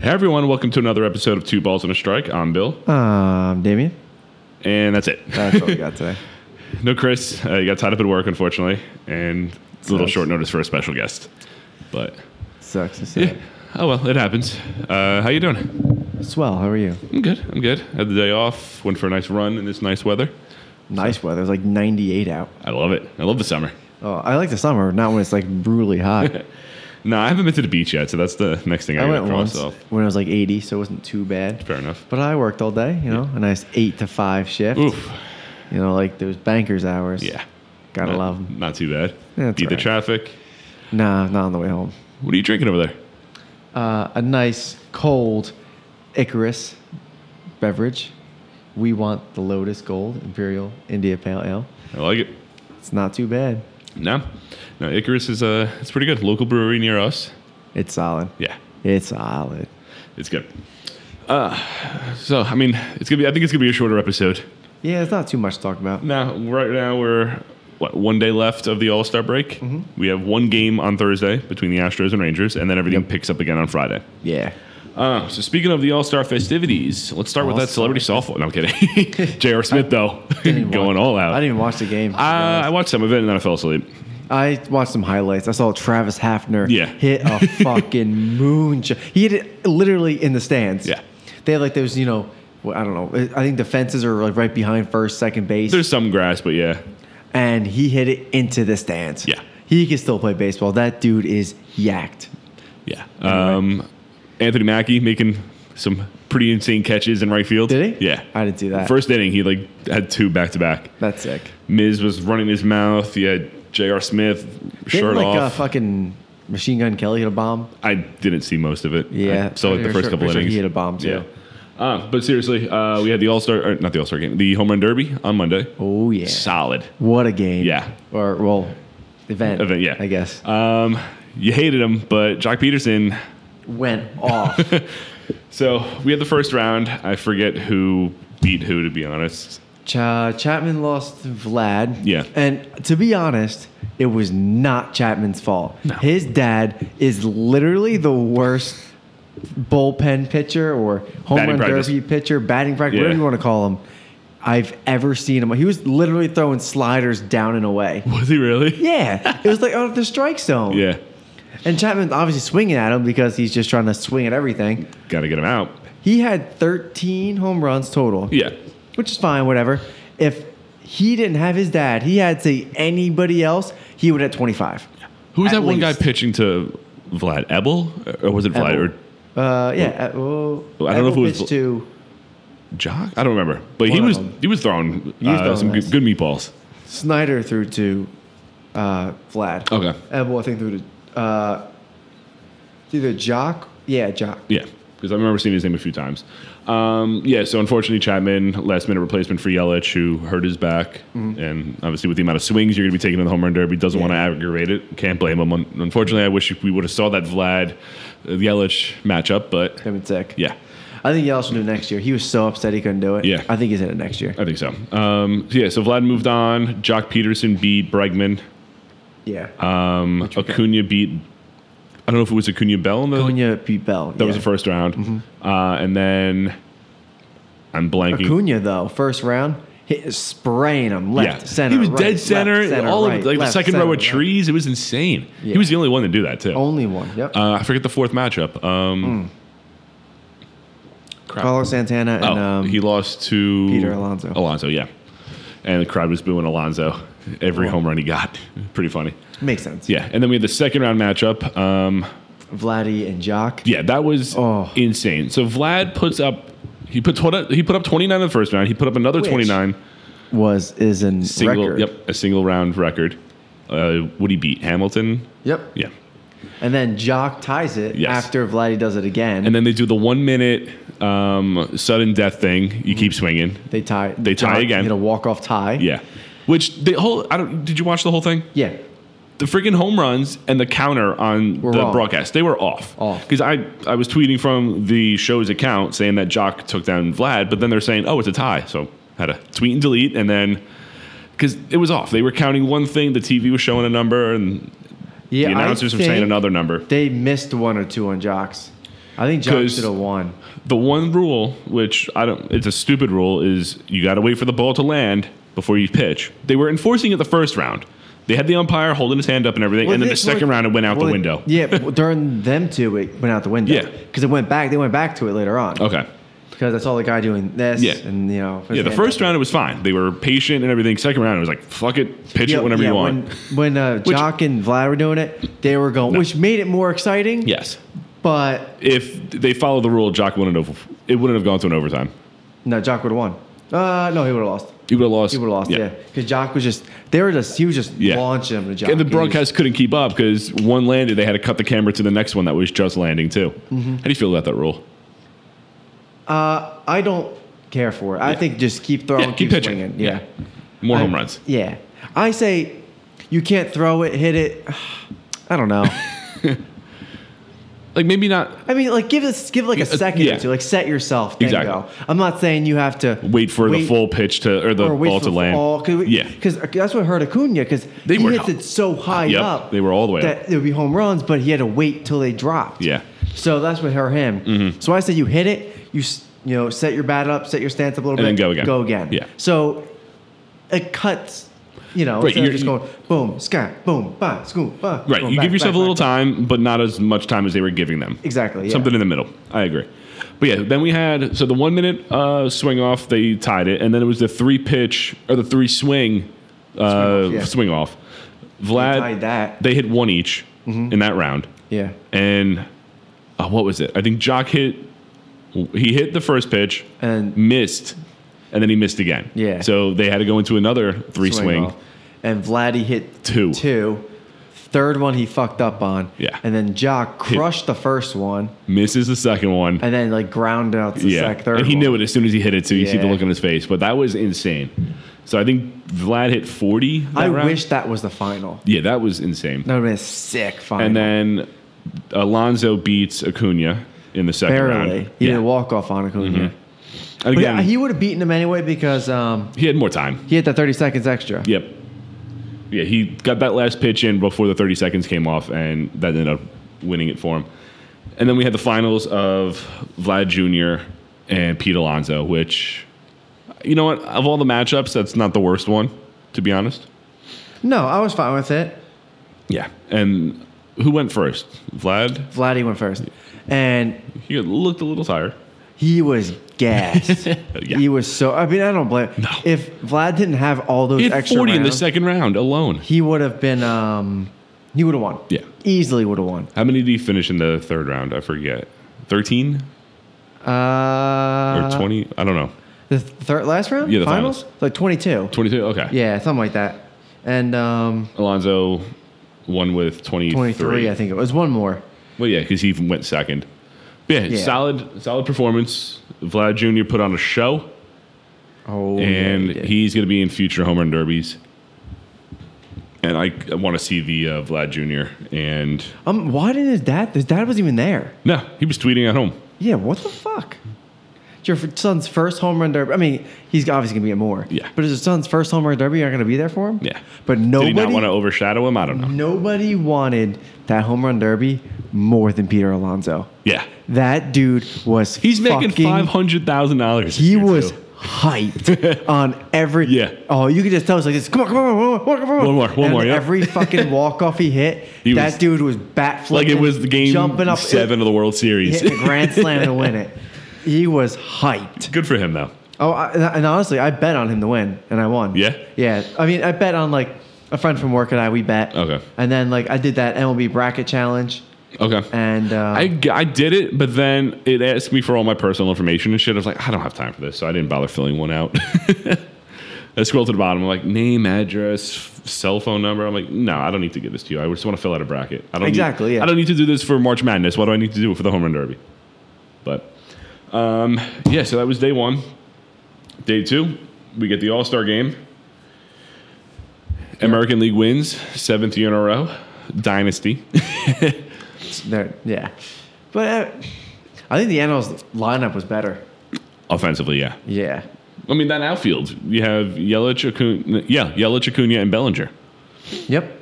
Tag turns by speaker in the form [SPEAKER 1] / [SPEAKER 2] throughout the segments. [SPEAKER 1] Hey everyone, welcome to another episode of Two Balls and a Strike. I'm Bill,
[SPEAKER 2] Um, Damien,
[SPEAKER 1] and that's it.
[SPEAKER 2] that's what we got today.
[SPEAKER 1] No Chris, uh, he got tied up at work, unfortunately, and it's a little
[SPEAKER 2] Sucks.
[SPEAKER 1] short notice for a special guest. But
[SPEAKER 2] Sucks to see.
[SPEAKER 1] yeah, oh well, it happens. Uh, how you doing?
[SPEAKER 2] it. Swell. How are you?
[SPEAKER 1] I'm good. I'm good. Had the day off. Went for a nice run in this nice weather.
[SPEAKER 2] Nice weather. It's like 98 out.
[SPEAKER 1] I love it. I love the summer.
[SPEAKER 2] Oh, I like the summer, not when it's like brutally hot.
[SPEAKER 1] No, I haven't been to the beach yet, so that's the next thing I,
[SPEAKER 2] I
[SPEAKER 1] got
[SPEAKER 2] went
[SPEAKER 1] for
[SPEAKER 2] once
[SPEAKER 1] myself.
[SPEAKER 2] when I was like 80, so it wasn't too bad.
[SPEAKER 1] Fair enough.
[SPEAKER 2] But I worked all day, you know, a nice eight to five shift.
[SPEAKER 1] Oof.
[SPEAKER 2] You know, like those bankers hours.
[SPEAKER 1] Yeah.
[SPEAKER 2] gotta
[SPEAKER 1] not,
[SPEAKER 2] love 'em. love them.
[SPEAKER 1] Not too bad.
[SPEAKER 2] That's
[SPEAKER 1] Beat the
[SPEAKER 2] all right.
[SPEAKER 1] traffic.
[SPEAKER 2] Nah, not on the way home.
[SPEAKER 1] What are you drinking over there?
[SPEAKER 2] Uh, a nice cold Icarus beverage. We want the Lotus Gold Imperial India Pale Ale.
[SPEAKER 1] I like it.
[SPEAKER 2] It's not too bad.
[SPEAKER 1] No, no. Icarus is uh, it's pretty good. Local brewery near us.
[SPEAKER 2] It's solid.
[SPEAKER 1] Yeah,
[SPEAKER 2] It's solid.
[SPEAKER 1] it's good. Uh, so I mean, it's gonna be. I think it's gonna be a shorter episode.
[SPEAKER 2] Yeah, it's not too much to talk about.
[SPEAKER 1] Now, right now we're what one day left of the All Star break.
[SPEAKER 2] Mm-hmm.
[SPEAKER 1] We have one game on Thursday between the Astros and Rangers, and then everything picks up again on Friday.
[SPEAKER 2] Yeah.
[SPEAKER 1] Uh, so speaking of the All Star festivities, let's start with that
[SPEAKER 2] All-Star.
[SPEAKER 1] celebrity softball. No, I'm kidding. J.R. Smith though,
[SPEAKER 2] Didn't
[SPEAKER 1] going
[SPEAKER 2] watch-
[SPEAKER 1] all out.
[SPEAKER 2] I didn't even watch the game.
[SPEAKER 1] Uh, I watched some of it and then I fell asleep.
[SPEAKER 2] I watched some highlights. I saw Travis Hafner
[SPEAKER 1] Yeah.
[SPEAKER 2] hit a fucking moon. shot. He hit it literally in the stands.
[SPEAKER 1] Yeah.
[SPEAKER 2] They had like those, you know, well, I don't know. I think the fences are like right behind first, second base.
[SPEAKER 1] There's some grass, but yeah,
[SPEAKER 2] and he hit it into the stands.
[SPEAKER 1] Yeah.
[SPEAKER 2] He can still play baseball. That dude is yacked.
[SPEAKER 1] Yeah. Um, Anthony Mackie making some pretty insane catches in right field.
[SPEAKER 2] Did he?
[SPEAKER 1] Yeah.
[SPEAKER 2] I didn't see that.
[SPEAKER 1] First inning, he like had two back to back.
[SPEAKER 2] That's sick.
[SPEAKER 1] Miz was running his mouth. He had J.R. Smith
[SPEAKER 2] Didn't
[SPEAKER 1] shirt
[SPEAKER 2] like uh,
[SPEAKER 1] off.
[SPEAKER 2] fucking Machine Gun Kelly hit a bomb?
[SPEAKER 1] I didn't see most of it.
[SPEAKER 2] Yeah.
[SPEAKER 1] I saw like the
[SPEAKER 2] Pretty
[SPEAKER 1] first
[SPEAKER 2] sure-
[SPEAKER 1] couple
[SPEAKER 2] pretty sure
[SPEAKER 1] innings.
[SPEAKER 2] He hit a bomb too.
[SPEAKER 1] Yeah. Uh, but seriously, uh, we had the All Star, not the All Star game, the Home Run Derby on Monday.
[SPEAKER 2] Oh yeah.
[SPEAKER 1] Solid.
[SPEAKER 2] What a game.
[SPEAKER 1] Yeah.
[SPEAKER 2] Or well, event.
[SPEAKER 1] Event, yeah.
[SPEAKER 2] I guess.
[SPEAKER 1] Um, you hated him, but Jock Peterson
[SPEAKER 2] Went off.
[SPEAKER 1] So we had the first round. I forget who beat who, to be honest.
[SPEAKER 2] Cha Chapman lost to Vlad.
[SPEAKER 1] Yeah.
[SPEAKER 2] And to be honest, it was not Chapman's fault. His dad is literally the worst bullpen pitcher or home
[SPEAKER 1] Batting
[SPEAKER 2] run
[SPEAKER 1] practice.
[SPEAKER 2] derby pitcher, batting practice,
[SPEAKER 1] Yeah.
[SPEAKER 2] whatever you want to call him. I've ever seen him. He was literally throwing sliders down and away.
[SPEAKER 1] Was he really?
[SPEAKER 2] Yeah, it was like out of the strike zone.
[SPEAKER 1] Yeah.
[SPEAKER 2] And Chapman's obviously swinging at him because he's just trying to swing at everything.
[SPEAKER 1] Got to get him out.
[SPEAKER 2] He had 13 home runs total,
[SPEAKER 1] Yeah.
[SPEAKER 2] which is fine, whatever. If he didn't have his dad, he had say anybody else, he would have 25.
[SPEAKER 1] Who was
[SPEAKER 2] At
[SPEAKER 1] that one guy
[SPEAKER 2] least.
[SPEAKER 1] pitching to Vlad Ebel? Or was it Vlad
[SPEAKER 2] Ebel.
[SPEAKER 1] or
[SPEAKER 2] Uh, yeah. uh, well,
[SPEAKER 1] I don't know if it was-
[SPEAKER 2] pitched to
[SPEAKER 1] Jock? I don't remember. But he
[SPEAKER 2] One of
[SPEAKER 1] was
[SPEAKER 2] them.
[SPEAKER 1] he was throwing,
[SPEAKER 2] He was
[SPEAKER 1] uh,
[SPEAKER 2] throwing
[SPEAKER 1] some
[SPEAKER 2] nice.
[SPEAKER 1] good, good meatballs.
[SPEAKER 2] Snyder through to uh, Vlad.
[SPEAKER 1] Okay.
[SPEAKER 2] Ebel, I think through to uh, either Jock. Yeah, Jock.
[SPEAKER 1] Yeah. Because I remember seeing his name a few times. Um, yeah. So unfortunately, Chapman, last minute replacement for Yelich, who hurt his back. And obviously, with the amount of swings you're going to be taking in the home run derby, doesn't want to aggravate it. Can't blame him. Un- Unfortunately, I wish we would have saw that Vlad uh, Yelich matchup, but
[SPEAKER 2] Him and sick.
[SPEAKER 1] yeah.
[SPEAKER 2] I think Yelich will do it next year. He was so upset he couldn't do it.
[SPEAKER 1] Yeah. Uh,
[SPEAKER 2] I think he's in it next year.
[SPEAKER 1] I think so. Um, so yeah, so Vlad moved on. Jock Peterson beat Bregman.
[SPEAKER 2] Yeah.
[SPEAKER 1] Um, Acuna beat. I don't know if it was Acuna Bell in the.
[SPEAKER 2] Acuna beat Bell.
[SPEAKER 1] That was the first round, uh, and then I'm blanking.
[SPEAKER 2] Acuna though, first round, hit, spraying him left, center.
[SPEAKER 1] he was
[SPEAKER 2] right,
[SPEAKER 1] dead center.
[SPEAKER 2] left, center,
[SPEAKER 1] all
[SPEAKER 2] right,
[SPEAKER 1] of like the
[SPEAKER 2] left,
[SPEAKER 1] second
[SPEAKER 2] center,
[SPEAKER 1] row of
[SPEAKER 2] right.
[SPEAKER 1] trees. It was insane. He
[SPEAKER 2] Yeah.
[SPEAKER 1] was the only one to do that too.
[SPEAKER 2] Only one. Yep.
[SPEAKER 1] Uh, I forget the fourth matchup. Um, crap.
[SPEAKER 2] Carlos Santana and
[SPEAKER 1] Oh,
[SPEAKER 2] um,
[SPEAKER 1] he lost to
[SPEAKER 2] Peter Alonso.
[SPEAKER 1] Alonso, yeah. And the crowd was booing Alonso every
[SPEAKER 2] Oh.
[SPEAKER 1] home run he got. Pretty funny.
[SPEAKER 2] makes sense.
[SPEAKER 1] Yeah, and then we had the second round matchup. Um,
[SPEAKER 2] Vladdy and Jock.
[SPEAKER 1] yeah, that was
[SPEAKER 2] Oh.
[SPEAKER 1] insane. So Vlad puts up, he put twen- he put up twenty nine in the first round. He put up another
[SPEAKER 2] Which
[SPEAKER 1] twenty nine
[SPEAKER 2] Was is in
[SPEAKER 1] single,
[SPEAKER 2] record.
[SPEAKER 1] yep, a single round record. Uh, would he beat Hamilton?
[SPEAKER 2] Yep.
[SPEAKER 1] Yeah,
[SPEAKER 2] And then Jock ties it
[SPEAKER 1] Yes.
[SPEAKER 2] after Vladdy does it again.
[SPEAKER 1] and then they do the one minute um, sudden death thing. You
[SPEAKER 2] Mm-hmm.
[SPEAKER 1] keep swinging.
[SPEAKER 2] they tie.
[SPEAKER 1] They tie
[SPEAKER 2] Jock
[SPEAKER 1] again.
[SPEAKER 2] Hit a walk off tie.
[SPEAKER 1] Yeah, which the whole I don't. Did you watch the whole thing?
[SPEAKER 2] Yeah.
[SPEAKER 1] the freaking home runs and the counter on
[SPEAKER 2] Were
[SPEAKER 1] the
[SPEAKER 2] wrong.
[SPEAKER 1] broadcast they were off
[SPEAKER 2] Off.
[SPEAKER 1] because I, I was tweeting from the show's account saying that jock took down vlad but then they're saying oh it's a tie so had to tweet and delete and then because it was off they were counting one thing the tv was showing a number and
[SPEAKER 2] Yeah.
[SPEAKER 1] the
[SPEAKER 2] I
[SPEAKER 1] announcers were saying
[SPEAKER 2] think
[SPEAKER 1] another number
[SPEAKER 2] They missed one or two on Jocks. I think John
[SPEAKER 1] 'Cause-
[SPEAKER 2] should have won.
[SPEAKER 1] The one rule, which I don't, it's a stupid rule, is you got to wait for the ball to land before you pitch. They were enforcing it the first round. They had the umpire holding his hand up and everything, and then the
[SPEAKER 2] this
[SPEAKER 1] second
[SPEAKER 2] was-
[SPEAKER 1] round it went out
[SPEAKER 2] well,
[SPEAKER 1] the window.
[SPEAKER 2] Yeah, but during them two, it went out the window.
[SPEAKER 1] Yeah.
[SPEAKER 2] because it went back. They went back to it later on.
[SPEAKER 1] Okay.
[SPEAKER 2] because that's all the guy doing this.
[SPEAKER 1] Yeah.
[SPEAKER 2] and you know.
[SPEAKER 1] Yeah, the first round it was fine. They were patient and everything. Second round it was like fuck it, pitch it whenever you want.
[SPEAKER 2] When, when uh, Jock and Vlad were doing it, they were going, which made it more exciting.
[SPEAKER 1] yes.
[SPEAKER 2] but
[SPEAKER 1] If they follow the rule, Jock wouldn't have. It wouldn't have gone to an overtime.
[SPEAKER 2] no, Jock would have won. Uh, no, he would have lost.
[SPEAKER 1] He would have lost.
[SPEAKER 2] He would have lost. Yeah, because Jock was just they were just he was just
[SPEAKER 1] Yeah.
[SPEAKER 2] launching him to Jock.
[SPEAKER 1] And the
[SPEAKER 2] He was-
[SPEAKER 1] broadcast couldn't keep up because one landed, they had to cut the camera to the next one that was just landing too.
[SPEAKER 2] Mm-hmm.
[SPEAKER 1] How do you feel about that rule?
[SPEAKER 2] Uh, I don't care for it. I think just keep throwing,
[SPEAKER 1] Yeah, keep pitching.
[SPEAKER 2] swinging. Yeah.
[SPEAKER 1] More home
[SPEAKER 2] I-
[SPEAKER 1] runs.
[SPEAKER 2] Yeah. I say you can't throw it, hit it. I don't know.
[SPEAKER 1] Like maybe not
[SPEAKER 2] I mean, like give us give like a
[SPEAKER 1] Yeah, uh,
[SPEAKER 2] second
[SPEAKER 1] yeah.
[SPEAKER 2] or two. Like set yourself. Then
[SPEAKER 1] Exactly.
[SPEAKER 2] go. I'm not saying you have to
[SPEAKER 1] wait for the full pitch to or the
[SPEAKER 2] or wait
[SPEAKER 1] ball
[SPEAKER 2] for
[SPEAKER 1] to
[SPEAKER 2] the
[SPEAKER 1] land.
[SPEAKER 2] ball, cause we-
[SPEAKER 1] yeah.
[SPEAKER 2] 'cause uh, that's what hurt Acuna because
[SPEAKER 1] They
[SPEAKER 2] he
[SPEAKER 1] were
[SPEAKER 2] hits
[SPEAKER 1] h-
[SPEAKER 2] it so high
[SPEAKER 1] Yep,
[SPEAKER 2] up.
[SPEAKER 1] they were all the way up.
[SPEAKER 2] that it would be home runs, but he had to wait till they dropped.
[SPEAKER 1] Yeah.
[SPEAKER 2] So that's what hurt him.
[SPEAKER 1] Mm-hmm.
[SPEAKER 2] So I said you hit it, you s- you know set your bat up, set your stance up a little
[SPEAKER 1] And
[SPEAKER 2] bit,
[SPEAKER 1] then go again.
[SPEAKER 2] Go again.
[SPEAKER 1] Yeah.
[SPEAKER 2] So it cuts. You know,
[SPEAKER 1] Right,
[SPEAKER 2] instead
[SPEAKER 1] you're-
[SPEAKER 2] of just going boom, sky, boom, ba, scoop, ba.
[SPEAKER 1] Right.
[SPEAKER 2] boom,
[SPEAKER 1] You
[SPEAKER 2] back,
[SPEAKER 1] give yourself
[SPEAKER 2] back,
[SPEAKER 1] a little
[SPEAKER 2] back.
[SPEAKER 1] time, but not as much time as they were giving them.
[SPEAKER 2] Exactly. Yeah.
[SPEAKER 1] Something in the middle. I agree. But yeah, then we had so the one minute uh, swing off, they tied it, and then it was the three pitch or the three swing uh,
[SPEAKER 2] Swing off, yeah.
[SPEAKER 1] swing off. Vlad
[SPEAKER 2] tied that. Mm-hmm.
[SPEAKER 1] They hit one each in that round.
[SPEAKER 2] Yeah.
[SPEAKER 1] And uh, what was it? I think Jock hit. He hit the first pitch
[SPEAKER 2] And-
[SPEAKER 1] missed, and then he missed again.
[SPEAKER 2] Yeah.
[SPEAKER 1] So they had to go into another three swing.
[SPEAKER 2] off. And Vladdy hit
[SPEAKER 1] Two.
[SPEAKER 2] Two. Third one he fucked up on.
[SPEAKER 1] Yeah.
[SPEAKER 2] And then Jock crushed the first one
[SPEAKER 1] misses the second one.
[SPEAKER 2] and then like ground out the
[SPEAKER 1] yeah,
[SPEAKER 2] sec third.
[SPEAKER 1] and he
[SPEAKER 2] one.
[SPEAKER 1] knew it as soon as he hit it. So you see the
[SPEAKER 2] Yeah.
[SPEAKER 1] look on his face, but that was insane. So I think Vlad hit forty. that
[SPEAKER 2] I
[SPEAKER 1] round.
[SPEAKER 2] wish that was the final.
[SPEAKER 1] Yeah, that was insane.
[SPEAKER 2] That would have been a sick final.
[SPEAKER 1] And then Alonso beats Acuna in the second
[SPEAKER 2] barely.
[SPEAKER 1] round.
[SPEAKER 2] He
[SPEAKER 1] yeah, Mm-hmm.
[SPEAKER 2] did a walk off on Acuna.
[SPEAKER 1] And
[SPEAKER 2] But
[SPEAKER 1] again,
[SPEAKER 2] yeah,
[SPEAKER 1] he,
[SPEAKER 2] he would have beaten him anyway because um,
[SPEAKER 1] had more time.
[SPEAKER 2] he had the 30 seconds extra.
[SPEAKER 1] Yep. Yeah, he got that last pitch in before the thirty seconds came off, and that ended up winning it for him. And then we had the finals of Vlad Jr. and Pete Alonso, which, you know what, of all the matchups, that's not the worst one, to be honest.
[SPEAKER 2] No, I was fine with it.
[SPEAKER 1] Yeah. And who went first? Vlad?
[SPEAKER 2] Vladdy went first. And
[SPEAKER 1] He looked a little tired.
[SPEAKER 2] he was gassed.
[SPEAKER 1] Yeah.
[SPEAKER 2] He was so. I mean, I don't blame.
[SPEAKER 1] No.
[SPEAKER 2] If Vlad didn't have all those
[SPEAKER 1] He had
[SPEAKER 2] extra
[SPEAKER 1] 40 in the
[SPEAKER 2] rounds,
[SPEAKER 1] second round alone.
[SPEAKER 2] he would have been um he would have won.
[SPEAKER 1] Yeah.
[SPEAKER 2] Easily would have won.
[SPEAKER 1] How many did he finish in the third round? I forget. 13 or
[SPEAKER 2] Uh
[SPEAKER 1] 20? I don't know.
[SPEAKER 2] the third last round?
[SPEAKER 1] Yeah, the
[SPEAKER 2] Like 22.
[SPEAKER 1] 22? Okay.
[SPEAKER 2] Yeah, something like that. And um
[SPEAKER 1] Alonso won with 23.
[SPEAKER 2] 23, I think it was one more.
[SPEAKER 1] Well, yeah, because he even went second. But yeah,
[SPEAKER 2] Yeah.
[SPEAKER 1] solid, solid performance. Vlad Jr. put on a show,
[SPEAKER 2] Oh. yeah,
[SPEAKER 1] and
[SPEAKER 2] he did.
[SPEAKER 1] he's going to be in future home run derbies. And I, I want to see the uh, Vlad Jr. and
[SPEAKER 2] Um why didn't his dad his dad was even there?
[SPEAKER 1] no, he was tweeting at home.
[SPEAKER 2] Yeah, what the fuck? It's Your f- son's first home run derby. I mean, he's obviously gonna get more.
[SPEAKER 1] Yeah.
[SPEAKER 2] But is his son's first home run derby? You're not gonna be there for him.
[SPEAKER 1] Yeah.
[SPEAKER 2] But nobody
[SPEAKER 1] Did he not want to overshadow him? I don't know.
[SPEAKER 2] nobody wanted that home run derby more than Peter Alonso.
[SPEAKER 1] Yeah.
[SPEAKER 2] That dude was
[SPEAKER 1] He's making
[SPEAKER 2] fucking-
[SPEAKER 1] five hundred thousand dollars.
[SPEAKER 2] He was hyped on every.
[SPEAKER 1] Yeah.
[SPEAKER 2] Oh, you could just tell us like this. Come on, come on, come on, come on, come on.
[SPEAKER 1] One more, one
[SPEAKER 2] And
[SPEAKER 1] more, yeah.
[SPEAKER 2] Every fucking walk off he hit,
[SPEAKER 1] He
[SPEAKER 2] that
[SPEAKER 1] was-
[SPEAKER 2] dude was bat
[SPEAKER 1] like
[SPEAKER 2] flipping,
[SPEAKER 1] it was the game
[SPEAKER 2] jumping up,
[SPEAKER 1] seven of the World Series.
[SPEAKER 2] hitting a grand slam to win it. He was hyped.
[SPEAKER 1] Good for him though.
[SPEAKER 2] Oh, I, and honestly, I bet on him to win, and I won.
[SPEAKER 1] Yeah?
[SPEAKER 2] Yeah. I mean, I bet on like a friend from work and I. We bet.
[SPEAKER 1] Okay.
[SPEAKER 2] And then like I did that MLB bracket challenge,
[SPEAKER 1] Okay.
[SPEAKER 2] and uh,
[SPEAKER 1] I, g- I did it, but then it asked me for all my personal information and shit. I was like, I don't have time for this, so I didn't bother filling one out. I scrolled to the bottom. I'm like, name, address, f- cell phone number. I'm like, no, I don't need to give this to you. I just want to fill out a bracket. I don't
[SPEAKER 2] Exactly,
[SPEAKER 1] Need,
[SPEAKER 2] yeah.
[SPEAKER 1] I don't need to do this for March Madness. What do I need to do for the home run derby? But um, yeah, so that was day one. Day two, we get the All Star game. American League wins seventh year in a row. Dynasty.
[SPEAKER 2] there, yeah. But uh, I think the NL's lineup was better.
[SPEAKER 1] Offensively, yeah.
[SPEAKER 2] Yeah.
[SPEAKER 1] I mean, that outfield. You have Yelich, Acuna, yeah, Yelich, Acuna, and Bellinger.
[SPEAKER 2] Yep.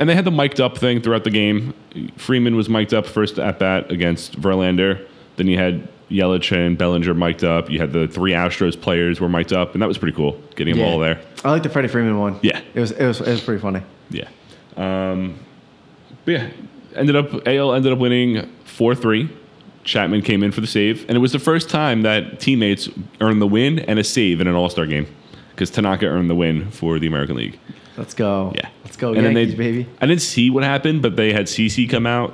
[SPEAKER 1] And they had the mic'd up thing throughout the game. Freeman was mic'd up first at bat against Verlander. Then you had Yelich and Bellinger mic'd up. You had the three Astros players were mic'd up, and that was pretty cool getting them
[SPEAKER 2] Yeah.
[SPEAKER 1] all there.
[SPEAKER 2] I like the Freddie Freeman one.
[SPEAKER 1] Yeah.
[SPEAKER 2] It was it was it was pretty funny.
[SPEAKER 1] Yeah. Um, but yeah, ended up AL ended up winning four three. Chapman came in for the save, and it was the first time that teammates earned the win and a save in an All Star game because Tanaka earned the win for the American League.
[SPEAKER 2] Let's go.
[SPEAKER 1] Yeah,
[SPEAKER 2] Let's go,
[SPEAKER 1] And then they,
[SPEAKER 2] Yankees, baby.
[SPEAKER 1] I didn't see what happened, but they had CC come out.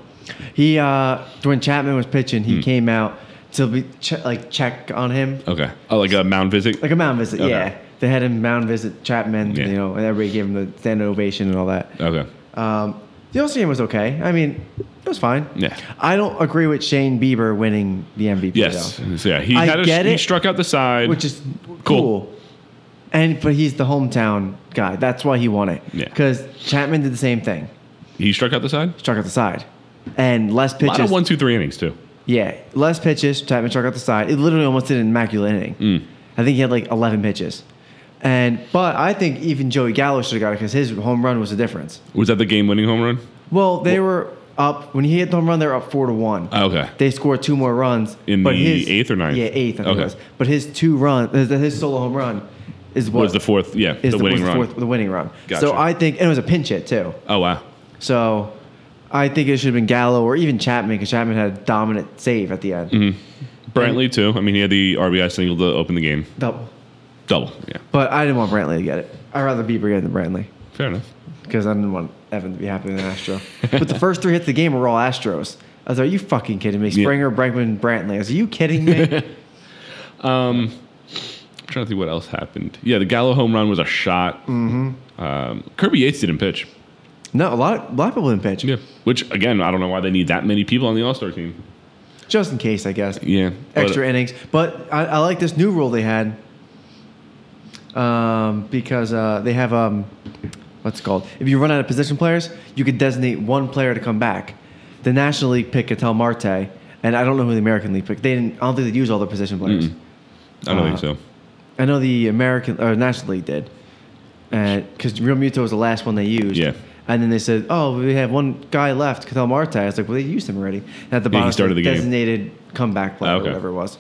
[SPEAKER 2] He uh when Chapman was pitching,
[SPEAKER 1] Hmm.
[SPEAKER 2] he came out to be che- like check on him,
[SPEAKER 1] Okay, oh, like a mound visit.
[SPEAKER 2] like a mound visit.
[SPEAKER 1] Okay.
[SPEAKER 2] Yeah, they had him mound visit Chapman.
[SPEAKER 1] Oh, Yeah.
[SPEAKER 2] You know, and everybody gave him the standing ovation and all that.
[SPEAKER 1] okay,
[SPEAKER 2] Um, the All Star game was okay. I mean, it was fine.
[SPEAKER 1] Yeah.
[SPEAKER 2] I don't agree with Shane Bieber winning the MVP.
[SPEAKER 1] yes,
[SPEAKER 2] though,
[SPEAKER 1] So, yeah. He
[SPEAKER 2] I
[SPEAKER 1] had a,
[SPEAKER 2] get
[SPEAKER 1] he
[SPEAKER 2] it,
[SPEAKER 1] struck out the side,
[SPEAKER 2] which is
[SPEAKER 1] Cool.
[SPEAKER 2] cool. And but he's the hometown guy. That's why he won it.
[SPEAKER 1] Yeah.
[SPEAKER 2] Because Chapman did the same thing,
[SPEAKER 1] he struck out the side.
[SPEAKER 2] struck out the side, and less
[SPEAKER 1] A lot
[SPEAKER 2] pitches.
[SPEAKER 1] of one, two, three innings too.
[SPEAKER 2] Yeah, less pitches. Chapman struck out the side. It literally almost did an immaculate inning.
[SPEAKER 1] Mm.
[SPEAKER 2] I think he had like 11 pitches. And but I think even Joey Gallo should have got it because his home run was the difference.
[SPEAKER 1] Was that the game-winning home run?
[SPEAKER 2] Well, they were up when he hit the home run. They were up four to one.
[SPEAKER 1] Okay,
[SPEAKER 2] They scored two more runs
[SPEAKER 1] Oh. In the eighth or ninth?
[SPEAKER 2] Yeah, eighth. I think
[SPEAKER 1] Okay.
[SPEAKER 2] it was. But his two run, his, his solo home run, is what
[SPEAKER 1] was the fourth? Yeah,
[SPEAKER 2] is
[SPEAKER 1] the winning
[SPEAKER 2] was
[SPEAKER 1] run.
[SPEAKER 2] fourth- the winning run.
[SPEAKER 1] Gotcha.
[SPEAKER 2] So I think and it was a pinch hit too.
[SPEAKER 1] Oh wow.
[SPEAKER 2] So I think it should have been Gallo or even Chapman because Chapman had a dominant save at the end.
[SPEAKER 1] Mm-hmm. Brantley too. I mean, he had the RBI single to open the game.
[SPEAKER 2] Double.
[SPEAKER 1] Double. Yeah,
[SPEAKER 2] But I didn't want Brantley to get it. I'd rather Bieber get it than Brantley
[SPEAKER 1] fair enough.
[SPEAKER 2] because I didn't want Evan to be happy with an Astro. but the first three hits of the game were all Astros. I was like, are you fucking kidding me?
[SPEAKER 1] Yeah.
[SPEAKER 2] Springer, Bregman, Brantley. I was like, are you kidding me?
[SPEAKER 1] I'm trying to think what else happened. Yeah, the Gallo home run was a shot. Mm-hmm. Um, Kirby Yates didn't pitch.
[SPEAKER 2] no, a lot, of, a lot of people didn't pitch.
[SPEAKER 1] Yeah, which again, I don't know why they need that many people on the All Star team.
[SPEAKER 2] Just in case, I guess.
[SPEAKER 1] Yeah, but-
[SPEAKER 2] Extra innings. But I, I like this new rule they had um, because uh, they have, um, what's it called? If you run out of position players, you could designate one player to come back. The National League picked Catal Marte, and I don't know who the American League picked. They didn't, I don't think they used all their position players.
[SPEAKER 1] I don't
[SPEAKER 2] uh,
[SPEAKER 1] think so.
[SPEAKER 2] I know the American or National League did, because Real Muto was the last one they used.
[SPEAKER 1] Yeah.
[SPEAKER 2] And then they said, "Oh, we have one guy left, Catal Marte." I was like, "Well, they used him already." And at the
[SPEAKER 1] Yeah, he
[SPEAKER 2] bottom,
[SPEAKER 1] started the game.
[SPEAKER 2] designated comeback player,
[SPEAKER 1] Ah,
[SPEAKER 2] or
[SPEAKER 1] okay.
[SPEAKER 2] whatever it was.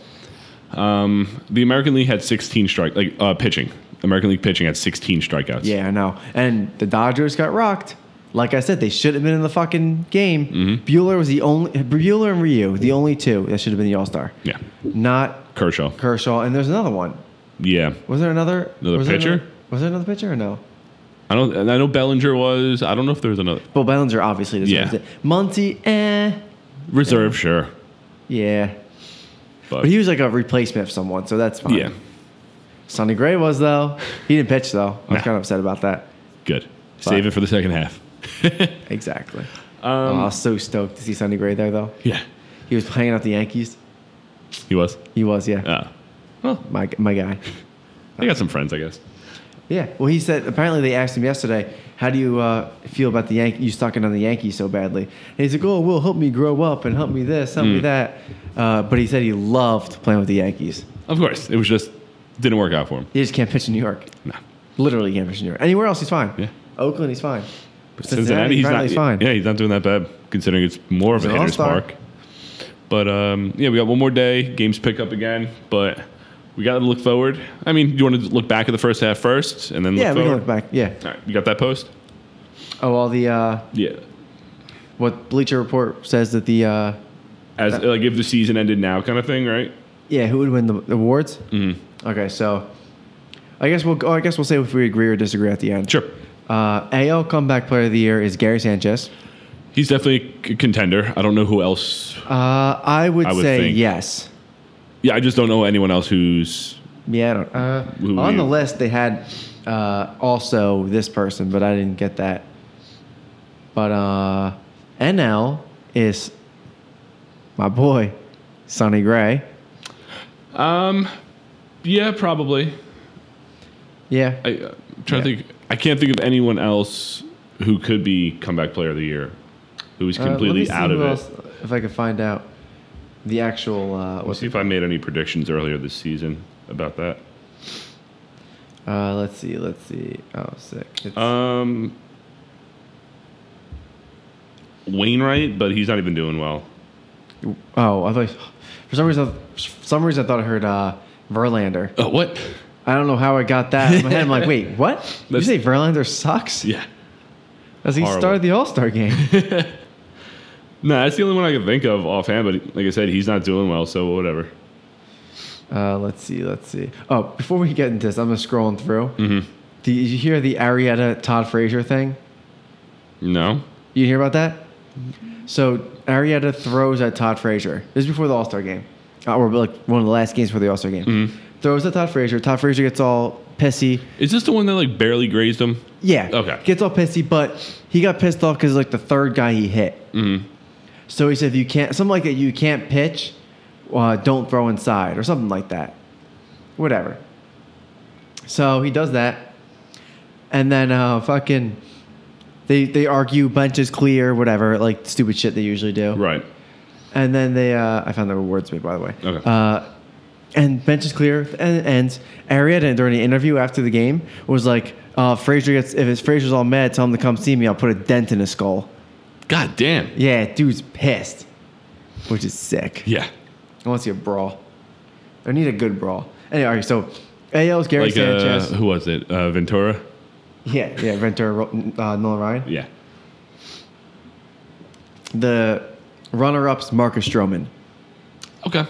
[SPEAKER 1] The American League had 16 strike, like uh, pitching. American League pitching had 16 strikeouts.
[SPEAKER 2] Yeah, I know. And the Dodgers got rocked. Like I said, they should have been in the fucking game.
[SPEAKER 1] Mm-hmm.
[SPEAKER 2] Bueller was the only Bueller and Ryu, the only two that should have been the All Star.
[SPEAKER 1] yeah.
[SPEAKER 2] Not
[SPEAKER 1] Kershaw.
[SPEAKER 2] Kershaw, and there's another one.
[SPEAKER 1] Yeah,
[SPEAKER 2] Was there another?
[SPEAKER 1] Another
[SPEAKER 2] was there
[SPEAKER 1] pitcher?
[SPEAKER 2] was there another pitcher or no?
[SPEAKER 1] I don't. and I know Bellinger was. I don't know if there was another
[SPEAKER 2] Bo Bellinger obviously deserves
[SPEAKER 1] Yeah.
[SPEAKER 2] it. Muncy, eh,
[SPEAKER 1] reserve. Sure,
[SPEAKER 2] yeah.
[SPEAKER 1] but,
[SPEAKER 2] But he was like a replacement of someone, so that's fine.
[SPEAKER 1] yeah,
[SPEAKER 2] Sonny Gray was though. He didn't pitch though. I was
[SPEAKER 1] Nah.
[SPEAKER 2] kind of upset about that.
[SPEAKER 1] good. Save it for the second half.
[SPEAKER 2] Exactly.
[SPEAKER 1] Um,
[SPEAKER 2] Oh, I was so stoked to see Sonny Gray there though.
[SPEAKER 1] Yeah,
[SPEAKER 2] He was playing out the Yankees.
[SPEAKER 1] he was.
[SPEAKER 2] He was, yeah.
[SPEAKER 1] Uh, well,
[SPEAKER 2] My my guy.
[SPEAKER 1] they got some friends, I guess.
[SPEAKER 2] Yeah. Well, he said apparently they asked him yesterday, "How do you uh, feel about the Yankee? You sucking on the Yankees so badly?" And he's like, "Oh, Will, help me grow up and help me this,
[SPEAKER 1] Hmm.
[SPEAKER 2] help me that." Uh, but he said he loved playing with the Yankees.
[SPEAKER 1] Of course, it was just didn't work out for him.
[SPEAKER 2] He just can't pitch in New York.
[SPEAKER 1] No.
[SPEAKER 2] Literally can't pitch in New York. Anywhere else, he's fine.
[SPEAKER 1] Yeah.
[SPEAKER 2] Oakland, he's fine. But
[SPEAKER 1] Cincinnati, he's not.
[SPEAKER 2] apparently fine.
[SPEAKER 1] Yeah, he's not doing that bad considering it's more of
[SPEAKER 2] He's
[SPEAKER 1] a
[SPEAKER 2] an
[SPEAKER 1] hitter's
[SPEAKER 2] all-star.
[SPEAKER 1] park. But um, yeah, we got one more day. Games pick up again, but we got to look forward. I mean, do you want to look back at the first half first, and then
[SPEAKER 2] Yeah,
[SPEAKER 1] look
[SPEAKER 2] we can
[SPEAKER 1] forward?
[SPEAKER 2] look back. Yeah.
[SPEAKER 1] All right, you got that post?
[SPEAKER 2] Oh, all the uh,
[SPEAKER 1] Yeah.
[SPEAKER 2] what Bleacher Report says that the uh,
[SPEAKER 1] As like if the season ended now, kind of thing, right?
[SPEAKER 2] yeah, who would win the awards? Mm-hmm. Okay, so I guess we'll oh, I guess we'll say if we agree or disagree at the end.
[SPEAKER 1] Sure.
[SPEAKER 2] Uh, AL Comeback Player of the Year is Gary Sanchez.
[SPEAKER 1] He's definitely a c- contender. I don't know who else.
[SPEAKER 2] Uh, I would
[SPEAKER 1] I would
[SPEAKER 2] say
[SPEAKER 1] think.
[SPEAKER 2] yes.
[SPEAKER 1] Yeah, I just don't know anyone else who's.
[SPEAKER 2] Yeah, I don't. Uh,
[SPEAKER 1] Who
[SPEAKER 2] on
[SPEAKER 1] you-
[SPEAKER 2] the list they had uh, also this person, but I didn't get that. But uh, NL is my boy, Sonny Gray.
[SPEAKER 1] Yeah, probably.
[SPEAKER 2] Yeah,
[SPEAKER 1] I uh, trying to think. I can't think of anyone else who could be comeback player of the year, who is
[SPEAKER 2] Uh, let me
[SPEAKER 1] completely
[SPEAKER 2] see
[SPEAKER 1] out of
[SPEAKER 2] who
[SPEAKER 1] it.
[SPEAKER 2] else- If I can find out the actual uh,
[SPEAKER 1] We'll
[SPEAKER 2] what's
[SPEAKER 1] see if I made any predictions earlier this season about that. Uh,
[SPEAKER 2] uh, let's see, let's see. Oh, sick. It's,
[SPEAKER 1] Um, Wainwright, but he's not even doing well.
[SPEAKER 2] Oh, I thought for some reason, for some reason I thought I heard uh, Verlander.
[SPEAKER 1] Oh, what?
[SPEAKER 2] I don't know how I got that in my head. I'm like, wait, what? Did you
[SPEAKER 1] That's-
[SPEAKER 2] say Verlander sucks?
[SPEAKER 1] Yeah.
[SPEAKER 2] As he
[SPEAKER 1] horrible.
[SPEAKER 2] started the All Star game.
[SPEAKER 1] No, that's the only one I can think of offhand. But like I said, he's not doing well, so whatever.
[SPEAKER 2] Uh, let's see, let's see. Oh, before we get into this, I'm just scrolling through. Mm-hmm. Did you hear the Arietta Todd Frazier thing?
[SPEAKER 1] No.
[SPEAKER 2] You hear about that? So Arietta throws at Todd Frazier. This is before the All Star game, uh, or like one of the last games for the All Star game. Throws at Todd Frazier. Todd Frazier gets all pissy.
[SPEAKER 1] Is this the one that like barely grazed him?
[SPEAKER 2] Yeah.
[SPEAKER 1] Okay.
[SPEAKER 2] Gets all pissy, but he got pissed off because like the third guy he hit.
[SPEAKER 1] Mhm.
[SPEAKER 2] So he said, if you can't, something like that, you can't pitch, uh, don't throw inside, or something like that. Whatever. So he does that. And then uh, fucking, they, they argue, bench is clear, whatever, like stupid shit they usually do.
[SPEAKER 1] Right.
[SPEAKER 2] And then they, uh, I found the rewards bit, by the way.
[SPEAKER 1] Okay.
[SPEAKER 2] Uh, and bench is clear and it ends. Arietta, during the interview after the game, was like, uh, Frazier gets, if it's Frazier's all mad, tell him to come see me. I'll put a dent in his skull.
[SPEAKER 1] God damn.
[SPEAKER 2] Yeah, dude's pissed, which is sick.
[SPEAKER 1] Yeah.
[SPEAKER 2] I want to see a brawl. I need a good brawl. Anyway, all right, so AL's Gary
[SPEAKER 1] Like uh,
[SPEAKER 2] Sanchez.
[SPEAKER 1] who was it? Uh, Ventura.
[SPEAKER 2] yeah, yeah, Ventura, Ro- uh, Nolan Ryan.
[SPEAKER 1] Yeah.
[SPEAKER 2] The runner up's Marcus Stroman.
[SPEAKER 1] Okay.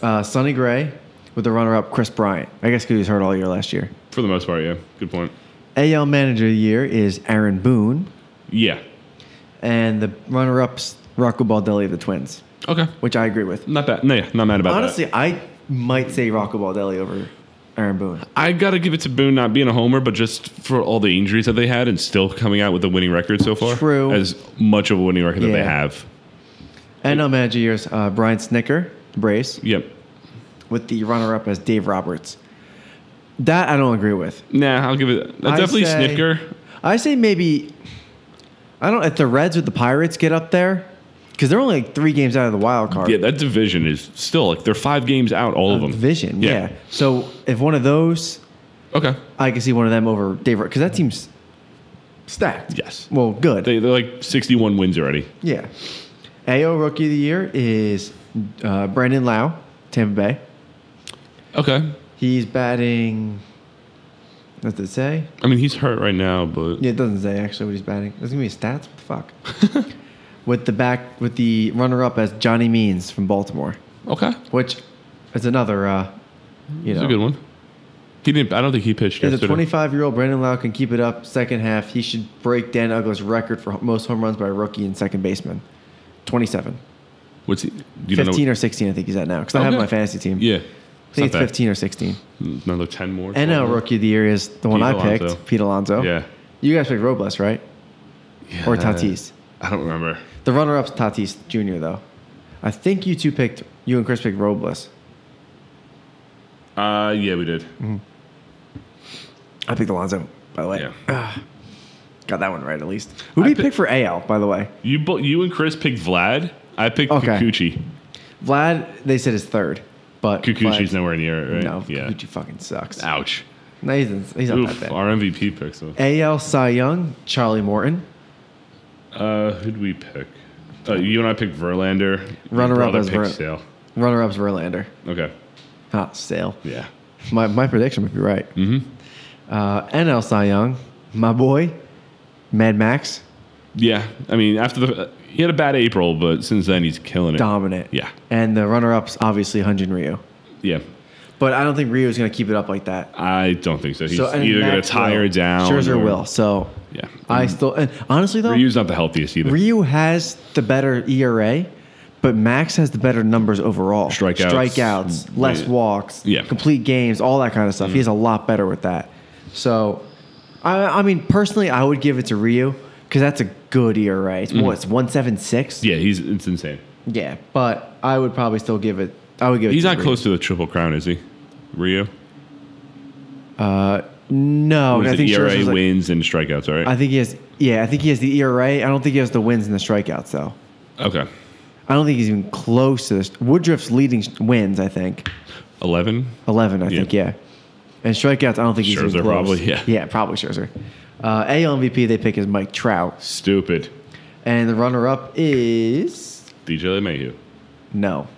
[SPEAKER 2] Uh, Sonny Gray with the runner up Chris Bryant. I guess because he was hurt all year last year.
[SPEAKER 1] For the most part, yeah. Good point.
[SPEAKER 2] AL Manager of the Year is Aaron Boone,
[SPEAKER 1] Yeah.
[SPEAKER 2] and the runner-up's Rocco Baldelli of the Twins,
[SPEAKER 1] Okay.
[SPEAKER 2] which I agree with.
[SPEAKER 1] Not bad. No, yeah, not mad about that.
[SPEAKER 2] Honestly, I might say Rocco Baldelli over Aaron Boone.
[SPEAKER 1] I gotta give it to Boone not being a homer, but just for all the injuries that they had and still coming out with a winning record so far.
[SPEAKER 2] True.
[SPEAKER 1] As much of a winning record that they
[SPEAKER 2] Yeah.
[SPEAKER 1] have.
[SPEAKER 2] NL Manager of the Year is uh, Brian Snicker, the Braves,
[SPEAKER 1] Yep.
[SPEAKER 2] with the runner-up as Dave Roberts. That I don't agree with.
[SPEAKER 1] Nah, I'll give it. That's
[SPEAKER 2] I
[SPEAKER 1] definitely
[SPEAKER 2] say-
[SPEAKER 1] Snicker.
[SPEAKER 2] I say maybe. I don't. If the Reds or the Pirates get up there, because they're only like three games out of the wild card.
[SPEAKER 1] Yeah, that division is still like they're five games out, all of them.
[SPEAKER 2] Division,
[SPEAKER 1] Yeah.
[SPEAKER 2] yeah. So if one of those
[SPEAKER 1] Okay.
[SPEAKER 2] I can see one of them over Dave because that team's stacked.
[SPEAKER 1] Yes.
[SPEAKER 2] Well, good.
[SPEAKER 1] They, they're like 61 wins already.
[SPEAKER 2] yeah. AO Rookie of the Year is uh, Brandon Lau, Tampa Bay.
[SPEAKER 1] Okay.
[SPEAKER 2] He's batting. What does it say?
[SPEAKER 1] I mean, he's hurt right now, but
[SPEAKER 2] Yeah, it doesn't say actually what he's batting. There's gonna be stats. What the fuck? with the back, with the runner-up as Johnny Means from Baltimore,
[SPEAKER 1] okay.
[SPEAKER 2] which is another, uh, you
[SPEAKER 1] It's
[SPEAKER 2] know,
[SPEAKER 1] a good one. He didn't. I don't think he pitched
[SPEAKER 2] If the
[SPEAKER 1] yesterday.
[SPEAKER 2] 25-year-old Brandon Lau can keep it up second half, he should break Dan Ugla's record for most home runs by a rookie and second baseman. 27.
[SPEAKER 1] What's he? You don't
[SPEAKER 2] 15
[SPEAKER 1] know.
[SPEAKER 2] or 16, I think he's at now. Because I have
[SPEAKER 1] Okay.
[SPEAKER 2] my fantasy team.
[SPEAKER 1] yeah.
[SPEAKER 2] I think it's
[SPEAKER 1] not bad.
[SPEAKER 2] 15 or 16.
[SPEAKER 1] Another 10 more.
[SPEAKER 2] NL Rookie of the Year is the one
[SPEAKER 1] Pete
[SPEAKER 2] I picked,
[SPEAKER 1] Alonso.
[SPEAKER 2] Pete Alonso.
[SPEAKER 1] Yeah.
[SPEAKER 2] You guys picked Robles, right? Or
[SPEAKER 1] Yeah.
[SPEAKER 2] Tatis.
[SPEAKER 1] I don't remember.
[SPEAKER 2] The runner-up's Tatis Jr., though. I think you two picked, you and Chris picked Robles.
[SPEAKER 1] Uh, yeah, we did.
[SPEAKER 2] I picked Alonso, by the way.
[SPEAKER 1] Yeah.
[SPEAKER 2] Got that one right, at least. Who do
[SPEAKER 1] I
[SPEAKER 2] you
[SPEAKER 1] pick-
[SPEAKER 2] pick for AL, by the way?
[SPEAKER 1] You bo- you and Chris picked Vlad. I picked
[SPEAKER 2] Okay.
[SPEAKER 1] Kikuchi.
[SPEAKER 2] Vlad, they said is third, but
[SPEAKER 1] Kikuchi's
[SPEAKER 2] Vlad-
[SPEAKER 1] nowhere near it, right?
[SPEAKER 2] No,
[SPEAKER 1] Yeah.
[SPEAKER 2] Kikuchi fucking sucks.
[SPEAKER 1] Ouch.
[SPEAKER 2] No, he's, he's not
[SPEAKER 1] Oof,
[SPEAKER 2] that bad.
[SPEAKER 1] our MVP picks. So.
[SPEAKER 2] AL Cy Young, Charlie Morton.
[SPEAKER 1] Uh, who'd we pick? Uh, you and I picked Verlander. Your
[SPEAKER 2] Runner-up
[SPEAKER 1] brother
[SPEAKER 2] as
[SPEAKER 1] picked
[SPEAKER 2] Ver-
[SPEAKER 1] Sale.
[SPEAKER 2] Runner-up's Verlander.
[SPEAKER 1] Okay.
[SPEAKER 2] Hot sale.
[SPEAKER 1] Yeah.
[SPEAKER 2] My, my prediction would be right. Mm-hmm. Uh, NL Cy Young, my boy, Mad Max,
[SPEAKER 1] Yeah. I mean, after the he had a bad April, but since then he's killing it.
[SPEAKER 2] dominant.
[SPEAKER 1] Yeah.
[SPEAKER 2] And the runner-up's obviously Hunjin Ryu.
[SPEAKER 1] Yeah.
[SPEAKER 2] But I don't think Ryu's going to keep it up like that.
[SPEAKER 1] I don't think so. He's
[SPEAKER 2] and
[SPEAKER 1] either going to
[SPEAKER 2] Max
[SPEAKER 1] tire
[SPEAKER 2] will.
[SPEAKER 1] down.
[SPEAKER 2] Scherzer
[SPEAKER 1] or-
[SPEAKER 2] will. So
[SPEAKER 1] Yeah.
[SPEAKER 2] I still, and honestly though,
[SPEAKER 1] Ryu's not the healthiest either.
[SPEAKER 2] Ryu has the better ERA, but Max has the better numbers overall.
[SPEAKER 1] Strikeouts.
[SPEAKER 2] strikeouts, less
[SPEAKER 1] Yeah.
[SPEAKER 2] walks,
[SPEAKER 1] Yeah. Mm.
[SPEAKER 2] complete games, all that kind of stuff. He's a lot better with that. So, I, I mean, personally, I would give it to Ryu because that's a good ERA. It's what it's one seven six.
[SPEAKER 1] Mm. yeah, he's it's insane.
[SPEAKER 2] yeah, but I would probably still give it. I would give it.
[SPEAKER 1] He's
[SPEAKER 2] to
[SPEAKER 1] not
[SPEAKER 2] Ryu.
[SPEAKER 1] close to the triple crown, is he? Ryu.
[SPEAKER 2] Uh, no,
[SPEAKER 1] What
[SPEAKER 2] I
[SPEAKER 1] is
[SPEAKER 2] think
[SPEAKER 1] it? E ERA
[SPEAKER 2] Scherzer's like-
[SPEAKER 1] wins and strikeouts. All right.
[SPEAKER 2] I think he has. Yeah, I think he has the ERA. I don't think he has the wins and the strikeouts though.
[SPEAKER 1] okay.
[SPEAKER 2] I don't think he's even close to this. Woodruff's leading wins, I think.
[SPEAKER 1] Eleven.
[SPEAKER 2] 11, I think, yeah. And strikeouts, I don't think he's even
[SPEAKER 1] Scherzer
[SPEAKER 2] close.
[SPEAKER 1] probably, yeah.
[SPEAKER 2] Yeah, probably Scherzer. Uh, AL MVP they pick is Mike Trout.
[SPEAKER 1] Stupid.
[SPEAKER 2] And the runner up is
[SPEAKER 1] DJ LeMahieu.
[SPEAKER 2] no.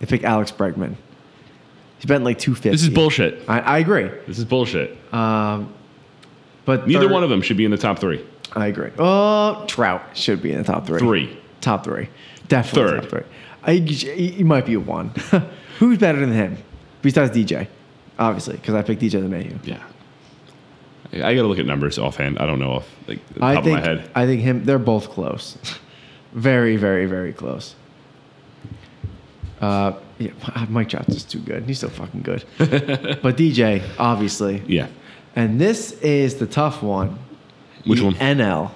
[SPEAKER 2] They picked Alex Bregman. He's been like 250.
[SPEAKER 1] This is bullshit.
[SPEAKER 2] I, I agree.
[SPEAKER 1] This is bullshit.
[SPEAKER 2] Um, but
[SPEAKER 1] Neither
[SPEAKER 2] third-
[SPEAKER 1] one of them should be in the top three.
[SPEAKER 2] I agree. Oh, Trout should be in the top three.
[SPEAKER 1] Three.
[SPEAKER 2] Top three. Definitely
[SPEAKER 1] Third.
[SPEAKER 2] top three. I, he he might be a one. Who's better than him? Besides DJ, obviously, because I picked DJ the Mayhew.
[SPEAKER 1] Yeah. I I gotta look at numbers offhand. I don't know off like the
[SPEAKER 2] I
[SPEAKER 1] top
[SPEAKER 2] think
[SPEAKER 1] of my head.
[SPEAKER 2] I think him. They're both close. very, very, very close. Uh, yeah, Mike Trout's just too good. He's so fucking good. but DJ, obviously,
[SPEAKER 1] Yeah.
[SPEAKER 2] and this is the tough one.
[SPEAKER 1] Which
[SPEAKER 2] The
[SPEAKER 1] one?
[SPEAKER 2] NL.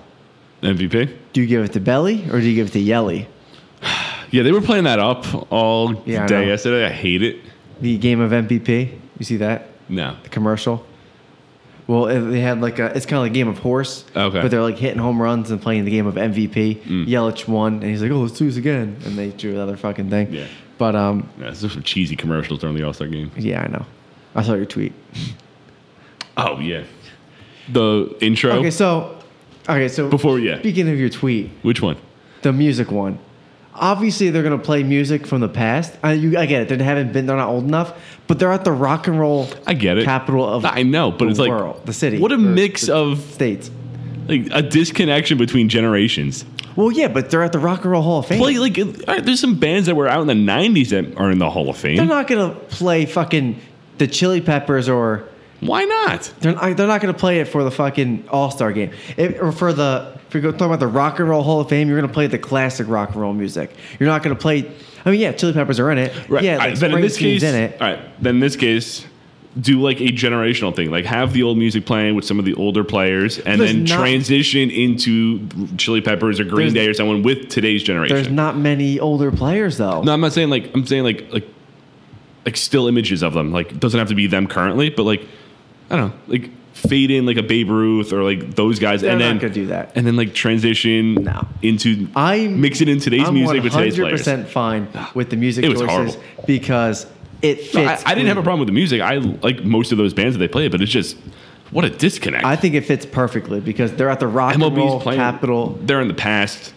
[SPEAKER 1] MVP?
[SPEAKER 2] Do you give it to Belly or do you give it to Yelly?
[SPEAKER 1] Yeah, they were playing that up all
[SPEAKER 2] Yeah, I
[SPEAKER 1] day
[SPEAKER 2] know.
[SPEAKER 1] yesterday. I hate it.
[SPEAKER 2] The game of MVP. You see that?
[SPEAKER 1] No.
[SPEAKER 2] The commercial. Well, it- they had like a. It's kind of like a game of horse.
[SPEAKER 1] Okay. Mm.
[SPEAKER 2] But they're like hitting home runs and playing the game of MVP. Yelich won, and he's like, "Oh, let's lose again," and they drew another fucking thing.
[SPEAKER 1] Yeah.
[SPEAKER 2] But um,
[SPEAKER 1] Yeah, this is some cheesy commercials during the All Star game.
[SPEAKER 2] yeah, I know. I saw your tweet.
[SPEAKER 1] Oh yeah. The intro.
[SPEAKER 2] Okay, so, okay, so
[SPEAKER 1] Before- yeah.
[SPEAKER 2] Speaking of your tweet,
[SPEAKER 1] Which one?
[SPEAKER 2] the music one. Obviously, they're gonna play music from the past. I, you, I get it. They haven't been. They're not old enough. But they're at the rock and roll.
[SPEAKER 1] I get it.
[SPEAKER 2] Capital of
[SPEAKER 1] I know, but
[SPEAKER 2] the
[SPEAKER 1] it's like
[SPEAKER 2] world, the city.
[SPEAKER 1] What a
[SPEAKER 2] or
[SPEAKER 1] mix
[SPEAKER 2] the
[SPEAKER 1] of
[SPEAKER 2] states.
[SPEAKER 1] like a disconnection between generations.
[SPEAKER 2] Well, yeah, but they're at the Rock and Roll Hall of Fame.
[SPEAKER 1] Play like all right, there's some bands that were out in the '90s that are in the Hall of
[SPEAKER 2] they're
[SPEAKER 1] Fame.
[SPEAKER 2] not gonna play fucking the Chili Peppers or
[SPEAKER 1] Why not?
[SPEAKER 2] they're not, they're not gonna play it for the fucking All Star game If- or for the if you're talking about the Rock and Roll Hall of Fame. You're gonna play the classic rock and roll music. You're not gonna play. I mean, yeah, Chili Peppers are in it.
[SPEAKER 1] Right.
[SPEAKER 2] Yeah,
[SPEAKER 1] All
[SPEAKER 2] like
[SPEAKER 1] right, then in this
[SPEAKER 2] Springsteen's
[SPEAKER 1] case,
[SPEAKER 2] in it.
[SPEAKER 1] all right. Then in this case, do like a generational thing. Like have the old music playing with some of the older players, and
[SPEAKER 2] There's
[SPEAKER 1] then
[SPEAKER 2] not-
[SPEAKER 1] transition into Chili Peppers or Green
[SPEAKER 2] There's-
[SPEAKER 1] Day or someone with today's generation.
[SPEAKER 2] There's not many older players though.
[SPEAKER 1] No, I'm not saying like I'm saying like like like still images of them. Like it doesn't have to be them currently, but like I don't know, like fade in like a Babe Ruth or like those guys,
[SPEAKER 2] They're
[SPEAKER 1] and
[SPEAKER 2] not
[SPEAKER 1] then
[SPEAKER 2] gonna do that.
[SPEAKER 1] and then like transition
[SPEAKER 2] No.
[SPEAKER 1] into
[SPEAKER 2] I'm
[SPEAKER 1] mix it in today's
[SPEAKER 2] I'm
[SPEAKER 1] music with today's players. Ah,
[SPEAKER 2] 100% fine with the music
[SPEAKER 1] It was
[SPEAKER 2] choices
[SPEAKER 1] horrible.
[SPEAKER 2] because it fits.
[SPEAKER 1] No, I, I didn't have a problem with the music. I like most of those bands that they play, but it's just what a disconnect.
[SPEAKER 2] I think it fits perfectly because they're at the Rock and Roll
[SPEAKER 1] MLB's playing
[SPEAKER 2] Capital
[SPEAKER 1] They're in the past.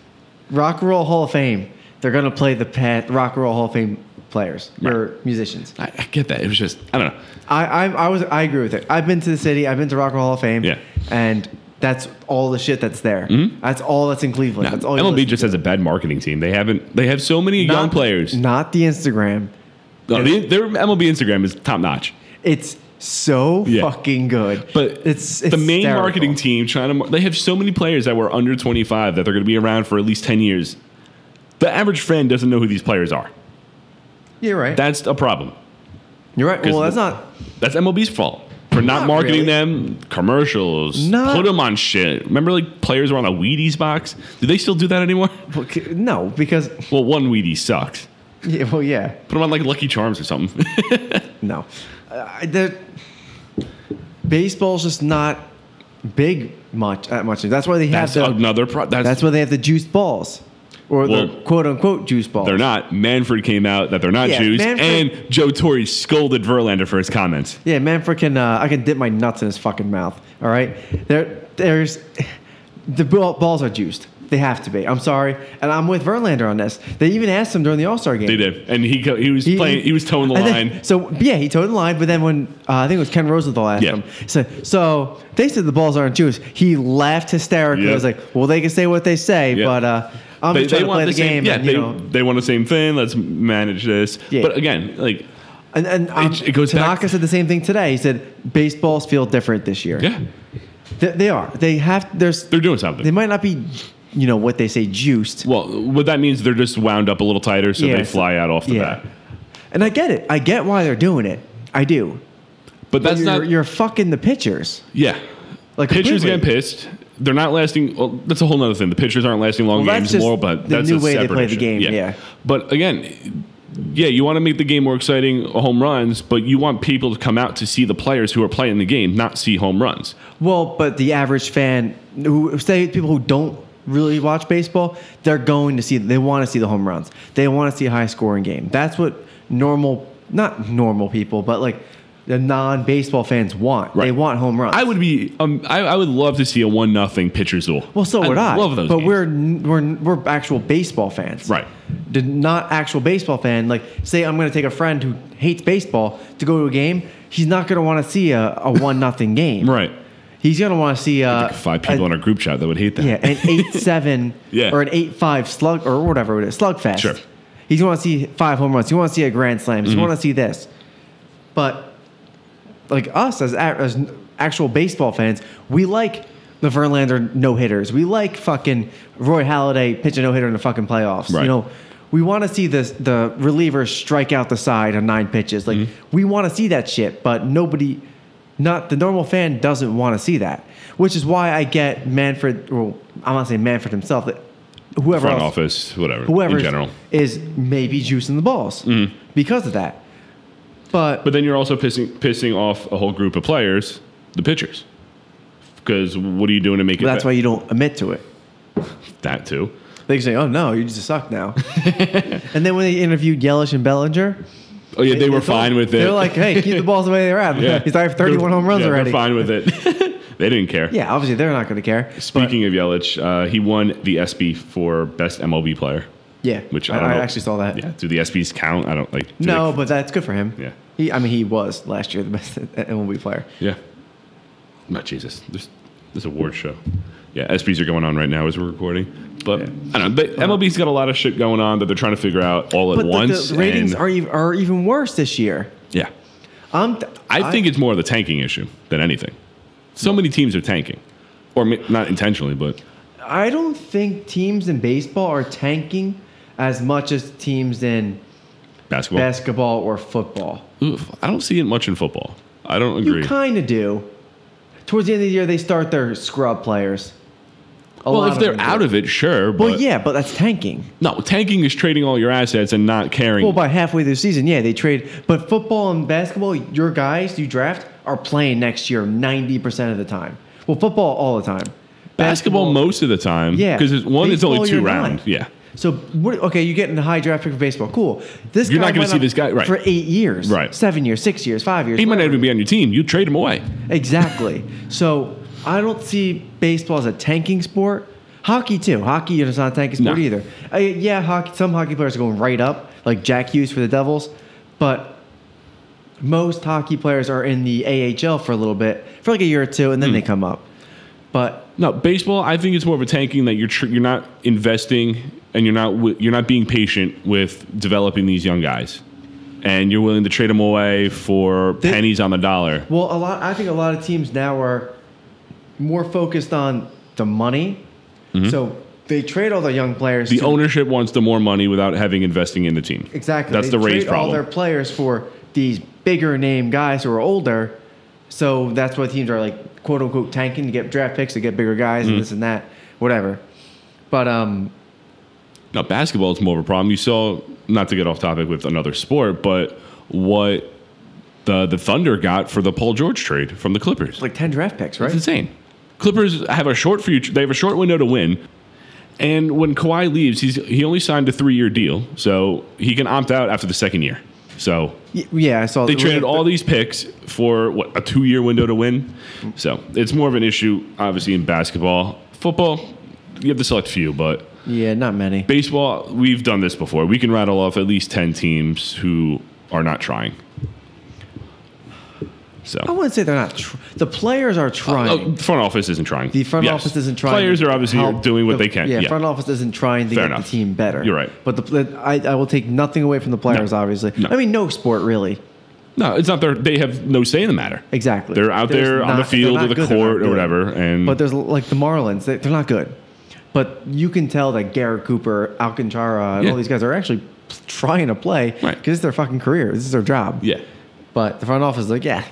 [SPEAKER 2] Rock and Roll Hall of Fame. They're gonna play the pat, Rock and Roll Hall of Fame players or musicians.
[SPEAKER 1] I, I get that. It was just I don't know.
[SPEAKER 2] I, I I was I agree with it. I've been to the city. I've been to Rock and Roll Hall of Fame.
[SPEAKER 1] Yeah. Mm-hmm.
[SPEAKER 2] and that's all the shit that's there. That's all that's in Cleveland. that's all. you
[SPEAKER 1] MLB
[SPEAKER 2] listen
[SPEAKER 1] just
[SPEAKER 2] to.
[SPEAKER 1] has a bad marketing team. They haven't. They have so many young
[SPEAKER 2] Not-
[SPEAKER 1] players.
[SPEAKER 2] Not the Instagram.
[SPEAKER 1] No, they- their MLB Instagram is top notch.
[SPEAKER 2] It's so
[SPEAKER 1] Yeah.
[SPEAKER 2] fucking good.
[SPEAKER 1] But
[SPEAKER 2] it's,
[SPEAKER 1] the main
[SPEAKER 2] hysterical.
[SPEAKER 1] marketing team trying to mar- they have so many players that were under 25 that they're going to be around for at least 10 years. The average fan doesn't know who these players are.
[SPEAKER 2] You're right.
[SPEAKER 1] That's a problem.
[SPEAKER 2] You're right.
[SPEAKER 1] 'Cause
[SPEAKER 2] Well, that's
[SPEAKER 1] the-
[SPEAKER 2] not.
[SPEAKER 1] That's MLB's fault for not,
[SPEAKER 2] Not
[SPEAKER 1] marketing
[SPEAKER 2] really.
[SPEAKER 1] them commercials.
[SPEAKER 2] Not-
[SPEAKER 1] put them on shit. Remember, like players were on a Wheaties box. Do they still do that anymore?
[SPEAKER 2] well, c- No, because
[SPEAKER 1] Well, one Wheaties sucks.
[SPEAKER 2] yeah, well, yeah,
[SPEAKER 1] Put them on like Lucky Charms or something.
[SPEAKER 2] no. Uh, the baseball's just not big much that much. That's why they
[SPEAKER 1] that's
[SPEAKER 2] have the,
[SPEAKER 1] another. Pro- that's,
[SPEAKER 2] That's why they have the juice balls, or the
[SPEAKER 1] Well,
[SPEAKER 2] quote unquote juice balls.
[SPEAKER 1] they're not. Manfred came out that they're not
[SPEAKER 2] Yeah,
[SPEAKER 1] Jews,
[SPEAKER 2] Manfred-
[SPEAKER 1] and Joe Torre scolded Verlander for his comments.
[SPEAKER 2] Yeah, Manfred can. Uh, I can dip my nuts in his fucking mouth. All right, there, there's the ball, balls are juiced. They have to be. I'm sorry, and I'm with Verlander on this. They even asked him during the All Star game.
[SPEAKER 1] They did, and he co- he was
[SPEAKER 2] He-
[SPEAKER 1] playing. He was toeing the
[SPEAKER 2] and
[SPEAKER 1] line.
[SPEAKER 2] then- so yeah, he toed the line. But then when uh, I think it was Ken Rosenthal asked
[SPEAKER 1] Yeah.
[SPEAKER 2] him, he said, "So they said the balls aren't Jewish." He laughed hysterically. I
[SPEAKER 1] Yeah.
[SPEAKER 2] was like, "Well, they can say what they say,
[SPEAKER 1] Yeah.
[SPEAKER 2] but uh, I'm
[SPEAKER 1] they
[SPEAKER 2] just trying
[SPEAKER 1] they
[SPEAKER 2] to play
[SPEAKER 1] want
[SPEAKER 2] the,
[SPEAKER 1] the same.
[SPEAKER 2] game."
[SPEAKER 1] Yeah,
[SPEAKER 2] and, you
[SPEAKER 1] they,
[SPEAKER 2] know,
[SPEAKER 1] they want the same thing. Let's manage this.
[SPEAKER 2] Yeah.
[SPEAKER 1] But again, like
[SPEAKER 2] and, and um,
[SPEAKER 1] it goes back-
[SPEAKER 2] Tanaka said the same thing today. He said baseballs feel different this year.
[SPEAKER 1] yeah,
[SPEAKER 2] Th- they are. They have. There's.
[SPEAKER 1] they're doing something.
[SPEAKER 2] They might not be, you know, what they say juiced.
[SPEAKER 1] well, what that means they're just wound up a little tighter, so
[SPEAKER 2] Yeah,
[SPEAKER 1] they
[SPEAKER 2] so-
[SPEAKER 1] fly out off the bat.
[SPEAKER 2] And I get it. I get why they're doing it. I do.
[SPEAKER 1] But
[SPEAKER 2] But
[SPEAKER 1] that's
[SPEAKER 2] you're,
[SPEAKER 1] not.
[SPEAKER 2] you're fucking the pitchers.
[SPEAKER 1] yeah,
[SPEAKER 2] Like
[SPEAKER 1] pitchers
[SPEAKER 2] completely.
[SPEAKER 1] getting pissed. They're not lasting. Well, that's a whole other thing. The pitchers aren't lasting long
[SPEAKER 2] Well,
[SPEAKER 1] games
[SPEAKER 2] that's just
[SPEAKER 1] more, but
[SPEAKER 2] the
[SPEAKER 1] that's
[SPEAKER 2] new
[SPEAKER 1] a
[SPEAKER 2] way they
[SPEAKER 1] separate
[SPEAKER 2] play the
[SPEAKER 1] issue.
[SPEAKER 2] game, yeah.
[SPEAKER 1] But again, yeah, you want to make the game more exciting, home runs, but you want people to come out to see the players who are playing the game, not see home runs.
[SPEAKER 2] Well, but the average fan, who say people who don't really watch baseball, they're going to see. They want to see the home runs. They want to see a high scoring game. That's what normal, not normal people, but like the non-baseball fans want. They
[SPEAKER 1] Right.
[SPEAKER 2] want home runs.
[SPEAKER 1] I would be. Um, I, I would love to see a one nothing pitcher's duel.
[SPEAKER 2] Well, so would I.
[SPEAKER 1] Love those.
[SPEAKER 2] But
[SPEAKER 1] games.
[SPEAKER 2] we're n- we're n- we're actual baseball fans,
[SPEAKER 1] Right.
[SPEAKER 2] Did not actual baseball fan. Like, say I'm going to take a friend who hates baseball to go to a game. He's not going to want to see a, a one nothing game,
[SPEAKER 1] right.
[SPEAKER 2] He's going to want to see a
[SPEAKER 1] Five people
[SPEAKER 2] a-
[SPEAKER 1] in our group chat that would hate that.
[SPEAKER 2] yeah, an eight seven
[SPEAKER 1] Yeah.
[SPEAKER 2] or an eight five slug or whatever it is slugfest.
[SPEAKER 1] Sure. Mm-hmm.
[SPEAKER 2] He's going to see five home runs. He wants to see a grand slam. He wants to see this, but like us as a- as actual baseball fans, we like the Verlander no hitters. We like fucking Roy Halladay pitch a no hitter in the fucking playoffs.
[SPEAKER 1] Right.
[SPEAKER 2] You know. We want to see this, the reliever strike out the side on nine pitches. Like
[SPEAKER 1] Mm-hmm.
[SPEAKER 2] we want to see that shit, but nobody, not the normal fan, doesn't want to see that. Which is why I get Manfred. Well, I'm not saying Manfred himself. That whoever
[SPEAKER 1] Front
[SPEAKER 2] else,
[SPEAKER 1] office, whatever.
[SPEAKER 2] whoever
[SPEAKER 1] in general. Mm-hmm.
[SPEAKER 2] is maybe juicing the balls because of that. But,
[SPEAKER 1] But then you're also pissing pissing off a whole group of players, the pitchers. Because what are you doing to make it?
[SPEAKER 2] that's why you don't admit to it.
[SPEAKER 1] that too.
[SPEAKER 2] They can say, "Oh no, you just suck now." and then when they interviewed Yelich and Bellinger,
[SPEAKER 1] Oh yeah, they were
[SPEAKER 2] it's all-
[SPEAKER 1] fine with it.
[SPEAKER 2] They're like, "Hey, keep the balls the way they're at."
[SPEAKER 1] yeah.
[SPEAKER 2] He's like, "31
[SPEAKER 1] They're-
[SPEAKER 2] home runs
[SPEAKER 1] yeah,
[SPEAKER 2] already."
[SPEAKER 1] They're fine with it. they didn't care.
[SPEAKER 2] Yeah, obviously they're not going to care.
[SPEAKER 1] Speaking of Yelich, uh, he won the SB for best MLB player.
[SPEAKER 2] Yeah,
[SPEAKER 1] Which I
[SPEAKER 2] I,
[SPEAKER 1] don't
[SPEAKER 2] I
[SPEAKER 1] know.
[SPEAKER 2] actually saw that.
[SPEAKER 1] Yeah. Do the SBs count? I don't like. do
[SPEAKER 2] Uh, No,
[SPEAKER 1] they-
[SPEAKER 2] but that's good for him.
[SPEAKER 1] Yeah.
[SPEAKER 2] He, I mean, he was last year the best MLB player.
[SPEAKER 1] yeah. Not Jesus. There's this award show. Yeah, SBs are going on right now as we're recording. But I don't know. But MLB's got a lot of shit going on that they're trying to figure out all at
[SPEAKER 2] Uh-huh. But the-
[SPEAKER 1] once.
[SPEAKER 2] the, ratings
[SPEAKER 1] and-
[SPEAKER 2] are even, are even worse this year.
[SPEAKER 1] Yeah.
[SPEAKER 2] I'm th-
[SPEAKER 1] I, think it's more of the tanking issue than anything. So many teams are tanking, or ma- not intentionally, but
[SPEAKER 2] I don't think teams in baseball are tanking as much as teams in
[SPEAKER 1] basketball.
[SPEAKER 2] basketball or football.
[SPEAKER 1] Oof, I don't see it much in football. I don't agree.
[SPEAKER 2] You kind of do. Towards the end of the year, they start their scrub players. A
[SPEAKER 1] well,
[SPEAKER 2] lot
[SPEAKER 1] if they're
[SPEAKER 2] them do.
[SPEAKER 1] out of it, sure. But
[SPEAKER 2] well, yeah, but that's tanking.
[SPEAKER 1] No, tanking is trading all your assets and not caring.
[SPEAKER 2] Well, by halfway through the season, yeah, they trade. But football and basketball, your guys you draft are playing next year 90% of the time. Well, football all the time.
[SPEAKER 1] basketball, most of the time.
[SPEAKER 2] Yeah.
[SPEAKER 1] Because one, it's
[SPEAKER 2] Baseball,
[SPEAKER 1] only two
[SPEAKER 2] you're not.
[SPEAKER 1] rounds. Yeah.
[SPEAKER 2] So, what, okay, you're getting a high draft pick for baseball. Cool. This
[SPEAKER 1] You're
[SPEAKER 2] guy
[SPEAKER 1] not gonna
[SPEAKER 2] went
[SPEAKER 1] see
[SPEAKER 2] up
[SPEAKER 1] this guy- right.
[SPEAKER 2] for eight years,
[SPEAKER 1] Right.
[SPEAKER 2] Seven years, six years, five years.
[SPEAKER 1] He might not
[SPEAKER 2] whatever.
[SPEAKER 1] even be on your team. You trade him away.
[SPEAKER 2] Exactly. so I don't see baseball as a tanking sport. Hockey too. Hockey is not a tanking sport
[SPEAKER 1] No.
[SPEAKER 2] either. Uh, yeah, hockey. Some hockey players are going right up, like Jack Hughes for the Devils, but most hockey players are in the AHL for a little bit, for like a year or two,
[SPEAKER 1] Hmm.
[SPEAKER 2] and then they come up. But
[SPEAKER 1] No, baseball. I think it's more of a tanking that you're tr- you're not investing and you're not wi- you're not being patient with developing these young guys, and you're willing to trade them away for pennies on the dollar.
[SPEAKER 2] well, a lot. I think a lot of teams now are more focused on the money, so they trade all their young players.
[SPEAKER 1] Mm-hmm. The
[SPEAKER 2] to-
[SPEAKER 1] ownership wants the more money without having investing in the team.
[SPEAKER 2] Exactly.
[SPEAKER 1] That's
[SPEAKER 2] They
[SPEAKER 1] the Rays
[SPEAKER 2] trade all their
[SPEAKER 1] problem.
[SPEAKER 2] players for these bigger name guys who are older. So that's why teams are like quote unquote tanking to get draft picks to get bigger guys
[SPEAKER 1] Mm.
[SPEAKER 2] and this and that, whatever. But um,
[SPEAKER 1] Now basketball is more of a problem. You saw not to get off topic with another sport, but what the the Thunder got for the Paul George trade from the Clippers.
[SPEAKER 2] like ten draft picks, right?
[SPEAKER 1] It's insane. Clippers have a short future. They have a short window to win. And when Kawhi leaves, he's he only signed a three year deal, so he can opt out after the second year. So
[SPEAKER 2] Y- Yeah, I saw
[SPEAKER 1] they traded all these picks for what a two year window to win. So it's more of an issue, obviously, in basketball. Football, you have to select few, but
[SPEAKER 2] Yeah, not many.
[SPEAKER 1] baseball, we've done this before. We can rattle off at least ten teams who are not trying. So
[SPEAKER 2] I wouldn't say they're not. Tr- the players are
[SPEAKER 1] Oh,
[SPEAKER 2] trying.
[SPEAKER 1] the front office isn't trying.
[SPEAKER 2] the front
[SPEAKER 1] Yes.
[SPEAKER 2] office isn't trying.
[SPEAKER 1] Players
[SPEAKER 2] to
[SPEAKER 1] are obviously
[SPEAKER 2] help
[SPEAKER 1] doing what
[SPEAKER 2] the-
[SPEAKER 1] they can.
[SPEAKER 2] Yeah,
[SPEAKER 1] Yeah,
[SPEAKER 2] front office isn't trying to
[SPEAKER 1] Fair
[SPEAKER 2] get
[SPEAKER 1] enough.
[SPEAKER 2] the team better.
[SPEAKER 1] You're right.
[SPEAKER 2] But the pl- I, I will take nothing away from the players. Obviously,
[SPEAKER 1] No.
[SPEAKER 2] I mean, no sport really.
[SPEAKER 1] No, it's not their. They have no say in the matter.
[SPEAKER 2] Exactly.
[SPEAKER 1] They're out
[SPEAKER 2] There's
[SPEAKER 1] there on the
[SPEAKER 2] not- they're
[SPEAKER 1] field
[SPEAKER 2] not
[SPEAKER 1] or the
[SPEAKER 2] good, they're not
[SPEAKER 1] court or
[SPEAKER 2] good.
[SPEAKER 1] whatever, and
[SPEAKER 2] But there's like the Marlins, they, they're not good. But you can tell that Garrett Cooper, Alcantara, and
[SPEAKER 1] Yeah.
[SPEAKER 2] all these guys are actually trying to play because
[SPEAKER 1] Right.
[SPEAKER 2] it's their fucking career. This is their job.
[SPEAKER 1] yeah,
[SPEAKER 2] But the front office is like, yeah,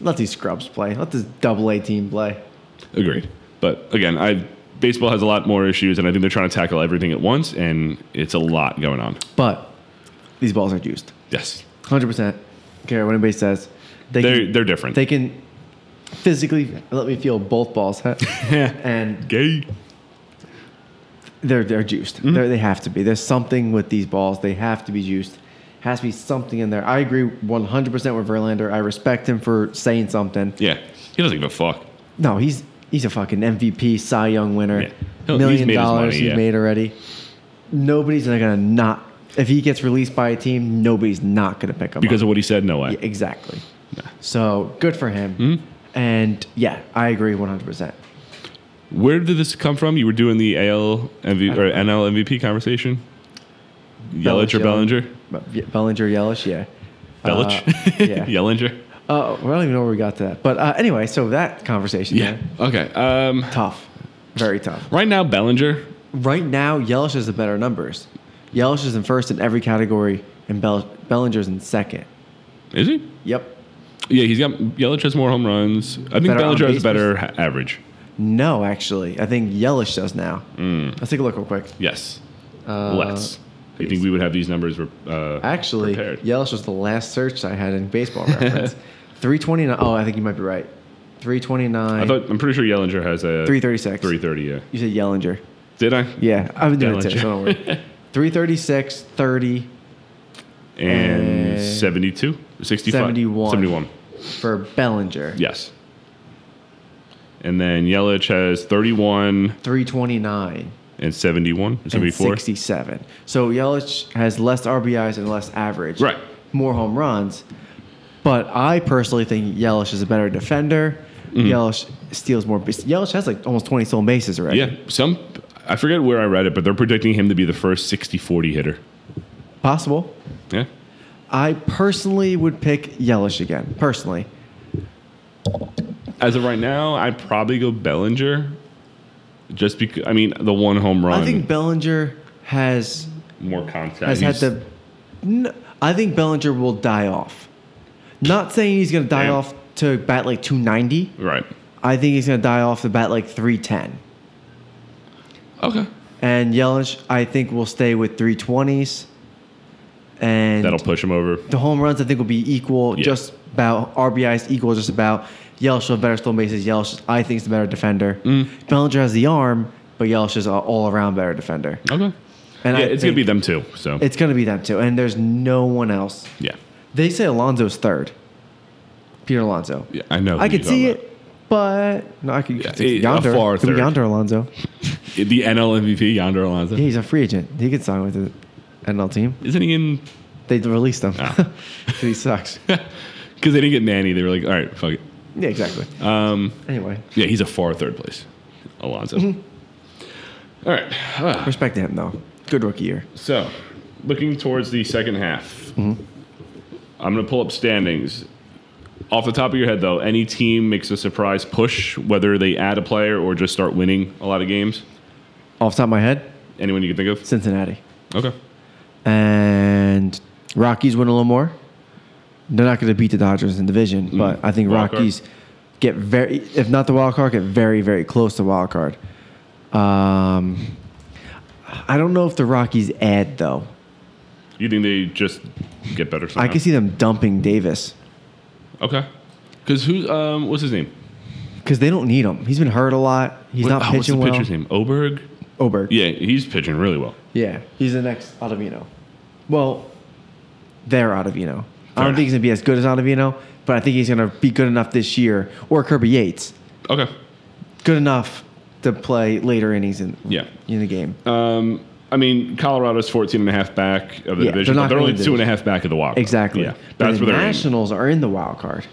[SPEAKER 2] let these scrubs play. Let this double A team play.
[SPEAKER 1] agreed. But again, I baseball has a lot more issues, and I think they're trying to tackle everything at once, and it's a lot going on.
[SPEAKER 2] But these balls are juiced.
[SPEAKER 1] Yes,
[SPEAKER 2] 100%. Care what anybody says. They
[SPEAKER 1] they're
[SPEAKER 2] can,
[SPEAKER 1] they're different.
[SPEAKER 2] they can physically let me feel both balls. huh? and
[SPEAKER 1] Gay. Mm-hmm.
[SPEAKER 2] They're they're juiced. They're, they have to be. There's something with these balls. They have to be juiced. has to be something in there. I agree 100% with Verlander. I respect him for saying something.
[SPEAKER 1] Yeah, he doesn't give a fuck.
[SPEAKER 2] No, he's he's a fucking MVP, Cy Young winner,
[SPEAKER 1] Yeah. He'll- he's
[SPEAKER 2] million
[SPEAKER 1] made his
[SPEAKER 2] dollars
[SPEAKER 1] money,
[SPEAKER 2] he's
[SPEAKER 1] yeah.
[SPEAKER 2] made already. Nobody's not gonna not if he gets released by a team, nobody's not gonna pick him
[SPEAKER 1] Because
[SPEAKER 2] up.
[SPEAKER 1] of Hmm? what he said, no way.
[SPEAKER 2] yeah, exactly. So good for him. And yeah, I agree 100. percent
[SPEAKER 1] Where did this come from? You were doing the AL MV, or NL MVP conversation? Yelich or Bellinger?
[SPEAKER 2] Bellinger, Yelich, yeah,
[SPEAKER 1] Belich?
[SPEAKER 2] Uh, yeah.
[SPEAKER 1] Yellinger?
[SPEAKER 2] Uh, well, I don't even know where we got to that, but uh, anyway, so that conversation,
[SPEAKER 1] Yeah.
[SPEAKER 2] man,
[SPEAKER 1] Okay. Um,
[SPEAKER 2] tough, very tough.
[SPEAKER 1] right now, Bellinger,
[SPEAKER 2] Right now, Yelich has the better numbers. Yelich is in first in every category, and Bell- Bellinger's in second.
[SPEAKER 1] is he?
[SPEAKER 2] Yep.
[SPEAKER 1] Yeah, he's got Yelich has more home runs. I think
[SPEAKER 2] Better
[SPEAKER 1] Bellinger has
[SPEAKER 2] on-base
[SPEAKER 1] better ha- average.
[SPEAKER 2] No, actually, I think Yelich does now. Let's take a look real quick.
[SPEAKER 1] Yes.
[SPEAKER 2] Uh,
[SPEAKER 1] Less. I think we would have these numbers uh,
[SPEAKER 2] Actually,
[SPEAKER 1] prepared.
[SPEAKER 2] Yelich was the last search I had in baseball reference. 329. Oh, I think you might be right. 329.
[SPEAKER 1] I thought I'm pretty sure Yellinger has a
[SPEAKER 2] 336.
[SPEAKER 1] 330. Yeah.
[SPEAKER 2] You said Yellinger.
[SPEAKER 1] Did I?
[SPEAKER 2] Yeah, I've been doing it too,
[SPEAKER 1] Bellinger.
[SPEAKER 2] so don't worry. 336, 30
[SPEAKER 1] And
[SPEAKER 2] Uh,
[SPEAKER 1] 72, 65,
[SPEAKER 2] 71.
[SPEAKER 1] 71.
[SPEAKER 2] for Bellinger.
[SPEAKER 1] Yes. And then Yelich has 31
[SPEAKER 2] 329
[SPEAKER 1] and 71, or 74.
[SPEAKER 2] and 67. So Yelich has less RBIs and less average.
[SPEAKER 1] Right.
[SPEAKER 2] More home runs. But I personally think Yelich is a better defender.
[SPEAKER 1] Mm-hmm.
[SPEAKER 2] Yelich steals more. bas- Yelich has like almost 20 stolen bases already.
[SPEAKER 1] Yeah. Some, I forget where I read it, but they're predicting him to be the first 60 40 hitter.
[SPEAKER 2] Possible.
[SPEAKER 1] Yeah.
[SPEAKER 2] I personally would pick Yelich again. Personally.
[SPEAKER 1] As of right now, I'd probably go Bellinger. Just because, I mean, the one home run,
[SPEAKER 2] I think Bellinger has
[SPEAKER 1] more contact.
[SPEAKER 2] has had
[SPEAKER 1] He's-
[SPEAKER 2] the. n- I think Bellinger will die off. Not saying he's going to die
[SPEAKER 1] Damn.
[SPEAKER 2] off to bat like 290.
[SPEAKER 1] Right.
[SPEAKER 2] I think he's going to die off to bat like 310.
[SPEAKER 1] Okay.
[SPEAKER 2] And Yelich, I think, will stay with 320s. And
[SPEAKER 1] That'll push him over.
[SPEAKER 2] the home runs, I think, will be equal,
[SPEAKER 1] Yeah.
[SPEAKER 2] just about. RBIs equal, just about. Yelich will have better stolen bases. Yelich, I think, is the better defender.
[SPEAKER 1] Mm.
[SPEAKER 2] Bellinger has the arm, but Yelich is an all around better defender.
[SPEAKER 1] Okay.
[SPEAKER 2] And
[SPEAKER 1] yeah,
[SPEAKER 2] I
[SPEAKER 1] it's going to be
[SPEAKER 2] think
[SPEAKER 1] them too. So,
[SPEAKER 2] It's going to be them, too. And there's no one else.
[SPEAKER 1] yeah.
[SPEAKER 2] They say Alonzo's third. Peter Alonzo.
[SPEAKER 1] Yeah, I know.
[SPEAKER 2] I
[SPEAKER 1] who you're
[SPEAKER 2] could
[SPEAKER 1] talking
[SPEAKER 2] see
[SPEAKER 1] about.
[SPEAKER 2] it, but no, I could
[SPEAKER 1] Yeah,
[SPEAKER 2] could see
[SPEAKER 1] a
[SPEAKER 2] yonder.
[SPEAKER 1] far
[SPEAKER 2] Could be
[SPEAKER 1] third.
[SPEAKER 2] yonder Alonzo.
[SPEAKER 1] The NL MVP, Yonder Alonso.
[SPEAKER 2] Yeah, he's a free agent. He could sign with the NL team.
[SPEAKER 1] Isn't he in
[SPEAKER 2] They released him.
[SPEAKER 1] Oh.
[SPEAKER 2] 'Cause he sucks.
[SPEAKER 1] Because they didn't get Manny. They were like, all right, fuck it.
[SPEAKER 2] Yeah, exactly.
[SPEAKER 1] Um,
[SPEAKER 2] anyway,
[SPEAKER 1] Yeah, he's a far third place, Alonso.
[SPEAKER 2] Mm-hmm.
[SPEAKER 1] All right. Ah,
[SPEAKER 2] respect to him though. Good rookie year.
[SPEAKER 1] so, looking towards the second half,
[SPEAKER 2] Mm-hmm.
[SPEAKER 1] I'm going to pull up standings. Off the top of your head, though, any team makes a surprise push, whether they add a player or just start winning a lot of games?
[SPEAKER 2] Off the top of my head,
[SPEAKER 1] Anyone you can think of?
[SPEAKER 2] Cincinnati
[SPEAKER 1] Okay.
[SPEAKER 2] and Rockies win a little more. They're not going to beat the Dodgers in division, but I think
[SPEAKER 1] Mm-hmm. Wild card.
[SPEAKER 2] Rockies get very, if not the wild card, get very, very close to wild card. Um, I don't know if the Rockies add though.
[SPEAKER 1] You think they just get better somehow?
[SPEAKER 2] I can see them dumping Davis
[SPEAKER 1] Okay. Because who's, um, what's his name?
[SPEAKER 2] because they don't need him. He's been hurt a lot. He's
[SPEAKER 1] What-
[SPEAKER 2] not
[SPEAKER 1] oh, what's
[SPEAKER 2] pitching
[SPEAKER 1] the
[SPEAKER 2] well.
[SPEAKER 1] pitcher's name? Oberg?
[SPEAKER 2] Oberg.
[SPEAKER 1] Yeah, he's pitching really well.
[SPEAKER 2] Yeah, he's the next Ottavino. Well, they're Ottavino. I
[SPEAKER 1] Fair
[SPEAKER 2] don't think he's gonna be as good as Ottavino, but I think he's gonna be good enough this year or Kirby Yates,
[SPEAKER 1] Okay.
[SPEAKER 2] good enough to play later innings in
[SPEAKER 1] Yeah.
[SPEAKER 2] in the game.
[SPEAKER 1] Um, I mean, Colorado's 14 and a half back of the
[SPEAKER 2] Yeah,
[SPEAKER 1] division,
[SPEAKER 2] they're
[SPEAKER 1] but
[SPEAKER 2] not
[SPEAKER 1] they're
[SPEAKER 2] gonna
[SPEAKER 1] only
[SPEAKER 2] do
[SPEAKER 1] two and a
[SPEAKER 2] it.
[SPEAKER 1] half back of the wild. card.
[SPEAKER 2] exactly.
[SPEAKER 1] Yeah,
[SPEAKER 2] but
[SPEAKER 1] that's
[SPEAKER 2] the
[SPEAKER 1] where they're aiming.
[SPEAKER 2] Nationals are in the wild card.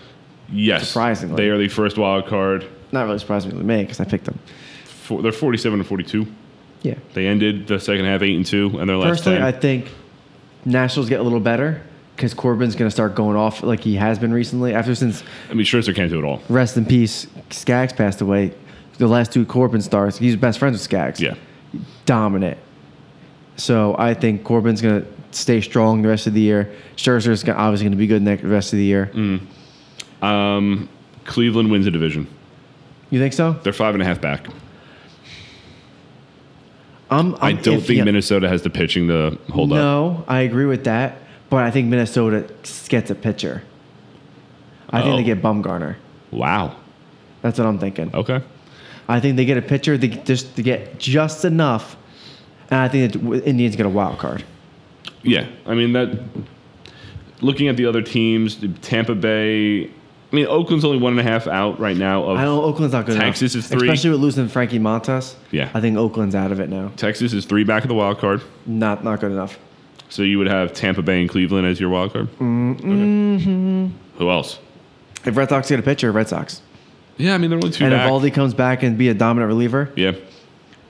[SPEAKER 1] Yes,
[SPEAKER 2] surprisingly.
[SPEAKER 1] they are the first wild card.
[SPEAKER 2] Not really surprising to me because I picked them.
[SPEAKER 1] For, they're 47 and 42.
[SPEAKER 2] Yeah.
[SPEAKER 1] They ended the second half eight and two, and their last
[SPEAKER 2] Personally,
[SPEAKER 1] ten.
[SPEAKER 2] I think Nationals get a little better because Corbin's gonna start going off like he has been recently. After since
[SPEAKER 1] I mean, Scherzer can't do it all.
[SPEAKER 2] rest in peace, Skaggs passed away. The last two Corbin stars, he's best friends with Skaggs.
[SPEAKER 1] Yeah,
[SPEAKER 2] dominant. So I think Corbin's going to stay strong the rest of the year. Scherzer's gonna, obviously going to be good next, the rest of the year.
[SPEAKER 1] Mm. Cleveland wins the division.
[SPEAKER 2] You think so?
[SPEAKER 1] They're five and a half back.
[SPEAKER 2] Um, I'm,
[SPEAKER 1] I
[SPEAKER 2] I'm-
[SPEAKER 1] don't
[SPEAKER 2] if-
[SPEAKER 1] think
[SPEAKER 2] yeah.
[SPEAKER 1] Minnesota has the pitching to hold up.
[SPEAKER 2] No, I agree with that, but I think Minnesota gets a pitcher. I think
[SPEAKER 1] Oh.
[SPEAKER 2] they get Bumgarner.
[SPEAKER 1] Wow.
[SPEAKER 2] That's what I'm thinking.
[SPEAKER 1] Okay.
[SPEAKER 2] I think they get a pitcher they, just to get just enough, and I think that w- Indians get a wild card.
[SPEAKER 1] Yeah. I mean that. looking at the other teams, the Tampa Bay. I mean, Oakland's only one and a half out right now. Of
[SPEAKER 2] I know Oakland's not good
[SPEAKER 1] Texas
[SPEAKER 2] enough.
[SPEAKER 1] is three.
[SPEAKER 2] Especially with losing Frankie Montas.
[SPEAKER 1] Yeah.
[SPEAKER 2] I think Oakland's out of it now.
[SPEAKER 1] Texas is three back of the wild card,
[SPEAKER 2] Not not good enough.
[SPEAKER 1] so you would have Tampa Bay and Cleveland as your wild card. Mm-hmm. Who else?
[SPEAKER 2] If Red Sox get a pitcher, Red Sox.
[SPEAKER 1] Yeah, I mean they're only two
[SPEAKER 2] and
[SPEAKER 1] back.
[SPEAKER 2] if Aldi comes back and be a dominant reliever,
[SPEAKER 1] yeah.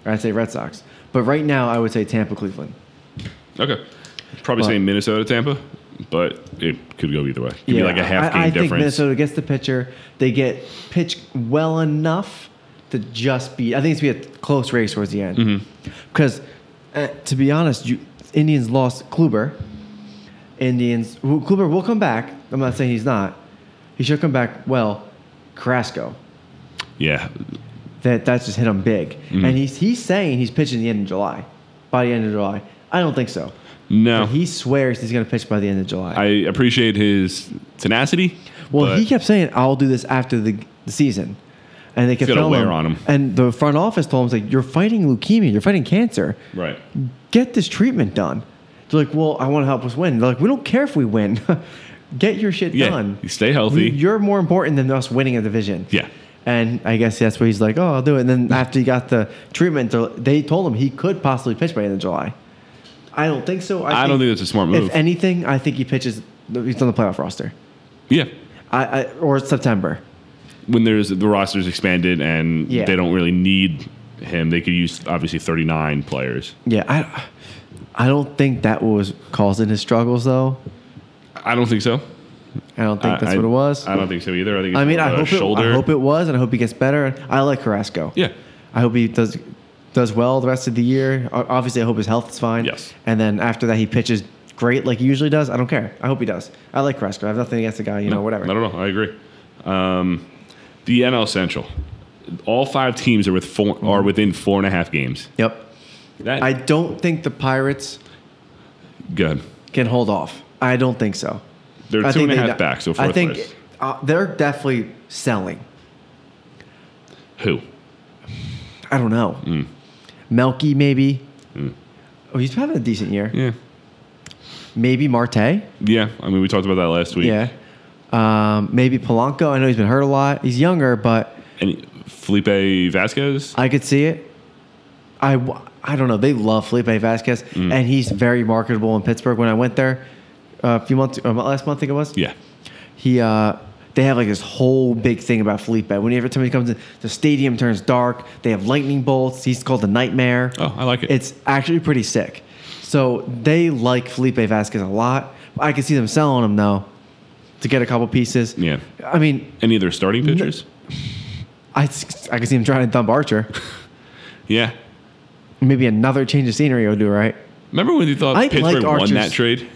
[SPEAKER 2] I'd say Red Sox. But right now, I would say Tampa, Cleveland.
[SPEAKER 1] Okay. Probably
[SPEAKER 2] But-
[SPEAKER 1] saying Minnesota, Tampa, but it could go either way. It could be like a half
[SPEAKER 2] I,
[SPEAKER 1] game
[SPEAKER 2] I think
[SPEAKER 1] difference.
[SPEAKER 2] Minnesota gets the pitcher. They get pitched well enough to just be. I think it's gonna be a close race towards the end.
[SPEAKER 1] Mm-hmm.
[SPEAKER 2] Because uh, to be honest, you, Indians lost Kluber. Indians who- Kluber will come back. I'm not saying he's not. He should come back. Well, Carrasco.
[SPEAKER 1] yeah.
[SPEAKER 2] That that's just hit him big,
[SPEAKER 1] Mm-hmm.
[SPEAKER 2] and he's he's saying he's pitching the end of July, by the end of July. I don't think so.
[SPEAKER 1] No.
[SPEAKER 2] But he swears he's going to pitch by the end of July.
[SPEAKER 1] I appreciate his tenacity.
[SPEAKER 2] Well,
[SPEAKER 1] but
[SPEAKER 2] he kept saying, "I'll do this after the, the season," and they kept
[SPEAKER 1] gonna
[SPEAKER 2] telling
[SPEAKER 1] wear
[SPEAKER 2] him,
[SPEAKER 1] on him.
[SPEAKER 2] And the front office told him, "Like you're fighting leukemia, you're fighting cancer.
[SPEAKER 1] Right.
[SPEAKER 2] Get this treatment done." They're like, "Well, I want to help us win." They're like, "We don't care if we win. Get your shit
[SPEAKER 1] Yeah.
[SPEAKER 2] done.
[SPEAKER 1] You stay healthy.
[SPEAKER 2] You- You're more important than us winning a division."
[SPEAKER 1] Yeah.
[SPEAKER 2] And I guess that's where he's like, "Oh, I'll do it." And then after he got the treatment, they're- they told him he could possibly pitch by the end of July. I don't think so.
[SPEAKER 1] I don't think that's a smart move.
[SPEAKER 2] If anything, I think he pitches. He's on the playoff roster.
[SPEAKER 1] yeah.
[SPEAKER 2] I, I or September.
[SPEAKER 1] When there's the roster's expanded and
[SPEAKER 2] Yeah.
[SPEAKER 1] they don't really need him, they could use obviously 39 players.
[SPEAKER 2] Yeah, I, I don't think that was causing his struggles though.
[SPEAKER 1] I don't think so.
[SPEAKER 2] I don't think that's what it was.
[SPEAKER 1] I
[SPEAKER 2] I,
[SPEAKER 1] don't think so either. I think it's
[SPEAKER 2] mean, I
[SPEAKER 1] more of a
[SPEAKER 2] hope, it,
[SPEAKER 1] shoulder.
[SPEAKER 2] I hope it was, and I hope he gets better. I like Carrasco.
[SPEAKER 1] Yeah.
[SPEAKER 2] I hope he does does well the rest of the year. O- Obviously, I hope his health is fine.
[SPEAKER 1] Yes.
[SPEAKER 2] And then after that, he pitches great like he usually does. I don't care. I hope he does. I like Carrasco. I have nothing against the guy. You know, whatever.
[SPEAKER 1] Not at all. I agree. Um, the NL Central. All five teams are with four, are within four and a half games.
[SPEAKER 2] Yep.
[SPEAKER 1] That,
[SPEAKER 2] Mm-hmm. I don't think the Pirates
[SPEAKER 1] good.
[SPEAKER 2] can hold off. I don't think so.
[SPEAKER 1] They're
[SPEAKER 2] I
[SPEAKER 1] two
[SPEAKER 2] think
[SPEAKER 1] and a half
[SPEAKER 2] they-
[SPEAKER 1] back, so fourth
[SPEAKER 2] I think
[SPEAKER 1] place.
[SPEAKER 2] uh, they're definitely selling.
[SPEAKER 1] Who?
[SPEAKER 2] I don't know.
[SPEAKER 1] Mm.
[SPEAKER 2] Melky, maybe. Oh, he's having a decent year.
[SPEAKER 1] Yeah.
[SPEAKER 2] Maybe Marte.
[SPEAKER 1] Yeah. I mean, we talked about that last week.
[SPEAKER 2] Yeah. Um, maybe Polanco. I know he's been hurt a lot. He's younger, but
[SPEAKER 1] And Felipe Vasquez?
[SPEAKER 2] I could see it. I, w- I don't know. They love Felipe Vasquez,
[SPEAKER 1] Mm.
[SPEAKER 2] and he's very marketable in Pittsburgh. When I went there uh, a few months, uh, last month, I think it was.
[SPEAKER 1] yeah.
[SPEAKER 2] he uh they have like this whole big thing about Felipe. Whenever time he comes in, the stadium turns dark. They have lightning bolts. He's called the Nightmare.
[SPEAKER 1] Oh, I like it.
[SPEAKER 2] It's actually pretty sick. So they like Felipe Vasquez a lot. I can see them selling him though to get a couple pieces.
[SPEAKER 1] Yeah.
[SPEAKER 2] I mean,
[SPEAKER 1] Any of their starting pitchers?
[SPEAKER 2] I, I can see him trying to dump Archer.
[SPEAKER 1] Yeah.
[SPEAKER 2] Maybe another change of scenery would do right.
[SPEAKER 1] Remember when you thought
[SPEAKER 2] I like
[SPEAKER 1] Pittsburgh won
[SPEAKER 2] Archer's-
[SPEAKER 1] that trade?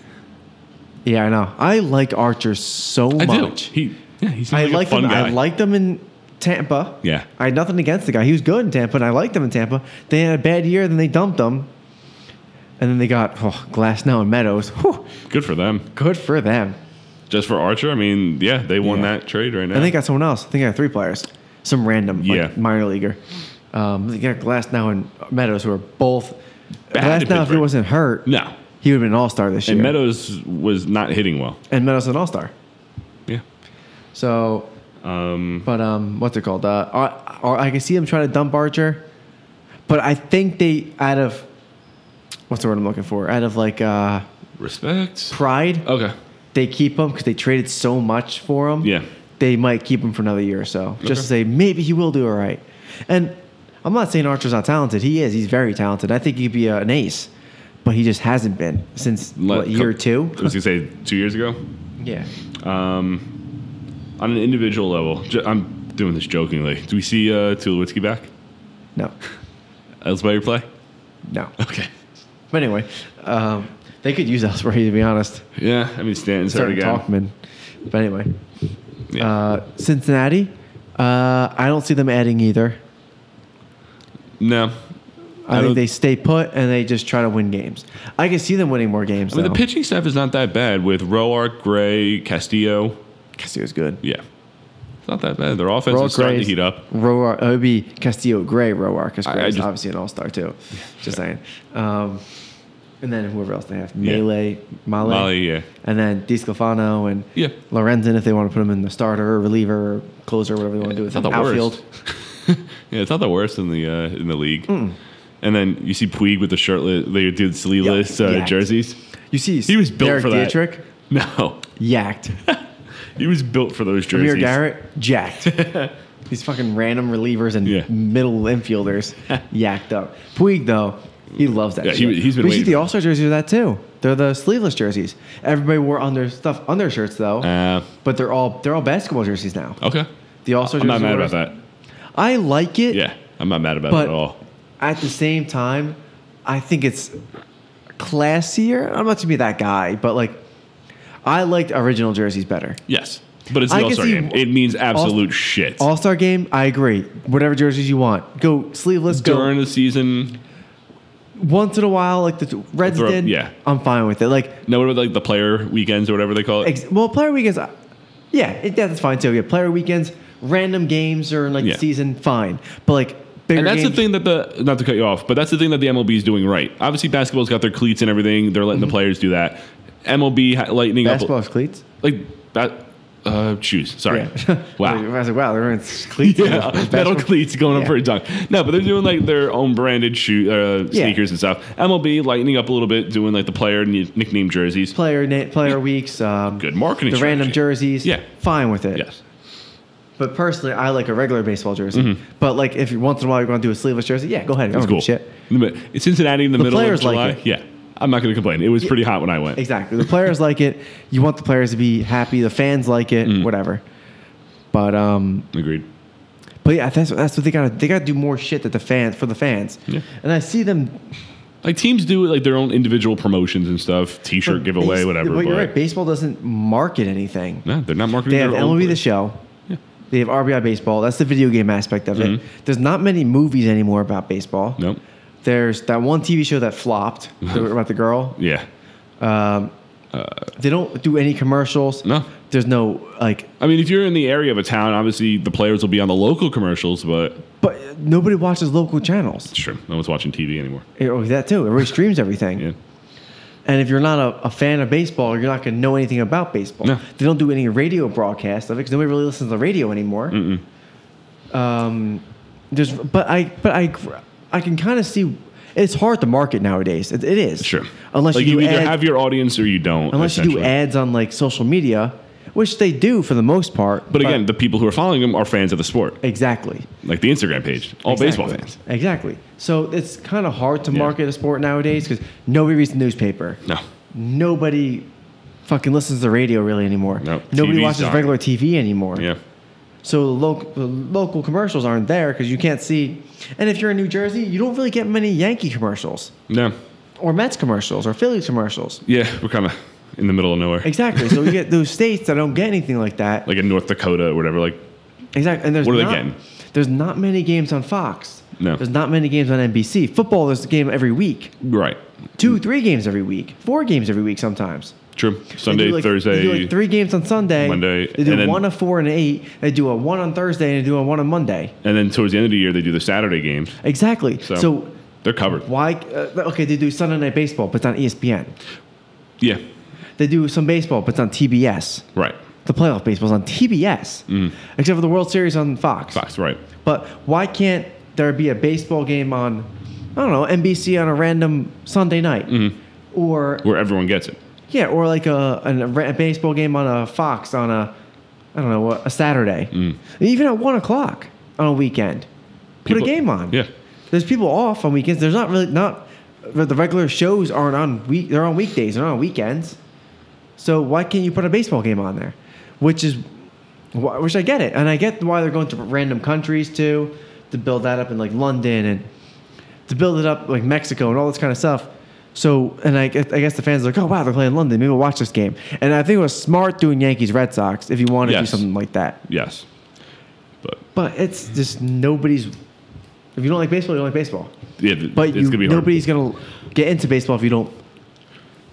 [SPEAKER 2] Yeah, I know. I like Archer so
[SPEAKER 1] I do.
[SPEAKER 2] much.
[SPEAKER 1] He, yeah, he's
[SPEAKER 2] I
[SPEAKER 1] like a
[SPEAKER 2] liked
[SPEAKER 1] fun
[SPEAKER 2] him.
[SPEAKER 1] guy.
[SPEAKER 2] I liked him in Tampa.
[SPEAKER 1] Yeah.
[SPEAKER 2] I had nothing against the guy. He was good in Tampa, and I liked him in Tampa. They had a bad year, then they dumped him, and then they got oh, Glass now and Meadows. Whew,
[SPEAKER 1] Good for them.
[SPEAKER 2] good for them.
[SPEAKER 1] Just for Archer, I mean, yeah, they won
[SPEAKER 2] Yeah.
[SPEAKER 1] that trade right now.
[SPEAKER 2] And they got someone else. I think they got three players, some random like,
[SPEAKER 1] Yeah.
[SPEAKER 2] minor leaguer. Um, they got Glass now and Meadows, who are both
[SPEAKER 1] Bad
[SPEAKER 2] Glass
[SPEAKER 1] in
[SPEAKER 2] now. If he
[SPEAKER 1] Pittsburgh.
[SPEAKER 2] wasn't hurt,
[SPEAKER 1] no.
[SPEAKER 2] he would have been an All Star this
[SPEAKER 1] And
[SPEAKER 2] year.
[SPEAKER 1] Meadows was not hitting well.
[SPEAKER 2] and Meadows an All Star.
[SPEAKER 1] Yeah.
[SPEAKER 2] So, but um, what's it called? Uh, I, I, I can see them trying to dump Archer, but I think they out of what's the word I'm looking for? Out of like uh,
[SPEAKER 1] Respect.
[SPEAKER 2] pride,
[SPEAKER 1] Okay.
[SPEAKER 2] they keep him because they traded so much for him.
[SPEAKER 1] Yeah.
[SPEAKER 2] they might keep him for another year or so, just to say maybe he will do all right. And I'm not saying Archer's not talented. He is. He's very talented. I think he could be uh, an ace, but he just hasn't been since
[SPEAKER 1] Let-
[SPEAKER 2] what, year two.
[SPEAKER 1] I was gonna say two years ago. Um,
[SPEAKER 2] yeah.
[SPEAKER 1] On an individual level, j- I'm doing this jokingly. Do we see uh, Tulowitzki back?
[SPEAKER 2] No.
[SPEAKER 1] That's by your play.
[SPEAKER 2] No.
[SPEAKER 1] Okay.
[SPEAKER 2] But anyway, um, they could use elsewhere to be honest.
[SPEAKER 1] Yeah, I mean Stanton's hurt
[SPEAKER 2] Starting
[SPEAKER 1] again.
[SPEAKER 2] Talkman. But anyway,
[SPEAKER 1] Yeah.
[SPEAKER 2] uh, Cincinnati. Uh, I don't see them adding either.
[SPEAKER 1] no,
[SPEAKER 2] I,
[SPEAKER 1] I don't-
[SPEAKER 2] think they stay put and they just try to win games. I can see them winning more games.
[SPEAKER 1] I mean the
[SPEAKER 2] though.
[SPEAKER 1] pitching staff is not that bad with Roark, Gray, Castillo.
[SPEAKER 2] Castillo's good.
[SPEAKER 1] Yeah, it's not that bad. Their offense is starting to heat up.
[SPEAKER 2] Roar, it would be Castillo Gray, Roark. Because
[SPEAKER 1] I- I
[SPEAKER 2] Gray is
[SPEAKER 1] just-
[SPEAKER 2] obviously an all star too. Just saying. Um, and then whoever else they have,
[SPEAKER 1] Yeah.
[SPEAKER 2] Melee, Male,
[SPEAKER 1] Male, yeah.
[SPEAKER 2] and then DiScalfano and
[SPEAKER 1] Yeah.
[SPEAKER 2] Lorenzen if they want to put him in the starter or reliever or closer, whatever they want to do with
[SPEAKER 1] It's not the
[SPEAKER 2] him. Outfield. Hmm.
[SPEAKER 1] worst. yeah, it's not the worst in the uh, in the league. And then you see Puig with the shirtless, they did sleeveless
[SPEAKER 2] Yeah,
[SPEAKER 1] uh,
[SPEAKER 2] yacked.
[SPEAKER 1] jerseys.
[SPEAKER 2] You see,
[SPEAKER 1] He was built
[SPEAKER 2] Derek
[SPEAKER 1] for that.
[SPEAKER 2] Dietrich,
[SPEAKER 1] No,
[SPEAKER 2] yacked.
[SPEAKER 1] he was built for those jerseys.
[SPEAKER 2] Amir Garrett, jacked. These fucking random relievers and
[SPEAKER 1] Yeah.
[SPEAKER 2] middle infielders, yacked up. Puig though, he loves that.
[SPEAKER 1] Yeah, he-
[SPEAKER 2] shit.
[SPEAKER 1] he's been
[SPEAKER 2] But you see,
[SPEAKER 1] waiting
[SPEAKER 2] the
[SPEAKER 1] for
[SPEAKER 2] All Star jerseys are that too. They're the sleeveless jerseys. Everybody wore under stuff undershirts though,
[SPEAKER 1] Uh,
[SPEAKER 2] but they're all they're all basketball jerseys now.
[SPEAKER 1] okay,
[SPEAKER 2] The All Star
[SPEAKER 1] I'm
[SPEAKER 2] jerseys.
[SPEAKER 1] not mad
[SPEAKER 2] were-
[SPEAKER 1] about that.
[SPEAKER 2] I like it.
[SPEAKER 1] Yeah, I'm not mad about
[SPEAKER 2] But-
[SPEAKER 1] it at all.
[SPEAKER 2] At the same time, I think it's classier. I'm not to be that guy, but like, I liked original jerseys better.
[SPEAKER 1] Yes, but it's
[SPEAKER 2] I
[SPEAKER 1] the
[SPEAKER 2] can
[SPEAKER 1] All Star
[SPEAKER 2] see-
[SPEAKER 1] game. It means absolute
[SPEAKER 2] All-
[SPEAKER 1] shit.
[SPEAKER 2] All Star game, I agree. Whatever jerseys you want, go sleeveless. Go
[SPEAKER 1] During the season,
[SPEAKER 2] once in a while, like the Reds
[SPEAKER 1] Throw-
[SPEAKER 2] did.
[SPEAKER 1] yeah.
[SPEAKER 2] I'm fine with it. Like,
[SPEAKER 1] no, what about like the player weekends or whatever they call it?
[SPEAKER 2] ex- well, player weekends, uh, yeah, it, that's fine too. Yeah, player weekends, random games or like
[SPEAKER 1] Yeah.
[SPEAKER 2] the season, fine. But like bigger
[SPEAKER 1] and that's
[SPEAKER 2] games,
[SPEAKER 1] the thing that the not to cut you off, but that's the thing that the MLB is doing right. Obviously, basketball's got their cleats and everything; they're letting the players do that. MLB ha- lightening
[SPEAKER 2] Mm-hmm. basketball
[SPEAKER 1] up
[SPEAKER 2] has cleats.
[SPEAKER 1] like that. Uh, shoes. Sorry.
[SPEAKER 2] Yeah.
[SPEAKER 1] Wow.
[SPEAKER 2] I was like, wow, they're in cleats.
[SPEAKER 1] Yeah, metal
[SPEAKER 2] Basketball-
[SPEAKER 1] cleats going up
[SPEAKER 2] Yeah.
[SPEAKER 1] for a dunk. No, but they're doing like their own branded shoe uh,
[SPEAKER 2] Yeah.
[SPEAKER 1] sneakers and stuff. MLB lightening up a little bit, doing like the player ni- nickname jerseys.
[SPEAKER 2] player na- player weeks. Um,
[SPEAKER 1] Good marketing
[SPEAKER 2] The random
[SPEAKER 1] strategy.
[SPEAKER 2] jerseys.
[SPEAKER 1] Yeah.
[SPEAKER 2] fine with it.
[SPEAKER 1] Yes.
[SPEAKER 2] But personally, I like a regular baseball jersey. But like, if you once in a while you're going to do a sleeveless jersey, yeah, go ahead. I don't
[SPEAKER 1] It's
[SPEAKER 2] give a
[SPEAKER 1] Mm-hmm. cool.
[SPEAKER 2] Shit.
[SPEAKER 1] But It's Cincinnati in the, middle of
[SPEAKER 2] players like
[SPEAKER 1] July.
[SPEAKER 2] it.
[SPEAKER 1] Yeah. I'm not going to complain. It was pretty hot when I went.
[SPEAKER 2] Exactly. The players like it. You want the players to be happy. The fans like it.
[SPEAKER 1] Mm.
[SPEAKER 2] Whatever. But um,
[SPEAKER 1] Agreed.
[SPEAKER 2] but yeah, that's that's what they gotta they gotta do more shit that the fans for the fans.
[SPEAKER 1] Yeah.
[SPEAKER 2] And I see them
[SPEAKER 1] Like teams do like their own individual promotions and stuff, T-shirt giveaway,
[SPEAKER 2] base-
[SPEAKER 1] whatever.
[SPEAKER 2] But you're
[SPEAKER 1] but-
[SPEAKER 2] right. Baseball doesn't market anything.
[SPEAKER 1] No, they're not marketing.
[SPEAKER 2] They have
[SPEAKER 1] their own
[SPEAKER 2] MLB the
[SPEAKER 1] brand.
[SPEAKER 2] Show.
[SPEAKER 1] Yeah. Mm-hmm.
[SPEAKER 2] They have RBI baseball. That's the video game aspect of it. There's not many movies anymore about baseball.
[SPEAKER 1] Nope.
[SPEAKER 2] There's that one TV show that flopped about the girl.
[SPEAKER 1] Yeah.
[SPEAKER 2] Um, they don't do any commercials.
[SPEAKER 1] No.
[SPEAKER 2] There's no like,
[SPEAKER 1] I mean, if you're in the area of a town, obviously the players will be on the local commercials, but
[SPEAKER 2] but nobody watches local channels.
[SPEAKER 1] sure, no one's watching TV anymore.
[SPEAKER 2] Oh, that too. Everybody streams everything.
[SPEAKER 1] Yeah.
[SPEAKER 2] And if you're not a, a fan of baseball, you're not going to know anything about baseball.
[SPEAKER 1] No.
[SPEAKER 2] They don't do any radio broadcast of it because nobody really listens to the radio anymore. Um, there's, but I, but I, gr- I can kind of see it's hard to market nowadays. It, it is
[SPEAKER 1] Sure.
[SPEAKER 2] unless
[SPEAKER 1] like
[SPEAKER 2] you,
[SPEAKER 1] you,
[SPEAKER 2] do
[SPEAKER 1] either
[SPEAKER 2] ad-
[SPEAKER 1] have your audience or you don't.
[SPEAKER 2] unless you do
[SPEAKER 1] essentially.
[SPEAKER 2] ads on like social media, which they do for the most part.
[SPEAKER 1] But again, the people who are following them are fans of the sport,
[SPEAKER 2] exactly.
[SPEAKER 1] like the Instagram page, all baseball
[SPEAKER 2] Exactly.
[SPEAKER 1] fans.
[SPEAKER 2] Exactly. So it's kind of hard to
[SPEAKER 1] Yeah.
[SPEAKER 2] market a sport nowadays because nobody reads the newspaper.
[SPEAKER 1] No.
[SPEAKER 2] Nobody fucking listens to the radio really anymore.
[SPEAKER 1] Nope.
[SPEAKER 2] Nobody
[SPEAKER 1] TV's
[SPEAKER 2] watches
[SPEAKER 1] done.
[SPEAKER 2] regular TV anymore.
[SPEAKER 1] Yeah.
[SPEAKER 2] So the local, the local commercials aren't there because you can't see. And if you're in New Jersey, you don't really get many Yankee commercials
[SPEAKER 1] No.
[SPEAKER 2] or Mets commercials or Phillies commercials.
[SPEAKER 1] Yeah, we're kind of in the middle of nowhere,
[SPEAKER 2] Exactly. So you get those states that don't get anything like that.
[SPEAKER 1] like in North Dakota or whatever. Like,
[SPEAKER 2] Exactly. And there's
[SPEAKER 1] What are they
[SPEAKER 2] not,
[SPEAKER 1] getting?
[SPEAKER 2] There's not many games on Fox.
[SPEAKER 1] No.
[SPEAKER 2] There's not many games on NBC. Football, there's a game every week.
[SPEAKER 1] right?
[SPEAKER 2] Two, three games every week. Four games every week sometimes.
[SPEAKER 1] True.
[SPEAKER 2] They
[SPEAKER 1] Sunday,
[SPEAKER 2] do like-
[SPEAKER 1] Thursday.
[SPEAKER 2] They do like three games on Sunday.
[SPEAKER 1] Monday,
[SPEAKER 2] They do
[SPEAKER 1] and then-
[SPEAKER 2] one on four and eight. They do a one on Thursday and they do a one on Monday.
[SPEAKER 1] And then towards the end of the year, they do the Saturday games.
[SPEAKER 2] Exactly.
[SPEAKER 1] So,
[SPEAKER 2] So,
[SPEAKER 1] they're covered.
[SPEAKER 2] why? Uh, okay, they do Sunday Night Baseball, but it's on E ESPN.
[SPEAKER 1] Yeah,
[SPEAKER 2] They do some baseball, but it's on TBS.
[SPEAKER 1] right.
[SPEAKER 2] The playoff baseball's on TBS, except for the World Series on Fox.
[SPEAKER 1] Mm-hmm. Fox, right.
[SPEAKER 2] But why can't there be a baseball game on, I don't know, NBC on a random Sunday night?
[SPEAKER 1] Mm-hmm.
[SPEAKER 2] Or
[SPEAKER 1] Where everyone gets it.
[SPEAKER 2] Yeah, or like a, an- a, ra- a baseball game on a Fox on a, I don't know, a, a Saturday.
[SPEAKER 1] Mm.
[SPEAKER 2] Even at one o'clock on a weekend. Put
[SPEAKER 1] People-
[SPEAKER 2] a game on.
[SPEAKER 1] yeah.
[SPEAKER 2] There's people off on weekends. There's not really, not, the the regular shows aren't on week, they're on weekdays, they're not on weekends. So why can't you put a baseball game on there? Which is, wh- which I get it. And I get why they're going to random countries too, to build that up in like London and to build it up like Mexico and all this kind of stuff. So, and I, guess- I guess the fans are like, oh, wow, they're playing London. Maybe we'll watch this game. And I think it was smart doing Yankees Red Sox if you wanted to do
[SPEAKER 1] Yes.
[SPEAKER 2] something like that.
[SPEAKER 1] Yes. But
[SPEAKER 2] But it's just nobody's. If you don't like baseball, you don't like baseball.
[SPEAKER 1] yeah, th-
[SPEAKER 2] But
[SPEAKER 1] it's
[SPEAKER 2] you,
[SPEAKER 1] gonna be hard.
[SPEAKER 2] nobody's going to get into baseball if you don't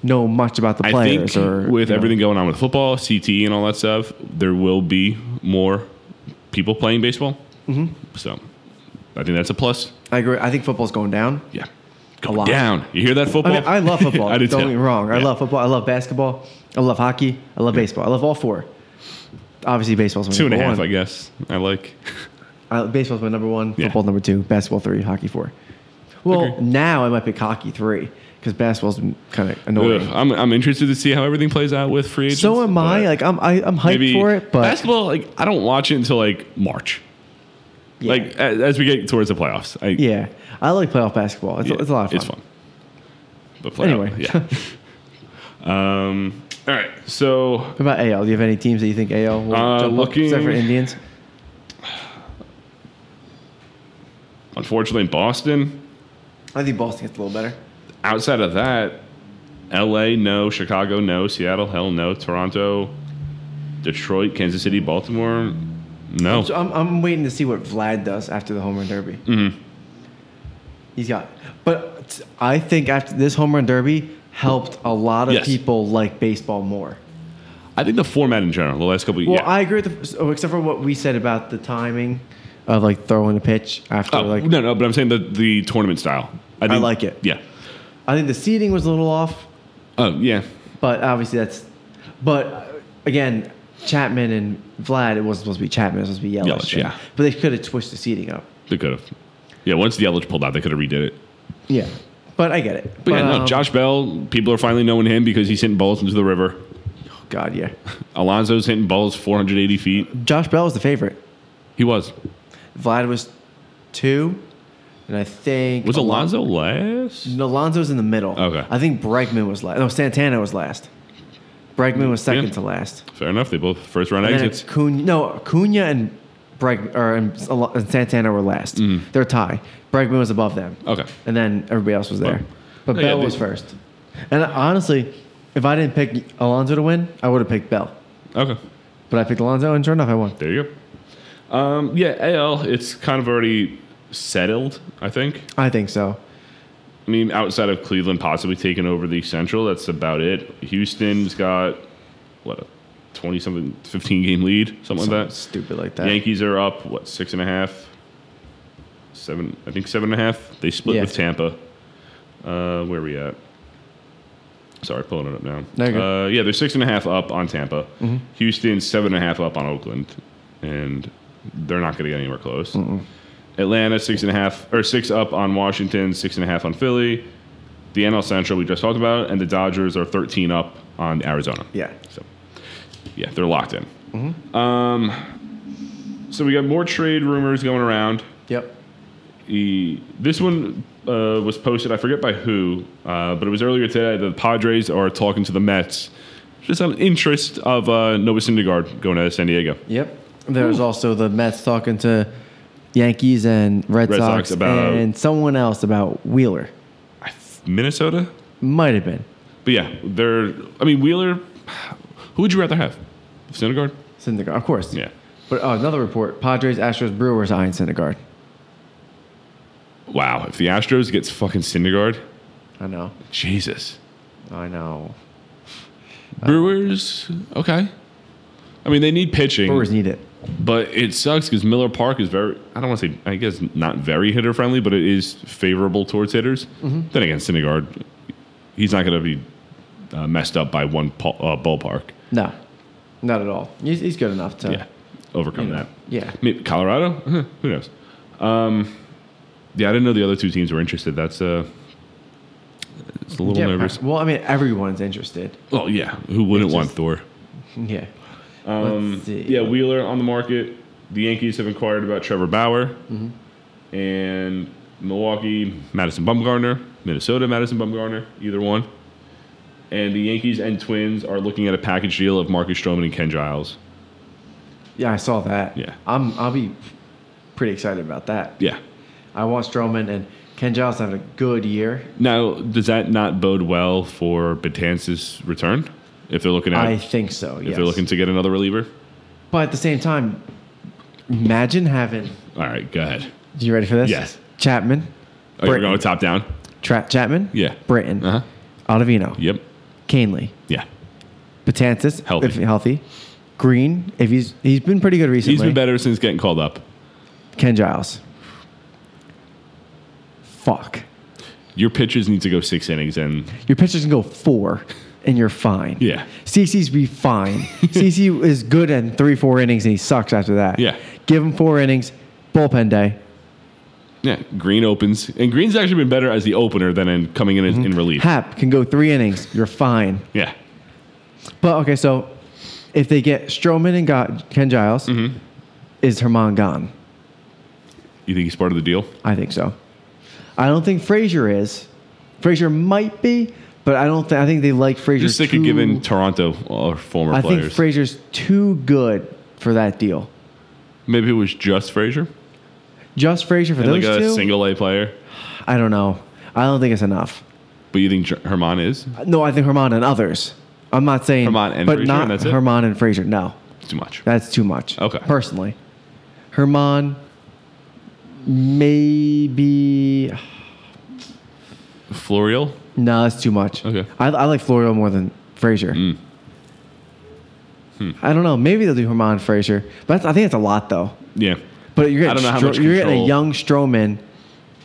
[SPEAKER 2] know much about the
[SPEAKER 1] I
[SPEAKER 2] players.
[SPEAKER 1] think
[SPEAKER 2] or
[SPEAKER 1] with
[SPEAKER 2] you know.
[SPEAKER 1] everything going on with football, CT, and all that stuff, there will be more people playing baseball. Mm-hmm. So I think that's a plus.
[SPEAKER 2] I agree. I think football's going down.
[SPEAKER 1] Yeah. going
[SPEAKER 2] a lot.
[SPEAKER 1] down. You hear that
[SPEAKER 2] I
[SPEAKER 1] football?
[SPEAKER 2] mean, I love football.
[SPEAKER 1] I do
[SPEAKER 2] don't
[SPEAKER 1] too.
[SPEAKER 2] get me wrong. I
[SPEAKER 1] Yeah.
[SPEAKER 2] love football. I love basketball. I love hockey. I love baseball. I love all four. Obviously, baseball's my
[SPEAKER 1] two and a
[SPEAKER 2] number
[SPEAKER 1] half.
[SPEAKER 2] one.
[SPEAKER 1] I guess I like.
[SPEAKER 2] Uh, baseball's my number one,
[SPEAKER 1] Yeah.
[SPEAKER 2] football number two, basketball three, hockey four. Well,
[SPEAKER 1] Agree.
[SPEAKER 2] now I might pick hockey three because basketball's kind of annoying.
[SPEAKER 1] Ugh, I'm I'm interested to see how everything plays out with free agents.
[SPEAKER 2] so am I.
[SPEAKER 1] but
[SPEAKER 2] Like I'm, I, I'm hyped
[SPEAKER 1] maybe
[SPEAKER 2] for it, but
[SPEAKER 1] basketball. Like I don't watch it until like March.
[SPEAKER 2] yeah.
[SPEAKER 1] Like a- as we get towards the playoffs. I,
[SPEAKER 2] yeah, I like playoff basketball. It's,
[SPEAKER 1] yeah,
[SPEAKER 2] a, it's a lot of fun.
[SPEAKER 1] It's fun. But playoff,
[SPEAKER 2] Anyway.
[SPEAKER 1] yeah. um. All right. So
[SPEAKER 2] What about AL? Do you have any teams that you think AL will
[SPEAKER 1] Uh,
[SPEAKER 2] jump
[SPEAKER 1] looking-
[SPEAKER 2] up? Except for Indians.
[SPEAKER 1] unfortunately, in Boston.
[SPEAKER 2] I think Boston gets a little better.
[SPEAKER 1] outside of that, L.A. No, Chicago no, Seattle hell no, Toronto, Detroit, Kansas City, Baltimore no.
[SPEAKER 2] So I'm, I'm waiting to see what Vlad does after the home run derby. Mm-hmm. He's got, but I think after this home run derby helped a lot of
[SPEAKER 1] Yes.
[SPEAKER 2] people like baseball more.
[SPEAKER 1] I think the format in general, the last couple of
[SPEAKER 2] Well,
[SPEAKER 1] years.
[SPEAKER 2] I agree with the, oh, except for what we said about the timing of like throwing a pitch after like
[SPEAKER 1] Oh, no, no, but I'm saying the the tournament style.
[SPEAKER 2] I like it.
[SPEAKER 1] Yeah.
[SPEAKER 2] I think the seating was a little off,
[SPEAKER 1] Oh yeah.
[SPEAKER 2] but obviously that's, but uh, again, Chapman and Vlad, it wasn't supposed to be Chapman, it was supposed to be Yelich.
[SPEAKER 1] Yelich, yeah.
[SPEAKER 2] But they could have switched the seating up.
[SPEAKER 1] They could have. Yeah, once the Yelich pulled out, they could have redid it.
[SPEAKER 2] Yeah, but I get it.
[SPEAKER 1] But, yeah, no,
[SPEAKER 2] um,
[SPEAKER 1] Josh Bell, people are finally knowing him because he's hitting balls into the river.
[SPEAKER 2] God, yeah.
[SPEAKER 1] Alonzo's hitting balls 480 feet.
[SPEAKER 2] Josh Bell was the favorite.
[SPEAKER 1] He was.
[SPEAKER 2] Vlad was two, and I think
[SPEAKER 1] Was
[SPEAKER 2] Alon-
[SPEAKER 1] Alonzo last?
[SPEAKER 2] Alonzo's in the middle.
[SPEAKER 1] Okay.
[SPEAKER 2] I think Bregman was last. No, Santana was last. Bregman was second
[SPEAKER 1] Yeah.
[SPEAKER 2] to last.
[SPEAKER 1] Fair enough. They both first round
[SPEAKER 2] And then
[SPEAKER 1] exits.
[SPEAKER 2] Cunha, no, Cunha and Bregman or and, Al- and Santana were last.
[SPEAKER 1] Mm-hmm.
[SPEAKER 2] They're tie. Bregman was above them.
[SPEAKER 1] Okay.
[SPEAKER 2] And then everybody else was there. but
[SPEAKER 1] Oh, yeah,
[SPEAKER 2] Bell
[SPEAKER 1] they-
[SPEAKER 2] was first. And honestly, if I didn't pick Alonzo to win, I would have picked Bell.
[SPEAKER 1] Okay.
[SPEAKER 2] But I picked Alonzo, and sure enough, I won.
[SPEAKER 1] There you go. Um, yeah, AL, it's kind of already settled, I think.
[SPEAKER 2] I think so.
[SPEAKER 1] I mean, outside of Cleveland possibly taking over the Central, that's about it. Houston's got, what, a 20 something, 15 game lead, something,
[SPEAKER 2] Something
[SPEAKER 1] like that.
[SPEAKER 2] Stupid like that.
[SPEAKER 1] Yankees are up, what, six and a half? Seven, I think seven and a half. They split
[SPEAKER 2] Yeah.
[SPEAKER 1] with Tampa. Uh, where are we at? Sorry, pulling it up now.
[SPEAKER 2] No, you're Mm-hmm.
[SPEAKER 1] uh, yeah, they're six and a half up on Tampa. Houston's seven and a half up on Oakland, and they're not going to get anywhere close. Atlanta six and a half or six up on Washington, six and a half on Philly. The NL Central we just talked about, and the Dodgers are thirteen up on Arizona.
[SPEAKER 2] Yeah.
[SPEAKER 1] So, yeah, they're locked in. Um, so we got more trade rumors going around.
[SPEAKER 2] Yep.
[SPEAKER 1] E- this one uh, was posted, I forget by who, uh, but it was earlier today. The Padres are talking to the Mets. Just out of interest of uh, Noah Syndergaard going to San Diego.
[SPEAKER 2] Yep. There was also the Mets talking to Yankees and Red,
[SPEAKER 1] Red
[SPEAKER 2] Sox,
[SPEAKER 1] Sox about-
[SPEAKER 2] and someone else about Wheeler.
[SPEAKER 1] I th- Minnesota?
[SPEAKER 2] Might have been
[SPEAKER 1] But yeah, they're, I mean, Wheeler, who would you rather have? Syndergaard?
[SPEAKER 2] Syndergaard, of course.
[SPEAKER 1] Yeah.
[SPEAKER 2] But oh, another report: Padres, Astros, Brewers eyeing Syndergaard.
[SPEAKER 1] Wow, if the Astros gets fucking Syndergaard,
[SPEAKER 2] I know.
[SPEAKER 1] Jesus.
[SPEAKER 2] I know.
[SPEAKER 1] Uh, Brewers, okay. I mean, they need pitching.
[SPEAKER 2] Brewers need it.
[SPEAKER 1] But it sucks because Miller Park is very, I don't want to say, I guess not very hitter friendly, but it is favorable towards hitters.
[SPEAKER 2] Mm-hmm.
[SPEAKER 1] Then again, Syndergaard, he's not going to be uh, messed up by one pa- uh, ballpark.
[SPEAKER 2] No, not at all. He's, he's good enough to.
[SPEAKER 1] Yeah. Overcome
[SPEAKER 2] you know,
[SPEAKER 1] that.
[SPEAKER 2] yeah.
[SPEAKER 1] Maybe Colorado? Huh, Who knows? Um, yeah, I didn't know the other two teams were interested. That's uh, it's a little
[SPEAKER 2] Yeah,
[SPEAKER 1] nervous.
[SPEAKER 2] Well, I mean, everyone's interested.
[SPEAKER 1] Well, yeah. Who wouldn't
[SPEAKER 2] It's
[SPEAKER 1] want
[SPEAKER 2] just-
[SPEAKER 1] Thor?
[SPEAKER 2] Yeah. Let's see.
[SPEAKER 1] Um, Yeah, Wheeler on the market. The Yankees have inquired about Trevor Bauer,
[SPEAKER 2] Mm-hmm.
[SPEAKER 1] and Milwaukee, Madison Bumgarner, Minnesota, Madison Bumgarner, either one. And the Yankees and Twins are looking at a package deal of Marcus Stroman and Ken Giles.
[SPEAKER 2] Yeah, I saw that.
[SPEAKER 1] Yeah.
[SPEAKER 2] I'm. I'll be pretty excited about that.
[SPEAKER 1] Yeah.
[SPEAKER 2] I want Stroman and Ken Giles having a good year.
[SPEAKER 1] Now, does that not bode well for Batanzas' return? If they're looking at,
[SPEAKER 2] I
[SPEAKER 1] if
[SPEAKER 2] think so. Yes.
[SPEAKER 1] they're looking to get another reliever.
[SPEAKER 2] But at the same time, imagine having.
[SPEAKER 1] All right, go ahead.
[SPEAKER 2] You ready for this?
[SPEAKER 1] Yes.
[SPEAKER 2] Chapman,
[SPEAKER 1] Oh, you're
[SPEAKER 2] Britain.
[SPEAKER 1] going top down.
[SPEAKER 2] Tra- Chapman,
[SPEAKER 1] Yeah.
[SPEAKER 2] Britton,
[SPEAKER 1] Uh huh.
[SPEAKER 2] Ottavino,
[SPEAKER 1] Yep.
[SPEAKER 2] Canley,
[SPEAKER 1] Yeah.
[SPEAKER 2] Batantis,
[SPEAKER 1] Healthy.
[SPEAKER 2] if healthy, Green, if he's he's been pretty good recently.
[SPEAKER 1] He's been better since getting called up.
[SPEAKER 2] Ken Giles. Fuck.
[SPEAKER 1] Your pitchers need to go six innings, and
[SPEAKER 2] Your pitchers can go four, and you're fine.
[SPEAKER 1] Yeah.
[SPEAKER 2] CC's be fine. CC is good in three, four innings, and he sucks after that.
[SPEAKER 1] Yeah.
[SPEAKER 2] Give him four innings, bullpen day.
[SPEAKER 1] yeah, Green opens, and Green's actually been better as the opener than in coming in
[SPEAKER 2] Mm-hmm.
[SPEAKER 1] in relief.
[SPEAKER 2] Hap can go three innings, you're fine.
[SPEAKER 1] yeah,
[SPEAKER 2] But okay, so if they get Stroman and got Ken Giles,
[SPEAKER 1] Mm-hmm.
[SPEAKER 2] is Herman gone?
[SPEAKER 1] you think he's part of the deal?
[SPEAKER 2] I think so. I don't think Frazier is. Frazier might be, but I don't. Th- I think they like Frazier.
[SPEAKER 1] Just like a
[SPEAKER 2] too-
[SPEAKER 1] given Toronto or former
[SPEAKER 2] I
[SPEAKER 1] players.
[SPEAKER 2] think Frazier's too good for that deal.
[SPEAKER 1] Maybe it was just Frazier
[SPEAKER 2] Just Frazier for
[SPEAKER 1] and
[SPEAKER 2] those
[SPEAKER 1] like a
[SPEAKER 2] two.
[SPEAKER 1] single A player.
[SPEAKER 2] I don't know. I don't think it's enough.
[SPEAKER 1] But you think Jer- Herman is
[SPEAKER 2] No, I think Herman and others. I'm not saying
[SPEAKER 1] Herman and
[SPEAKER 2] but
[SPEAKER 1] Frazier,
[SPEAKER 2] not
[SPEAKER 1] and that's it?
[SPEAKER 2] Herman and Frazier. No,
[SPEAKER 1] too much?
[SPEAKER 2] that's too much.
[SPEAKER 1] Okay.
[SPEAKER 2] personally, Herman maybe
[SPEAKER 1] Florial.
[SPEAKER 2] No, that's too much.
[SPEAKER 1] Okay. Mm.
[SPEAKER 2] I, I like Florio more than Frazier.
[SPEAKER 1] Hmm.
[SPEAKER 2] I don't know. Maybe they'll do Herman Frazier, but that's, I think it's a lot though.
[SPEAKER 1] Yeah.
[SPEAKER 2] But you're
[SPEAKER 1] I don't
[SPEAKER 2] getting,
[SPEAKER 1] know how
[SPEAKER 2] Stro-
[SPEAKER 1] much
[SPEAKER 2] you're getting a
[SPEAKER 1] control-
[SPEAKER 2] young Stroman,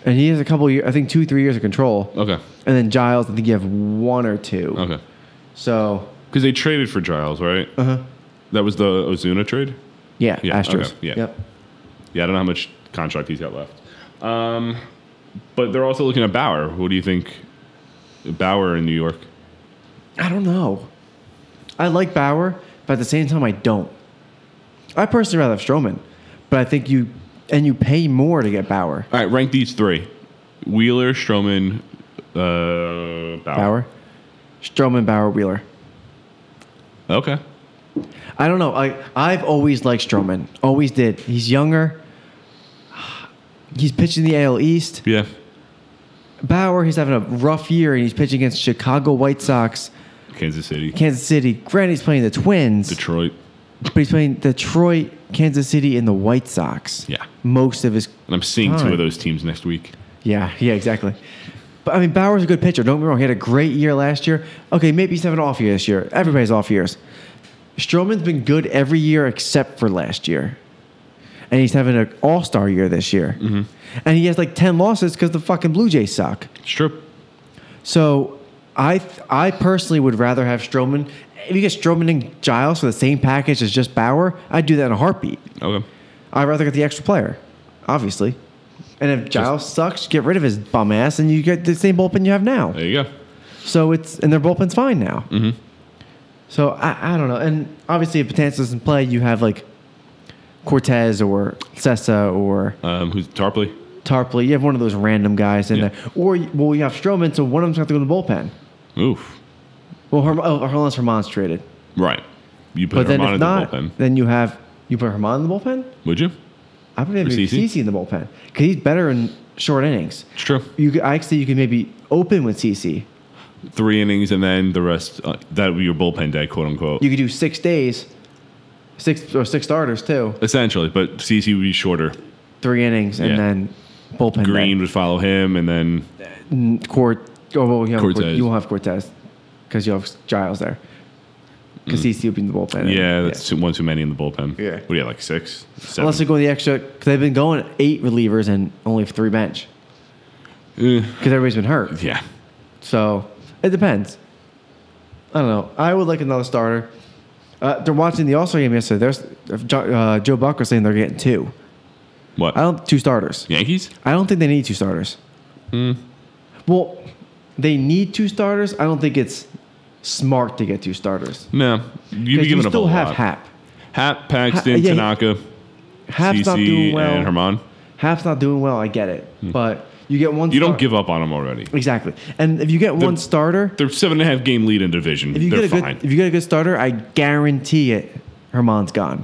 [SPEAKER 2] and he has a couple years. I think two, three years of control,
[SPEAKER 1] Okay.
[SPEAKER 2] and then Giles. I think you have one or two.
[SPEAKER 1] Okay.
[SPEAKER 2] So,
[SPEAKER 1] Because they traded for Giles, right?
[SPEAKER 2] uh huh.
[SPEAKER 1] That was the Ozuna trade.
[SPEAKER 2] Yeah,
[SPEAKER 1] Yeah,
[SPEAKER 2] Astros.
[SPEAKER 1] okay, yeah.
[SPEAKER 2] Yep.
[SPEAKER 1] Yeah, I don't know how much contract he's got left. Um, but they're also looking at Bauer. Who do you think? Bauer in New York.
[SPEAKER 2] I don't know. I like Bauer, but at the same time, I don't. I personally rather have Stroman, but I think you and you pay more to get Bauer.
[SPEAKER 1] All right, rank these three: Wheeler, Stroman, uh, Bauer.
[SPEAKER 2] Bauer, Stroman, Bauer, Wheeler.
[SPEAKER 1] Okay.
[SPEAKER 2] I don't know. I I've always liked Stroman. Always did. He's younger. He's pitching the AL East.
[SPEAKER 1] Yeah.
[SPEAKER 2] Bauer, he's having a rough year, and he's pitching against Chicago White Sox,
[SPEAKER 1] Kansas City,
[SPEAKER 2] Kansas City. Granted, he's playing the Twins,
[SPEAKER 1] Detroit.
[SPEAKER 2] but he's playing Detroit, Kansas City, and the White Sox.
[SPEAKER 1] Yeah.
[SPEAKER 2] Most of his
[SPEAKER 1] And I'm seeing two
[SPEAKER 2] Fine.
[SPEAKER 1] of those teams next week.
[SPEAKER 2] Yeah, yeah, exactly. But I mean, Bauer's a good pitcher. Don't get me wrong. He had a great year last year. Okay, maybe he's having an off year this year. Everybody's off years. Stroman's been good every year except for last year. And he's having an all star year this year. And he has like 10 losses because the fucking Blue Jays suck.
[SPEAKER 1] It's true.
[SPEAKER 2] So I, th- I personally would rather have Stroman. If you get Stroman and Giles for the same package as just Bauer, I'd do that in a heartbeat.
[SPEAKER 1] Okay.
[SPEAKER 2] I'd rather get the extra player, obviously. And if Giles sucks, get rid of his bum ass, and you get the same bullpen you have now.
[SPEAKER 1] There you go.
[SPEAKER 2] So it's and their bullpen's fine now. Mm-hmm. So I, I don't know. And obviously, if Patanza doesn't play, you have like Cortez or Sessa or
[SPEAKER 1] Um, who's Tarpley?
[SPEAKER 2] Tarpley. You have one of those random guys in
[SPEAKER 1] Yeah.
[SPEAKER 2] there, or well, you have Stroman, so one of them's got to go to the bullpen.
[SPEAKER 1] Oof.
[SPEAKER 2] Well, Herm- oh, unless Herman's traded,
[SPEAKER 1] Right. You put
[SPEAKER 2] but
[SPEAKER 1] Herman
[SPEAKER 2] then if
[SPEAKER 1] in
[SPEAKER 2] not,
[SPEAKER 1] the bullpen.
[SPEAKER 2] then you have you put Herman in the bullpen.
[SPEAKER 1] Would you?
[SPEAKER 2] I would have
[SPEAKER 1] Or CeCe?
[SPEAKER 2] CC in the bullpen because he's better in short innings.
[SPEAKER 1] It's true.
[SPEAKER 2] You, could- I say you could maybe open with CC.
[SPEAKER 1] Three innings and then the rest. Uh, that would be your bullpen day, quote unquote.
[SPEAKER 2] You could do six days, six or six starters too,
[SPEAKER 1] Essentially, but CC would be shorter.
[SPEAKER 2] three innings, and
[SPEAKER 1] Yeah.
[SPEAKER 2] then bullpen.
[SPEAKER 1] Green would follow him, and then
[SPEAKER 2] day. Court. Oh, well, you, have Cortez.
[SPEAKER 1] Cortez.
[SPEAKER 2] you won't have Cortez because you have Giles there. Because CC will be in the bullpen.
[SPEAKER 1] Mm. yeah, that's Too, one too many in the bullpen.
[SPEAKER 2] Yeah.
[SPEAKER 1] what do you have, like six, seven?
[SPEAKER 2] Unless they go the extra, because they've been going eight relievers and only three bench
[SPEAKER 1] Eh,
[SPEAKER 2] because everybody's been hurt.
[SPEAKER 1] yeah,
[SPEAKER 2] So it depends. I don't know. I would like another starter. Uh, they're watching the All Star game yesterday. There's uh, Joe Buck was saying they're getting two.
[SPEAKER 1] what?
[SPEAKER 2] I don't two starters.
[SPEAKER 1] Yankees?
[SPEAKER 2] I don't think they need two starters.
[SPEAKER 1] Hmm.
[SPEAKER 2] Well, they need two starters. I don't think it's smart to get two starters.
[SPEAKER 1] No, you'd
[SPEAKER 2] 'Cause
[SPEAKER 1] be giving
[SPEAKER 2] you
[SPEAKER 1] up a
[SPEAKER 2] still
[SPEAKER 1] whole
[SPEAKER 2] have
[SPEAKER 1] lot.
[SPEAKER 2] Hap.
[SPEAKER 1] Hap, Paxton,
[SPEAKER 2] Ha- yeah, he-
[SPEAKER 1] Tanaka,
[SPEAKER 2] Hap's not
[SPEAKER 1] CC,
[SPEAKER 2] doing well.
[SPEAKER 1] and Herman. Hmm.
[SPEAKER 2] Hap's not doing well. I get it, but you get one.
[SPEAKER 1] You don't
[SPEAKER 2] star-
[SPEAKER 1] give up on them already.
[SPEAKER 2] exactly. And if you get one starter,
[SPEAKER 1] They're seven and a half game lead in division.
[SPEAKER 2] if you
[SPEAKER 1] They're
[SPEAKER 2] get a good,
[SPEAKER 1] fine.
[SPEAKER 2] if you get a good starter, I guarantee it, Herman's gone.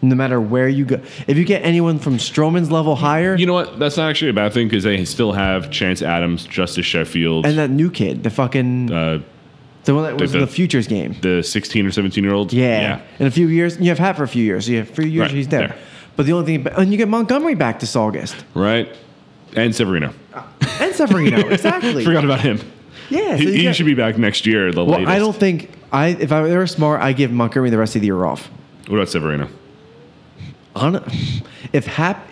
[SPEAKER 2] No matter where you go, if you get anyone from Stroman's level higher,
[SPEAKER 1] you know what? That's not actually a bad thing because they still have Chance Adams, Justice Sheffield,
[SPEAKER 2] and that new kid, the fucking
[SPEAKER 1] uh,
[SPEAKER 2] the one that was in
[SPEAKER 1] the-
[SPEAKER 2] the futures game.
[SPEAKER 1] the 16 or 17 year old.
[SPEAKER 2] Yeah. In a few years, you have Hat for a few years. So you have three years,
[SPEAKER 1] Right,
[SPEAKER 2] he's there.
[SPEAKER 1] there.
[SPEAKER 2] But the only thing, and you get Montgomery back this August
[SPEAKER 1] Right? And Severino.
[SPEAKER 2] and Severino. exactly.
[SPEAKER 1] Forgot about him.
[SPEAKER 2] Yeah. So
[SPEAKER 1] He,
[SPEAKER 2] you
[SPEAKER 1] he
[SPEAKER 2] get-
[SPEAKER 1] should be back next year. The
[SPEAKER 2] well,
[SPEAKER 1] latest.
[SPEAKER 2] I don't think, I if I were smart, I give Montgomery the rest of the year off.
[SPEAKER 1] What about Severino?
[SPEAKER 2] On, if Hap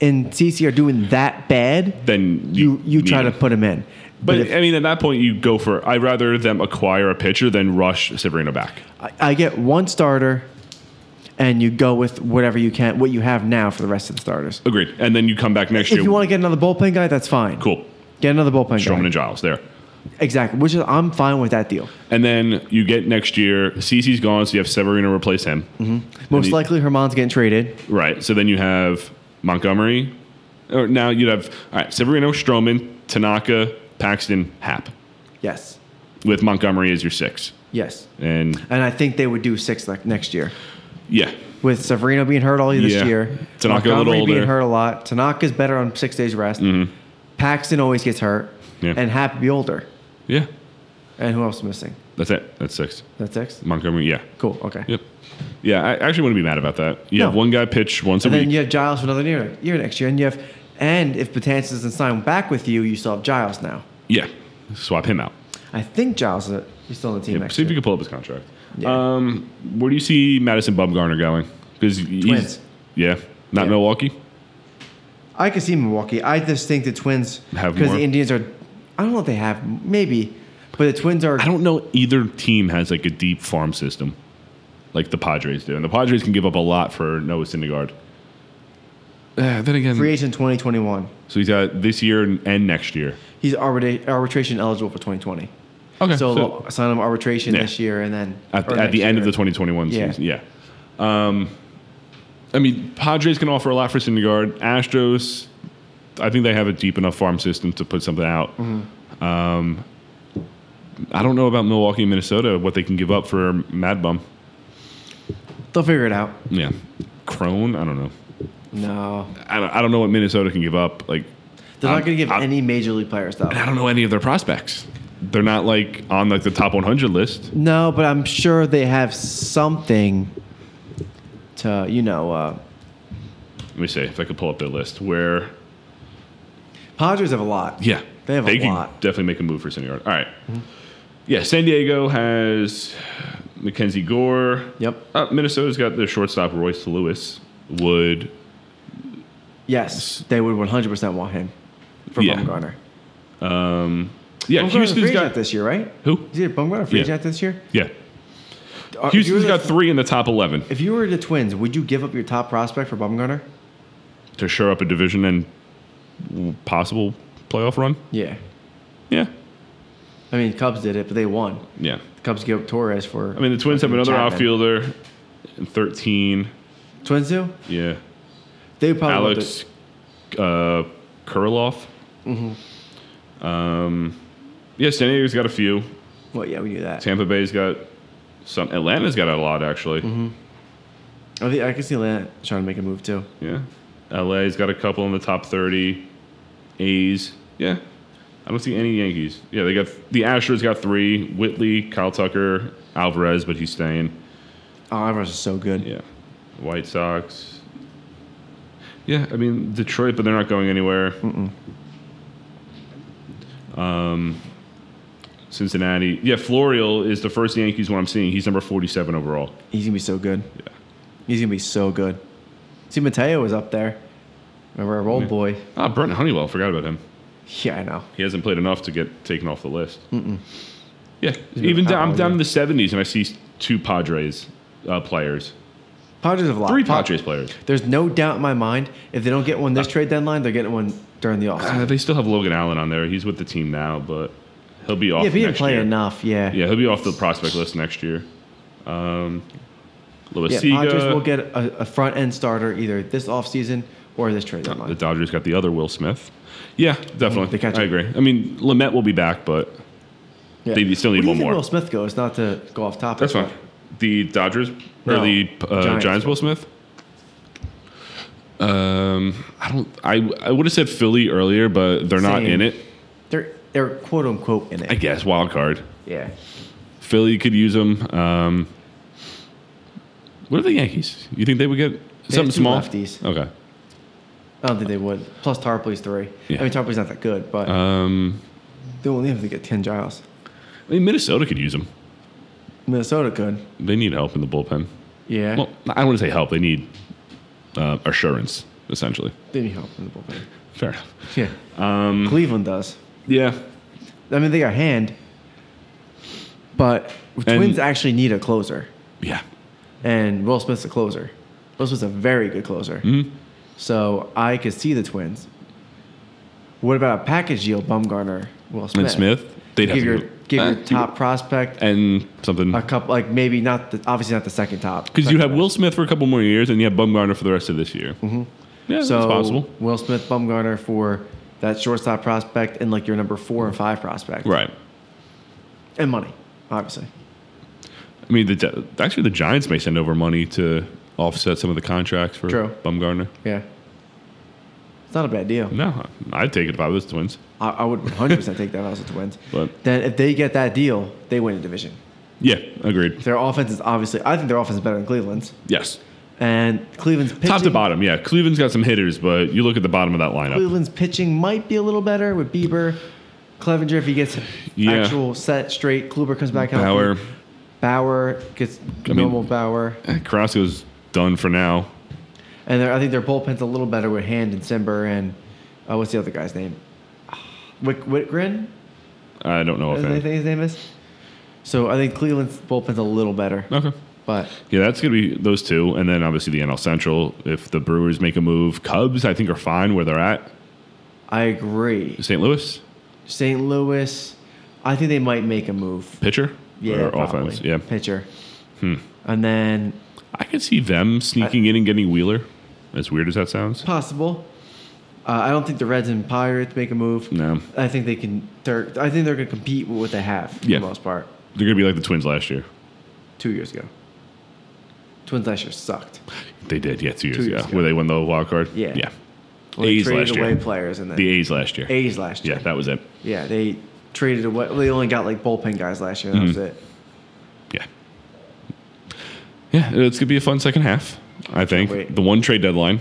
[SPEAKER 2] and CC are doing that bad,
[SPEAKER 1] Then
[SPEAKER 2] you you try
[SPEAKER 1] need
[SPEAKER 2] to
[SPEAKER 1] him.
[SPEAKER 2] put him in.
[SPEAKER 1] Mm, But
[SPEAKER 2] if-
[SPEAKER 1] I mean, at that point, you go for. I'd rather them acquire a pitcher than rush Severino back.
[SPEAKER 2] I, I get one starter, and you go with whatever you can, what you have now for the rest of the starters.
[SPEAKER 1] Agreed. And then you come back next
[SPEAKER 2] If
[SPEAKER 1] year.
[SPEAKER 2] you want to get another bullpen guy, that's fine.
[SPEAKER 1] cool.
[SPEAKER 2] Get another bullpen
[SPEAKER 1] Stroman
[SPEAKER 2] guy.
[SPEAKER 1] and Giles there.
[SPEAKER 2] Exactly. Which is I'm fine with that deal.
[SPEAKER 1] And then you get next year. CC's gone, so you have Severino replace him.
[SPEAKER 2] Most
[SPEAKER 1] he-
[SPEAKER 2] likely Herman's getting traded.
[SPEAKER 1] Right. So then you have Montgomery. Or now you'd have all right, Severino, Stroman, Tanaka, Paxton, Hap,
[SPEAKER 2] Yes.
[SPEAKER 1] with Montgomery as your six.
[SPEAKER 2] Yes.
[SPEAKER 1] And
[SPEAKER 2] And I think they would do six like next year.
[SPEAKER 1] yeah,
[SPEAKER 2] With Severino being hurt all this
[SPEAKER 1] Yeah.
[SPEAKER 2] year,
[SPEAKER 1] Tanaka a little
[SPEAKER 2] Montgomery being
[SPEAKER 1] older. Mm-hmm.
[SPEAKER 2] hurt a lot. Tanaka's better on six days rest. Paxton always gets hurt,
[SPEAKER 1] Yeah.
[SPEAKER 2] and Happy be older.
[SPEAKER 1] yeah,
[SPEAKER 2] And who else is missing?
[SPEAKER 1] that's it. That's six.
[SPEAKER 2] That's six.
[SPEAKER 1] Montgomery, yeah,
[SPEAKER 2] Cool. Okay.
[SPEAKER 1] yep, yeah. I actually wouldn't be mad about that. You have
[SPEAKER 2] No.
[SPEAKER 1] one guy pitch once a
[SPEAKER 2] And then
[SPEAKER 1] week.
[SPEAKER 2] you have Giles for another year, year next year, and you have, and if Batanzas doesn't sign back with you, you still have Giles now.
[SPEAKER 1] Yeah, swap him out.
[SPEAKER 2] I think Giles is he's still on the team
[SPEAKER 1] Yep,
[SPEAKER 2] next
[SPEAKER 1] See if you
[SPEAKER 2] year.
[SPEAKER 1] can pull up his contract.
[SPEAKER 2] Yeah.
[SPEAKER 1] Um, where do you see Madison Bumgarner going? Because
[SPEAKER 2] Twins.
[SPEAKER 1] Yeah, not
[SPEAKER 2] Yeah.
[SPEAKER 1] Milwaukee.
[SPEAKER 2] I could see Milwaukee. I just think the Twins
[SPEAKER 1] Have
[SPEAKER 2] because
[SPEAKER 1] more?
[SPEAKER 2] the Indians are. I don't know if they have maybe, but the Twins are.
[SPEAKER 1] I don't know either team has like a deep farm system like the Padres do. And the Padres can give up a lot for Noah Syndergaard. Uh, then again,
[SPEAKER 2] free agent twenty twenty one.
[SPEAKER 1] so he's got this year and, and next year.
[SPEAKER 2] He's arbitra- arbitration eligible for twenty twenty.
[SPEAKER 1] Okay.
[SPEAKER 2] So,
[SPEAKER 1] So,
[SPEAKER 2] they'll sign him arbitration
[SPEAKER 1] Yeah.
[SPEAKER 2] this year, and then
[SPEAKER 1] at,
[SPEAKER 2] or
[SPEAKER 1] at the
[SPEAKER 2] next
[SPEAKER 1] end of
[SPEAKER 2] year.
[SPEAKER 1] the 2021
[SPEAKER 2] Yeah.
[SPEAKER 1] season. Yeah. Um, I mean, Padres can offer a lot for Syndergaard. Astros, I think they have a deep enough farm system to put something out.
[SPEAKER 2] Mm-hmm.
[SPEAKER 1] Um, I don't know about Milwaukee and Minnesota, what they can give up for Mad Bum.
[SPEAKER 2] they'll figure it out.
[SPEAKER 1] Yeah. Crone, I don't know.
[SPEAKER 2] No,
[SPEAKER 1] I don't, I don't know what Minnesota can give up. Like,
[SPEAKER 2] they're
[SPEAKER 1] I'm-
[SPEAKER 2] not going to give
[SPEAKER 1] I'm-
[SPEAKER 2] any major league players
[SPEAKER 1] I
[SPEAKER 2] though.
[SPEAKER 1] don't know any of their prospects. They're not like on like the top 100 list.
[SPEAKER 2] No, but I'm sure they have something to you know. Uh,
[SPEAKER 1] Let me see if I could pull up their list. Where,
[SPEAKER 2] Padres have a lot.
[SPEAKER 1] yeah,
[SPEAKER 2] They have a
[SPEAKER 1] can
[SPEAKER 2] lot.
[SPEAKER 1] Definitely make a move for Syndergaard. All right. yeah, San Diego has Mackenzie Gore.
[SPEAKER 2] Yep.
[SPEAKER 1] Uh, Minnesota's got their shortstop Royce Lewis. Would
[SPEAKER 2] Yes, they would 100 percent want him for
[SPEAKER 1] Yeah.
[SPEAKER 2] Bumgarner.
[SPEAKER 1] yeah,
[SPEAKER 2] Bumgarner's a
[SPEAKER 1] Houston's
[SPEAKER 2] free agent
[SPEAKER 1] got
[SPEAKER 2] this year, right?
[SPEAKER 1] who?
[SPEAKER 2] Is it Bumgarner a free
[SPEAKER 1] Yeah.
[SPEAKER 2] agent this year?
[SPEAKER 1] Yeah,
[SPEAKER 2] Are- if Uh, you were
[SPEAKER 1] Houston's
[SPEAKER 2] the-
[SPEAKER 1] got three in the top 11
[SPEAKER 2] If you were the Twins, would you give up your top prospect for Bumgarner?
[SPEAKER 1] to shore up a division and possible playoff run.
[SPEAKER 2] Yeah,
[SPEAKER 1] Yeah,
[SPEAKER 2] I mean Cubs did it, but they won.
[SPEAKER 1] yeah.
[SPEAKER 2] The Cubs gave up Torres for.
[SPEAKER 1] I mean, the Twins have another
[SPEAKER 2] Chapman.
[SPEAKER 1] outfielder, and 13.
[SPEAKER 2] Twins do.
[SPEAKER 1] Yeah.
[SPEAKER 2] They would probably want
[SPEAKER 1] Alex uh, Kuriloff. Um, yeah, San Diego's got a few.
[SPEAKER 2] the- well, yeah, we knew that.
[SPEAKER 1] Tampa Bay's got some. Atlanta's got a lot, actually.
[SPEAKER 2] I think I can see Atlanta trying to make a move too.
[SPEAKER 1] Yeah. LA's got a couple in the top 30. A's. Yeah. I don't see any Yankees. Yeah, they got the Astros got three Whitley, Kyle Tucker, Alvarez, but he's staying.
[SPEAKER 2] Oh, Alvarez is so good.
[SPEAKER 1] Yeah. White Sox. Yeah, I mean Detroit, but they're not going anywhere. Um, Cincinnati. Yeah, Florial is the first Yankees one I'm seeing. He's number 47 overall.
[SPEAKER 2] He's gonna be so good. Yeah. He's gonna be so good. See, Mateo was up there. Remember our old boy?
[SPEAKER 1] Ah, Brent Honeywell. Forgot about him.
[SPEAKER 2] Yeah, I know.
[SPEAKER 1] He hasn't played enough to get taken off the list. Yeah, even
[SPEAKER 2] out
[SPEAKER 1] down,
[SPEAKER 2] all
[SPEAKER 1] I'm down
[SPEAKER 2] year.
[SPEAKER 1] in the 70s, and I see two Padres uh, players,
[SPEAKER 2] Padres have a lot.
[SPEAKER 1] three
[SPEAKER 2] Pa-
[SPEAKER 1] Padres players.
[SPEAKER 2] There's no doubt in my mind if they don't get one this trade deadline, they're getting one during the offseason.
[SPEAKER 1] Uh, they still have Logan Allen on there. He's with the team now, but he'll be off.
[SPEAKER 2] yeah, if he didn't
[SPEAKER 1] next
[SPEAKER 2] play
[SPEAKER 1] year.
[SPEAKER 2] enough, yeah.
[SPEAKER 1] Yeah, he'll be off the prospect list next year. Um,
[SPEAKER 2] Yeah,
[SPEAKER 1] Loisaga.
[SPEAKER 2] Padres will get a, a front end starter either this offseason or this trade
[SPEAKER 1] the
[SPEAKER 2] deadline.
[SPEAKER 1] Dodgers got the other Will Smith. Yeah, definitely.
[SPEAKER 2] The catcher.
[SPEAKER 1] I agree. I mean, Lamette will be back, but
[SPEAKER 2] Yeah.
[SPEAKER 1] they still
[SPEAKER 2] Where
[SPEAKER 1] need
[SPEAKER 2] do you
[SPEAKER 1] one
[SPEAKER 2] think
[SPEAKER 1] more.
[SPEAKER 2] Will Smith goes? Not to go off topic.
[SPEAKER 1] That's fine.
[SPEAKER 2] but-
[SPEAKER 1] The Dodgers or
[SPEAKER 2] No,
[SPEAKER 1] the uh, Giants.
[SPEAKER 2] Giants.
[SPEAKER 1] Will Smith. Um, I don't. I I would have said Philly earlier, but they're not
[SPEAKER 2] Same.
[SPEAKER 1] in it.
[SPEAKER 2] They're they're quote unquote in it.
[SPEAKER 1] I guess wild card.
[SPEAKER 2] yeah.
[SPEAKER 1] Philly could use them. Um, what are the Yankees? You think they would get
[SPEAKER 2] have
[SPEAKER 1] something
[SPEAKER 2] two
[SPEAKER 1] small?
[SPEAKER 2] lefties.
[SPEAKER 1] Okay.
[SPEAKER 2] I don't think they would. Plus Tarpley's three.
[SPEAKER 1] Yeah.
[SPEAKER 2] I mean Tarpley's not that good, but
[SPEAKER 1] Um,
[SPEAKER 2] they only have to get ten Giles.
[SPEAKER 1] I mean, Minnesota could use them.
[SPEAKER 2] Minnesota could.
[SPEAKER 1] They need help in the bullpen.
[SPEAKER 2] Yeah.
[SPEAKER 1] Well, I don't want to say help. They need uh, assurance. essentially.
[SPEAKER 2] They need help in the bullpen.
[SPEAKER 1] Fair enough.
[SPEAKER 2] Yeah. Um, Cleveland does.
[SPEAKER 1] Yeah.
[SPEAKER 2] I mean, they got hand, but Twins actually need a closer,
[SPEAKER 1] Yeah.
[SPEAKER 2] and Will Smith's a closer. Will Smith's a very good closer.
[SPEAKER 1] Mm-hmm.
[SPEAKER 2] So I could see the Twins. What about a package deal, Bumgarner, Will Smith?
[SPEAKER 1] And Smith, they'd have
[SPEAKER 2] give
[SPEAKER 1] to
[SPEAKER 2] your
[SPEAKER 1] go-
[SPEAKER 2] give
[SPEAKER 1] uh,
[SPEAKER 2] your top prospect
[SPEAKER 1] and something
[SPEAKER 2] a couple, like maybe not the, obviously not the second top
[SPEAKER 1] because you
[SPEAKER 2] second
[SPEAKER 1] have
[SPEAKER 2] best.
[SPEAKER 1] Will Smith for a couple more years, and you have Bumgarner for the rest of this year. Mm-hmm. Yeah,
[SPEAKER 2] So
[SPEAKER 1] that's possible.
[SPEAKER 2] Will Smith, Bumgarner for that shortstop prospect, and like your number four and five prospect,
[SPEAKER 1] Right.
[SPEAKER 2] And money, obviously.
[SPEAKER 1] I mean, the Gi- actually the Giants may send over money to offset some of the contracts for
[SPEAKER 2] True.
[SPEAKER 1] Bumgarner.
[SPEAKER 2] Yeah, it's not a bad deal.
[SPEAKER 1] No, I'd take it if I was Twins.
[SPEAKER 2] I, I would 100 percent take that if I was the Twins.
[SPEAKER 1] But-
[SPEAKER 2] then if they get that deal, they win the division.
[SPEAKER 1] Yeah, agreed.
[SPEAKER 2] Their offense is obviously, I think their offense is better than Cleveland's,
[SPEAKER 1] Yes.
[SPEAKER 2] and Cleveland's pitching,
[SPEAKER 1] Top to bottom, yeah. Cleveland's got some hitters, but you look at the bottom of that lineup.
[SPEAKER 2] Cleveland's pitching might be a little better with Bieber, Clevenger if he gets
[SPEAKER 1] Yeah.
[SPEAKER 2] actual set straight. Kluber comes back
[SPEAKER 1] Bauer,
[SPEAKER 2] healthy. Bauer gets
[SPEAKER 1] I mean-
[SPEAKER 2] normal Bauer.
[SPEAKER 1] Carrasco's done for now.
[SPEAKER 2] And their- I think their bullpen's a little better with Hand and Simber and uh, what's the other guy's name? Whit- Whitgren?
[SPEAKER 1] I don't know
[SPEAKER 2] Is
[SPEAKER 1] if
[SPEAKER 2] that I
[SPEAKER 1] anything.
[SPEAKER 2] think his name is. So I think Cleveland's bullpen's a little better,
[SPEAKER 1] Okay.
[SPEAKER 2] but
[SPEAKER 1] Yeah, that's going to be those two. And then obviously the NL Central. If the Brewers make a move, Cubs, I think, are fine where they're at.
[SPEAKER 2] I agree.
[SPEAKER 1] St. Louis,
[SPEAKER 2] St. Louis, I think they might make a move.
[SPEAKER 1] pitcher
[SPEAKER 2] Yeah,
[SPEAKER 1] or
[SPEAKER 2] probably.
[SPEAKER 1] offense. Yeah. Hmm.
[SPEAKER 2] pitcher. And then
[SPEAKER 1] I could see them sneaking in and getting Wheeler, as weird as that sounds.
[SPEAKER 2] possible. Uh, I don't think the Reds and Pirates make a move.
[SPEAKER 1] No.
[SPEAKER 2] I think they can. They're, I think they're going to compete with what they have for
[SPEAKER 1] Yeah.
[SPEAKER 2] the most part.
[SPEAKER 1] They're going to be like the Twins last year.
[SPEAKER 2] Two years ago, Twins last year sucked.
[SPEAKER 1] They did, yeah, two years,
[SPEAKER 2] Two years
[SPEAKER 1] ago,
[SPEAKER 2] ago.
[SPEAKER 1] Where they won the wild card.
[SPEAKER 2] Yeah.
[SPEAKER 1] Yeah.
[SPEAKER 2] Well, they
[SPEAKER 1] A's
[SPEAKER 2] traded
[SPEAKER 1] last year.
[SPEAKER 2] away players and then
[SPEAKER 1] The A's last year.
[SPEAKER 2] A's last year.
[SPEAKER 1] Yeah, that was it.
[SPEAKER 2] Yeah, they traded away. well, They only got like bullpen guys last
[SPEAKER 1] Mm-hmm.
[SPEAKER 2] year. That was it.
[SPEAKER 1] Yeah. Yeah, it's going to be a fun second half, I think.
[SPEAKER 2] wait.
[SPEAKER 1] The one trade deadline,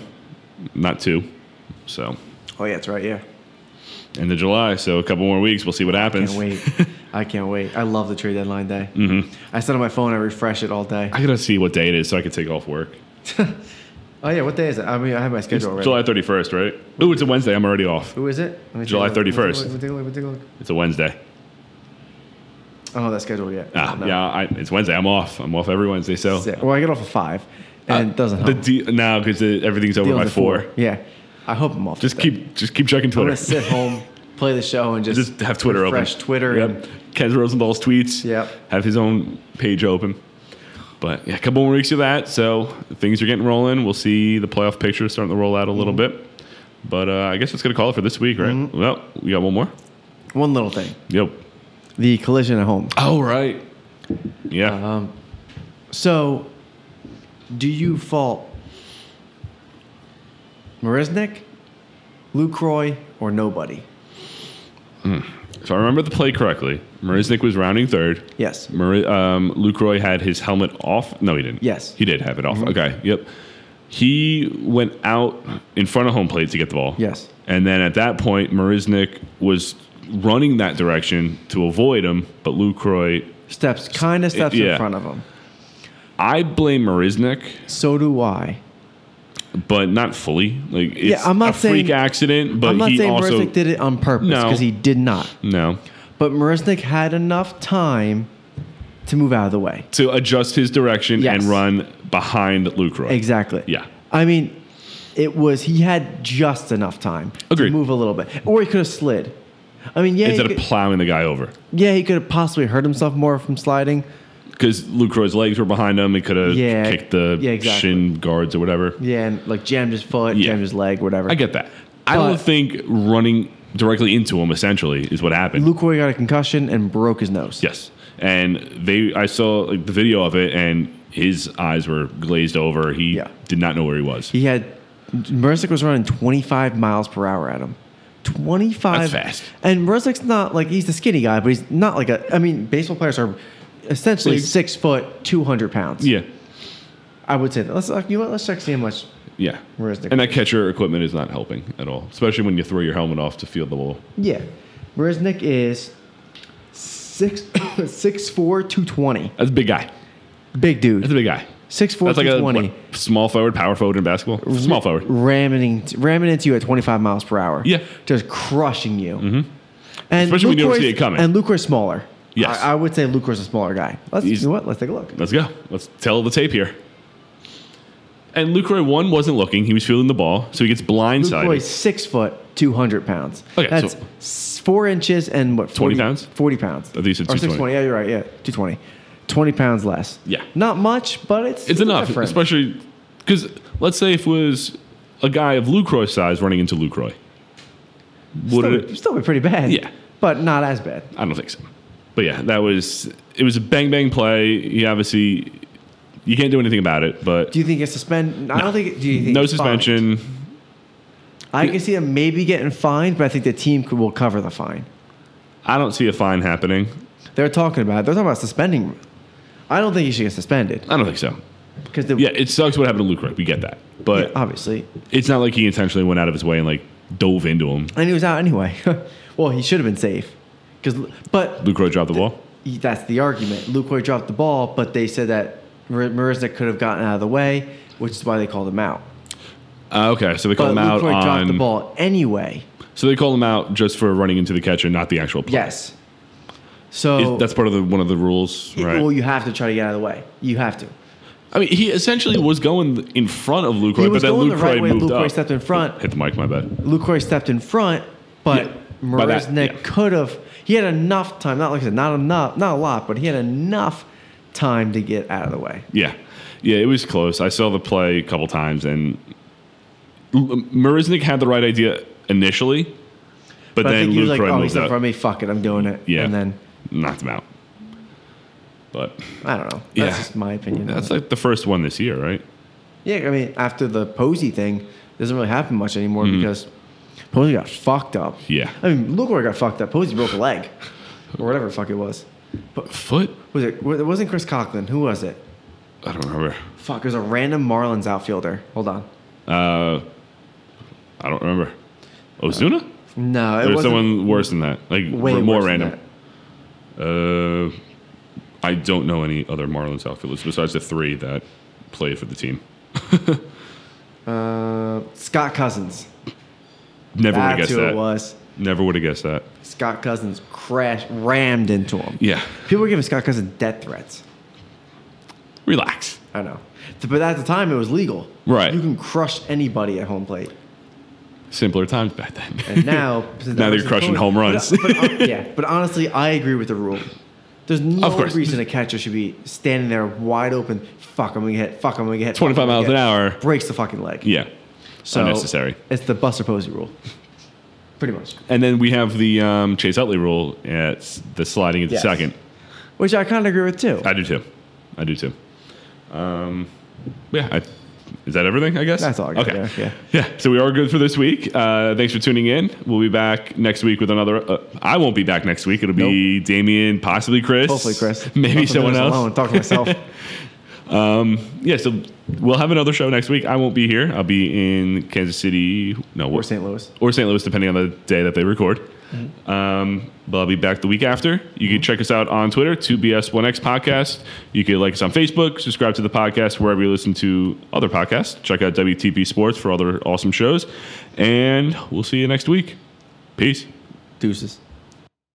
[SPEAKER 1] not two. So,
[SPEAKER 2] Oh yeah, that's right. Yeah,
[SPEAKER 1] end of July. So, a couple more weeks. We'll see what happens.
[SPEAKER 2] can't wait. I can't wait. I love the trade deadline day.
[SPEAKER 1] Mm-hmm.
[SPEAKER 2] I sit on my phone. I refresh it all day.
[SPEAKER 1] I got to see what day it is so I can take off work.
[SPEAKER 2] Oh yeah, what day is it? I mean, I have my schedule already.
[SPEAKER 1] July 31st, right? Ooh, it's a Wednesday. I'm already off.
[SPEAKER 2] Who is it? Let me take
[SPEAKER 1] July
[SPEAKER 2] a look. Let me take a
[SPEAKER 1] 31st.
[SPEAKER 2] look. Let me take a look. Let me take a look.
[SPEAKER 1] It's a Wednesday.
[SPEAKER 2] I don't have that schedule yet.
[SPEAKER 1] Ah,
[SPEAKER 2] No.
[SPEAKER 1] yeah, I, it's Wednesday. I'm off. I'm off every Wednesday. So,
[SPEAKER 2] Sick. Well, I get off at five, and
[SPEAKER 1] Uh,
[SPEAKER 2] it doesn't
[SPEAKER 1] The
[SPEAKER 2] help.
[SPEAKER 1] de- no, because everything's over
[SPEAKER 2] Deal's
[SPEAKER 1] by
[SPEAKER 2] at
[SPEAKER 1] four.
[SPEAKER 2] Yeah, I hope I'm off.
[SPEAKER 1] Just
[SPEAKER 2] today.
[SPEAKER 1] keep, just keep checking
[SPEAKER 2] I'm
[SPEAKER 1] Twitter.
[SPEAKER 2] gonna sit home, play the show, and just
[SPEAKER 1] just have Twitter
[SPEAKER 2] refresh
[SPEAKER 1] open.
[SPEAKER 2] Twitter. and-
[SPEAKER 1] Yep. Ken Rosenthal's tweets.
[SPEAKER 2] Yep.
[SPEAKER 1] Have his own page open. But yeah, a couple more weeks of that. So things are getting rolling. We'll see the playoff picture starting to roll out a little
[SPEAKER 2] Mm-hmm.
[SPEAKER 1] bit. But uh, I guess that's going to call it for this week, right? Well, we got one more.
[SPEAKER 2] One little thing:
[SPEAKER 1] Yep.
[SPEAKER 2] the collision at home.
[SPEAKER 1] Oh, right. Yeah.
[SPEAKER 2] Um, so, do you fault Marisnik, Lucroy, or nobody?
[SPEAKER 1] if I remember the play correctly, Marisnik was rounding third.
[SPEAKER 2] Yes.
[SPEAKER 1] Mari- um, Lucroy had his helmet off. No, he didn't.
[SPEAKER 2] Yes. Mm-hmm.
[SPEAKER 1] He did have it off. Okay. Yep. He went out in front of home plate to get the ball.
[SPEAKER 2] Yes.
[SPEAKER 1] And then at that point, Marisnik was running that direction to avoid him, but Lucroy.
[SPEAKER 2] Steps, kind of steps
[SPEAKER 1] yeah.
[SPEAKER 2] in front of him.
[SPEAKER 1] I blame Marisnik,
[SPEAKER 2] So do I.
[SPEAKER 1] but not fully. Like it's
[SPEAKER 2] Yeah, I'm not
[SPEAKER 1] a freak
[SPEAKER 2] saying-
[SPEAKER 1] accident, but
[SPEAKER 2] I'm not
[SPEAKER 1] he
[SPEAKER 2] saying
[SPEAKER 1] also
[SPEAKER 2] Marisnik did it on purpose
[SPEAKER 1] No.
[SPEAKER 2] because he did not.
[SPEAKER 1] no
[SPEAKER 2] But Marisnik had enough time to move out of the way.
[SPEAKER 1] to adjust his direction
[SPEAKER 2] Yes.
[SPEAKER 1] and run behind Lucroy.
[SPEAKER 2] Exactly.
[SPEAKER 1] Yeah.
[SPEAKER 2] I mean, it was he had just enough time
[SPEAKER 1] Agreed.
[SPEAKER 2] to move a little bit, or he could have slid. I mean, yeah, he
[SPEAKER 1] Instead
[SPEAKER 2] could-
[SPEAKER 1] of plowing the guy over.
[SPEAKER 2] yeah, he could have possibly hurt himself more from sliding.
[SPEAKER 1] because Lucroy's legs were behind him. He could have
[SPEAKER 2] Yeah,
[SPEAKER 1] kicked the
[SPEAKER 2] yeah, exactly.
[SPEAKER 1] shin guards or whatever.
[SPEAKER 2] Yeah, and like jammed his foot,
[SPEAKER 1] Yeah.
[SPEAKER 2] jammed his leg, whatever.
[SPEAKER 1] I get that. I don't
[SPEAKER 2] But-
[SPEAKER 1] think running directly into him essentially is what happened.
[SPEAKER 2] Luke Roy got a concussion and broke his nose.
[SPEAKER 1] yes, and they I saw like, the video of it, and his eyes were glazed over. He
[SPEAKER 2] Yeah.
[SPEAKER 1] did not know where he was.
[SPEAKER 2] He had Mursick was running 25 miles per hour at him. 25
[SPEAKER 1] That's fast.
[SPEAKER 2] And Mursick's not like he's the skinny guy, but he's not like a I mean, baseball players are essentially
[SPEAKER 1] Big.
[SPEAKER 2] six foot, two hundred pounds.
[SPEAKER 1] yeah,
[SPEAKER 2] I would say that. Let's like, you know what? Let's check see how much
[SPEAKER 1] yeah.
[SPEAKER 2] Where is the-
[SPEAKER 1] and that catcher equipment is not helping at all, especially when you throw your helmet off to field the ball.
[SPEAKER 2] Yeah. Marisnik is six six four two twenty.
[SPEAKER 1] That's a big guy. That's
[SPEAKER 2] Big dude.
[SPEAKER 1] a big guy.
[SPEAKER 2] Six four
[SPEAKER 1] That's like a
[SPEAKER 2] twenty.
[SPEAKER 1] what, small forward, power forward in basketball. Small forward.
[SPEAKER 2] ramming ramming into you at 25 miles per hour.
[SPEAKER 1] Yeah.
[SPEAKER 2] just crushing you. Mm-hmm. And
[SPEAKER 1] Especially when you don't
[SPEAKER 2] Lucor's-
[SPEAKER 1] see it coming.
[SPEAKER 2] And Lucor's smaller.
[SPEAKER 1] Yes.
[SPEAKER 2] I, I would say Lucor's a smaller guy. Let's
[SPEAKER 1] He's-
[SPEAKER 2] you know what? Let's take a look.
[SPEAKER 1] Let's go. Let's tell the tape here. And Lucroy one wasn't looking; he was feeling the ball, so he gets blindsided.
[SPEAKER 2] Luke Roy's six foot, two hundred pounds.
[SPEAKER 1] Okay,
[SPEAKER 2] that's
[SPEAKER 1] so-
[SPEAKER 2] s- four inches and what?
[SPEAKER 1] 20
[SPEAKER 2] 40,
[SPEAKER 1] pounds?
[SPEAKER 2] Forty pounds.
[SPEAKER 1] thought you said
[SPEAKER 2] or
[SPEAKER 1] 220.
[SPEAKER 2] six twenty. Yeah, you're right. Yeah, two twenty. Twenty pounds less.
[SPEAKER 1] Yeah.
[SPEAKER 2] not much, but it's
[SPEAKER 1] it's enough,
[SPEAKER 2] different.
[SPEAKER 1] especially because let's say if it was a guy of Lucroy's size running into Lucroy, would
[SPEAKER 2] still,
[SPEAKER 1] it?
[SPEAKER 2] still be pretty bad.
[SPEAKER 1] Yeah.
[SPEAKER 2] but not as bad.
[SPEAKER 1] I don't think so. But yeah, that was it was a bang bang play. He obviously you can't do anything about it, but
[SPEAKER 2] Do you think it's suspend? I don't think. Do you think
[SPEAKER 1] no
[SPEAKER 2] it's fined?
[SPEAKER 1] suspension.
[SPEAKER 2] I can see them maybe getting fined, but I think the team could, will cover the fine.
[SPEAKER 1] I don't see a fine happening.
[SPEAKER 2] They're talking about. They're talking about suspending. I don't think he should get suspended
[SPEAKER 1] I don't think so.
[SPEAKER 2] because the
[SPEAKER 1] Yeah, it sucks what happened to Lucroy. We get that, but
[SPEAKER 2] obviously,
[SPEAKER 1] it's not like he intentionally went out of his way and like dove into him.
[SPEAKER 2] and he was out anyway. well, he should have been safe because, but
[SPEAKER 1] Lucroy dropped the ball.
[SPEAKER 2] he- that's the argument. Lukoy dropped the ball, but they said that Mar- Marisnik could have gotten out of the way, which is why they called him out.
[SPEAKER 1] Uh, okay, so they call
[SPEAKER 2] But
[SPEAKER 1] him out
[SPEAKER 2] Lukoy dropped the
[SPEAKER 1] on.
[SPEAKER 2] ball anyway.
[SPEAKER 1] So they call him out just for running into the catcher, not the actual play.
[SPEAKER 2] Yes. So
[SPEAKER 1] Is- that's part of the one of the rules,
[SPEAKER 2] it-
[SPEAKER 1] right?
[SPEAKER 2] well, you have to try to get out of the way. You have to.
[SPEAKER 1] I mean, he essentially was going in front of Lucroy,
[SPEAKER 2] He
[SPEAKER 1] but
[SPEAKER 2] was
[SPEAKER 1] then
[SPEAKER 2] going
[SPEAKER 1] Lucroy
[SPEAKER 2] the right way.
[SPEAKER 1] moved
[SPEAKER 2] Lucroy
[SPEAKER 1] up.
[SPEAKER 2] stepped in front.
[SPEAKER 1] Hit the mic, my bad.
[SPEAKER 2] Lukoy stepped in front, but
[SPEAKER 1] Yeah, by that,
[SPEAKER 2] Marisnik
[SPEAKER 1] yeah.
[SPEAKER 2] could have. He had enough time. Not like I said, not enough, not a lot, but he had enough time to get out of the way.
[SPEAKER 1] Yeah, yeah, it was close. I saw the play a couple times, and L- Marisnik had the right idea initially, but,
[SPEAKER 2] But I
[SPEAKER 1] then
[SPEAKER 2] think he was like,
[SPEAKER 1] Lucroy
[SPEAKER 2] "Oh, he's
[SPEAKER 1] moved
[SPEAKER 2] in
[SPEAKER 1] up,
[SPEAKER 2] front of me. Fuck it, I'm doing it."
[SPEAKER 1] Yeah.
[SPEAKER 2] And then
[SPEAKER 1] knocked him out. But
[SPEAKER 2] I don't know.
[SPEAKER 1] Yeah.
[SPEAKER 2] That's just my opinion.
[SPEAKER 1] that's like the first one this year, right?
[SPEAKER 2] yeah, I mean, after the Posey thing, it doesn't really happen much anymore because Posey got fucked up.
[SPEAKER 1] Mm-hmm. Yeah.
[SPEAKER 2] I mean, Lukoy got fucked up. Posey broke a leg, or whatever the fuck it was.
[SPEAKER 1] Foot?
[SPEAKER 2] Was it? It wasn't Chris Coughlin. Who was it?
[SPEAKER 1] I don't remember.
[SPEAKER 2] Fuck, it was a random Marlins outfielder. Hold on.
[SPEAKER 1] Uh, I don't remember. Ozuna?
[SPEAKER 2] No, Uh, it
[SPEAKER 1] There's
[SPEAKER 2] was
[SPEAKER 1] someone worse than that. Like
[SPEAKER 2] way
[SPEAKER 1] r- more
[SPEAKER 2] worse than
[SPEAKER 1] random.
[SPEAKER 2] that.
[SPEAKER 1] Uh, I don't know any other Marlins outfielders besides the three that play for the team.
[SPEAKER 2] Uh, Scott Cousins.
[SPEAKER 1] Never would have
[SPEAKER 2] That's
[SPEAKER 1] guessed
[SPEAKER 2] who it
[SPEAKER 1] that.
[SPEAKER 2] was.
[SPEAKER 1] Never would have guessed that.
[SPEAKER 2] Scott Cousins crashed, rammed into him.
[SPEAKER 1] Yeah.
[SPEAKER 2] People were giving Scott Cousins death threats.
[SPEAKER 1] Relax.
[SPEAKER 2] I know. But at the time, it was legal.
[SPEAKER 1] Right.
[SPEAKER 2] You can crush anybody at home plate.
[SPEAKER 1] Simpler times back then.
[SPEAKER 2] And now, since
[SPEAKER 1] Now
[SPEAKER 2] that
[SPEAKER 1] they're
[SPEAKER 2] was
[SPEAKER 1] crushing
[SPEAKER 2] imposed-
[SPEAKER 1] home
[SPEAKER 2] but-
[SPEAKER 1] runs.
[SPEAKER 2] But, hon- yeah, but honestly, I agree with the rule. There's no
[SPEAKER 1] Of course.
[SPEAKER 2] reason a catcher should be standing there wide open. Fuck, I'm gonna get hit. Fuck, I'm gonna get hit. fuck,
[SPEAKER 1] 25
[SPEAKER 2] I'm gonna
[SPEAKER 1] miles an
[SPEAKER 2] get hit.
[SPEAKER 1] hour.
[SPEAKER 2] Breaks the fucking leg.
[SPEAKER 1] Yeah.
[SPEAKER 2] So
[SPEAKER 1] Unnecessary.
[SPEAKER 2] It's the Buster Posey rule. Pretty much.
[SPEAKER 1] And then we have the um, Chase Utley rule at s- the sliding at the
[SPEAKER 2] Yes.
[SPEAKER 1] second.
[SPEAKER 2] Which I kind of agree with too.
[SPEAKER 1] I do too. I do too. Um, yeah. I, is that everything? I guess
[SPEAKER 2] That's all I got
[SPEAKER 1] Okay.
[SPEAKER 2] there, yeah.
[SPEAKER 1] Yeah. So we are good for this week. Uh, thanks for tuning in. We'll be back next week with another. Uh, I won't be back next week. It'll be Damien, possibly Chris.
[SPEAKER 2] Hopefully, Chris.
[SPEAKER 1] Maybe
[SPEAKER 2] Nothing
[SPEAKER 1] someone
[SPEAKER 2] that is
[SPEAKER 1] else.
[SPEAKER 2] Alone, talk to myself.
[SPEAKER 1] Yeah. So we'll have another show next week. I won't be here. I'll be in Kansas City. No.
[SPEAKER 2] or St. Louis.
[SPEAKER 1] or St. Louis, depending on the day that they record. Um, but I'll be back the week after. You can check us out on Twitter, 2BS1X Podcast. You can like us on Facebook, subscribe to the podcast wherever you listen to other podcasts. Check out WTP Sports for other awesome shows. And we'll see you next week. Peace.
[SPEAKER 2] Deuces.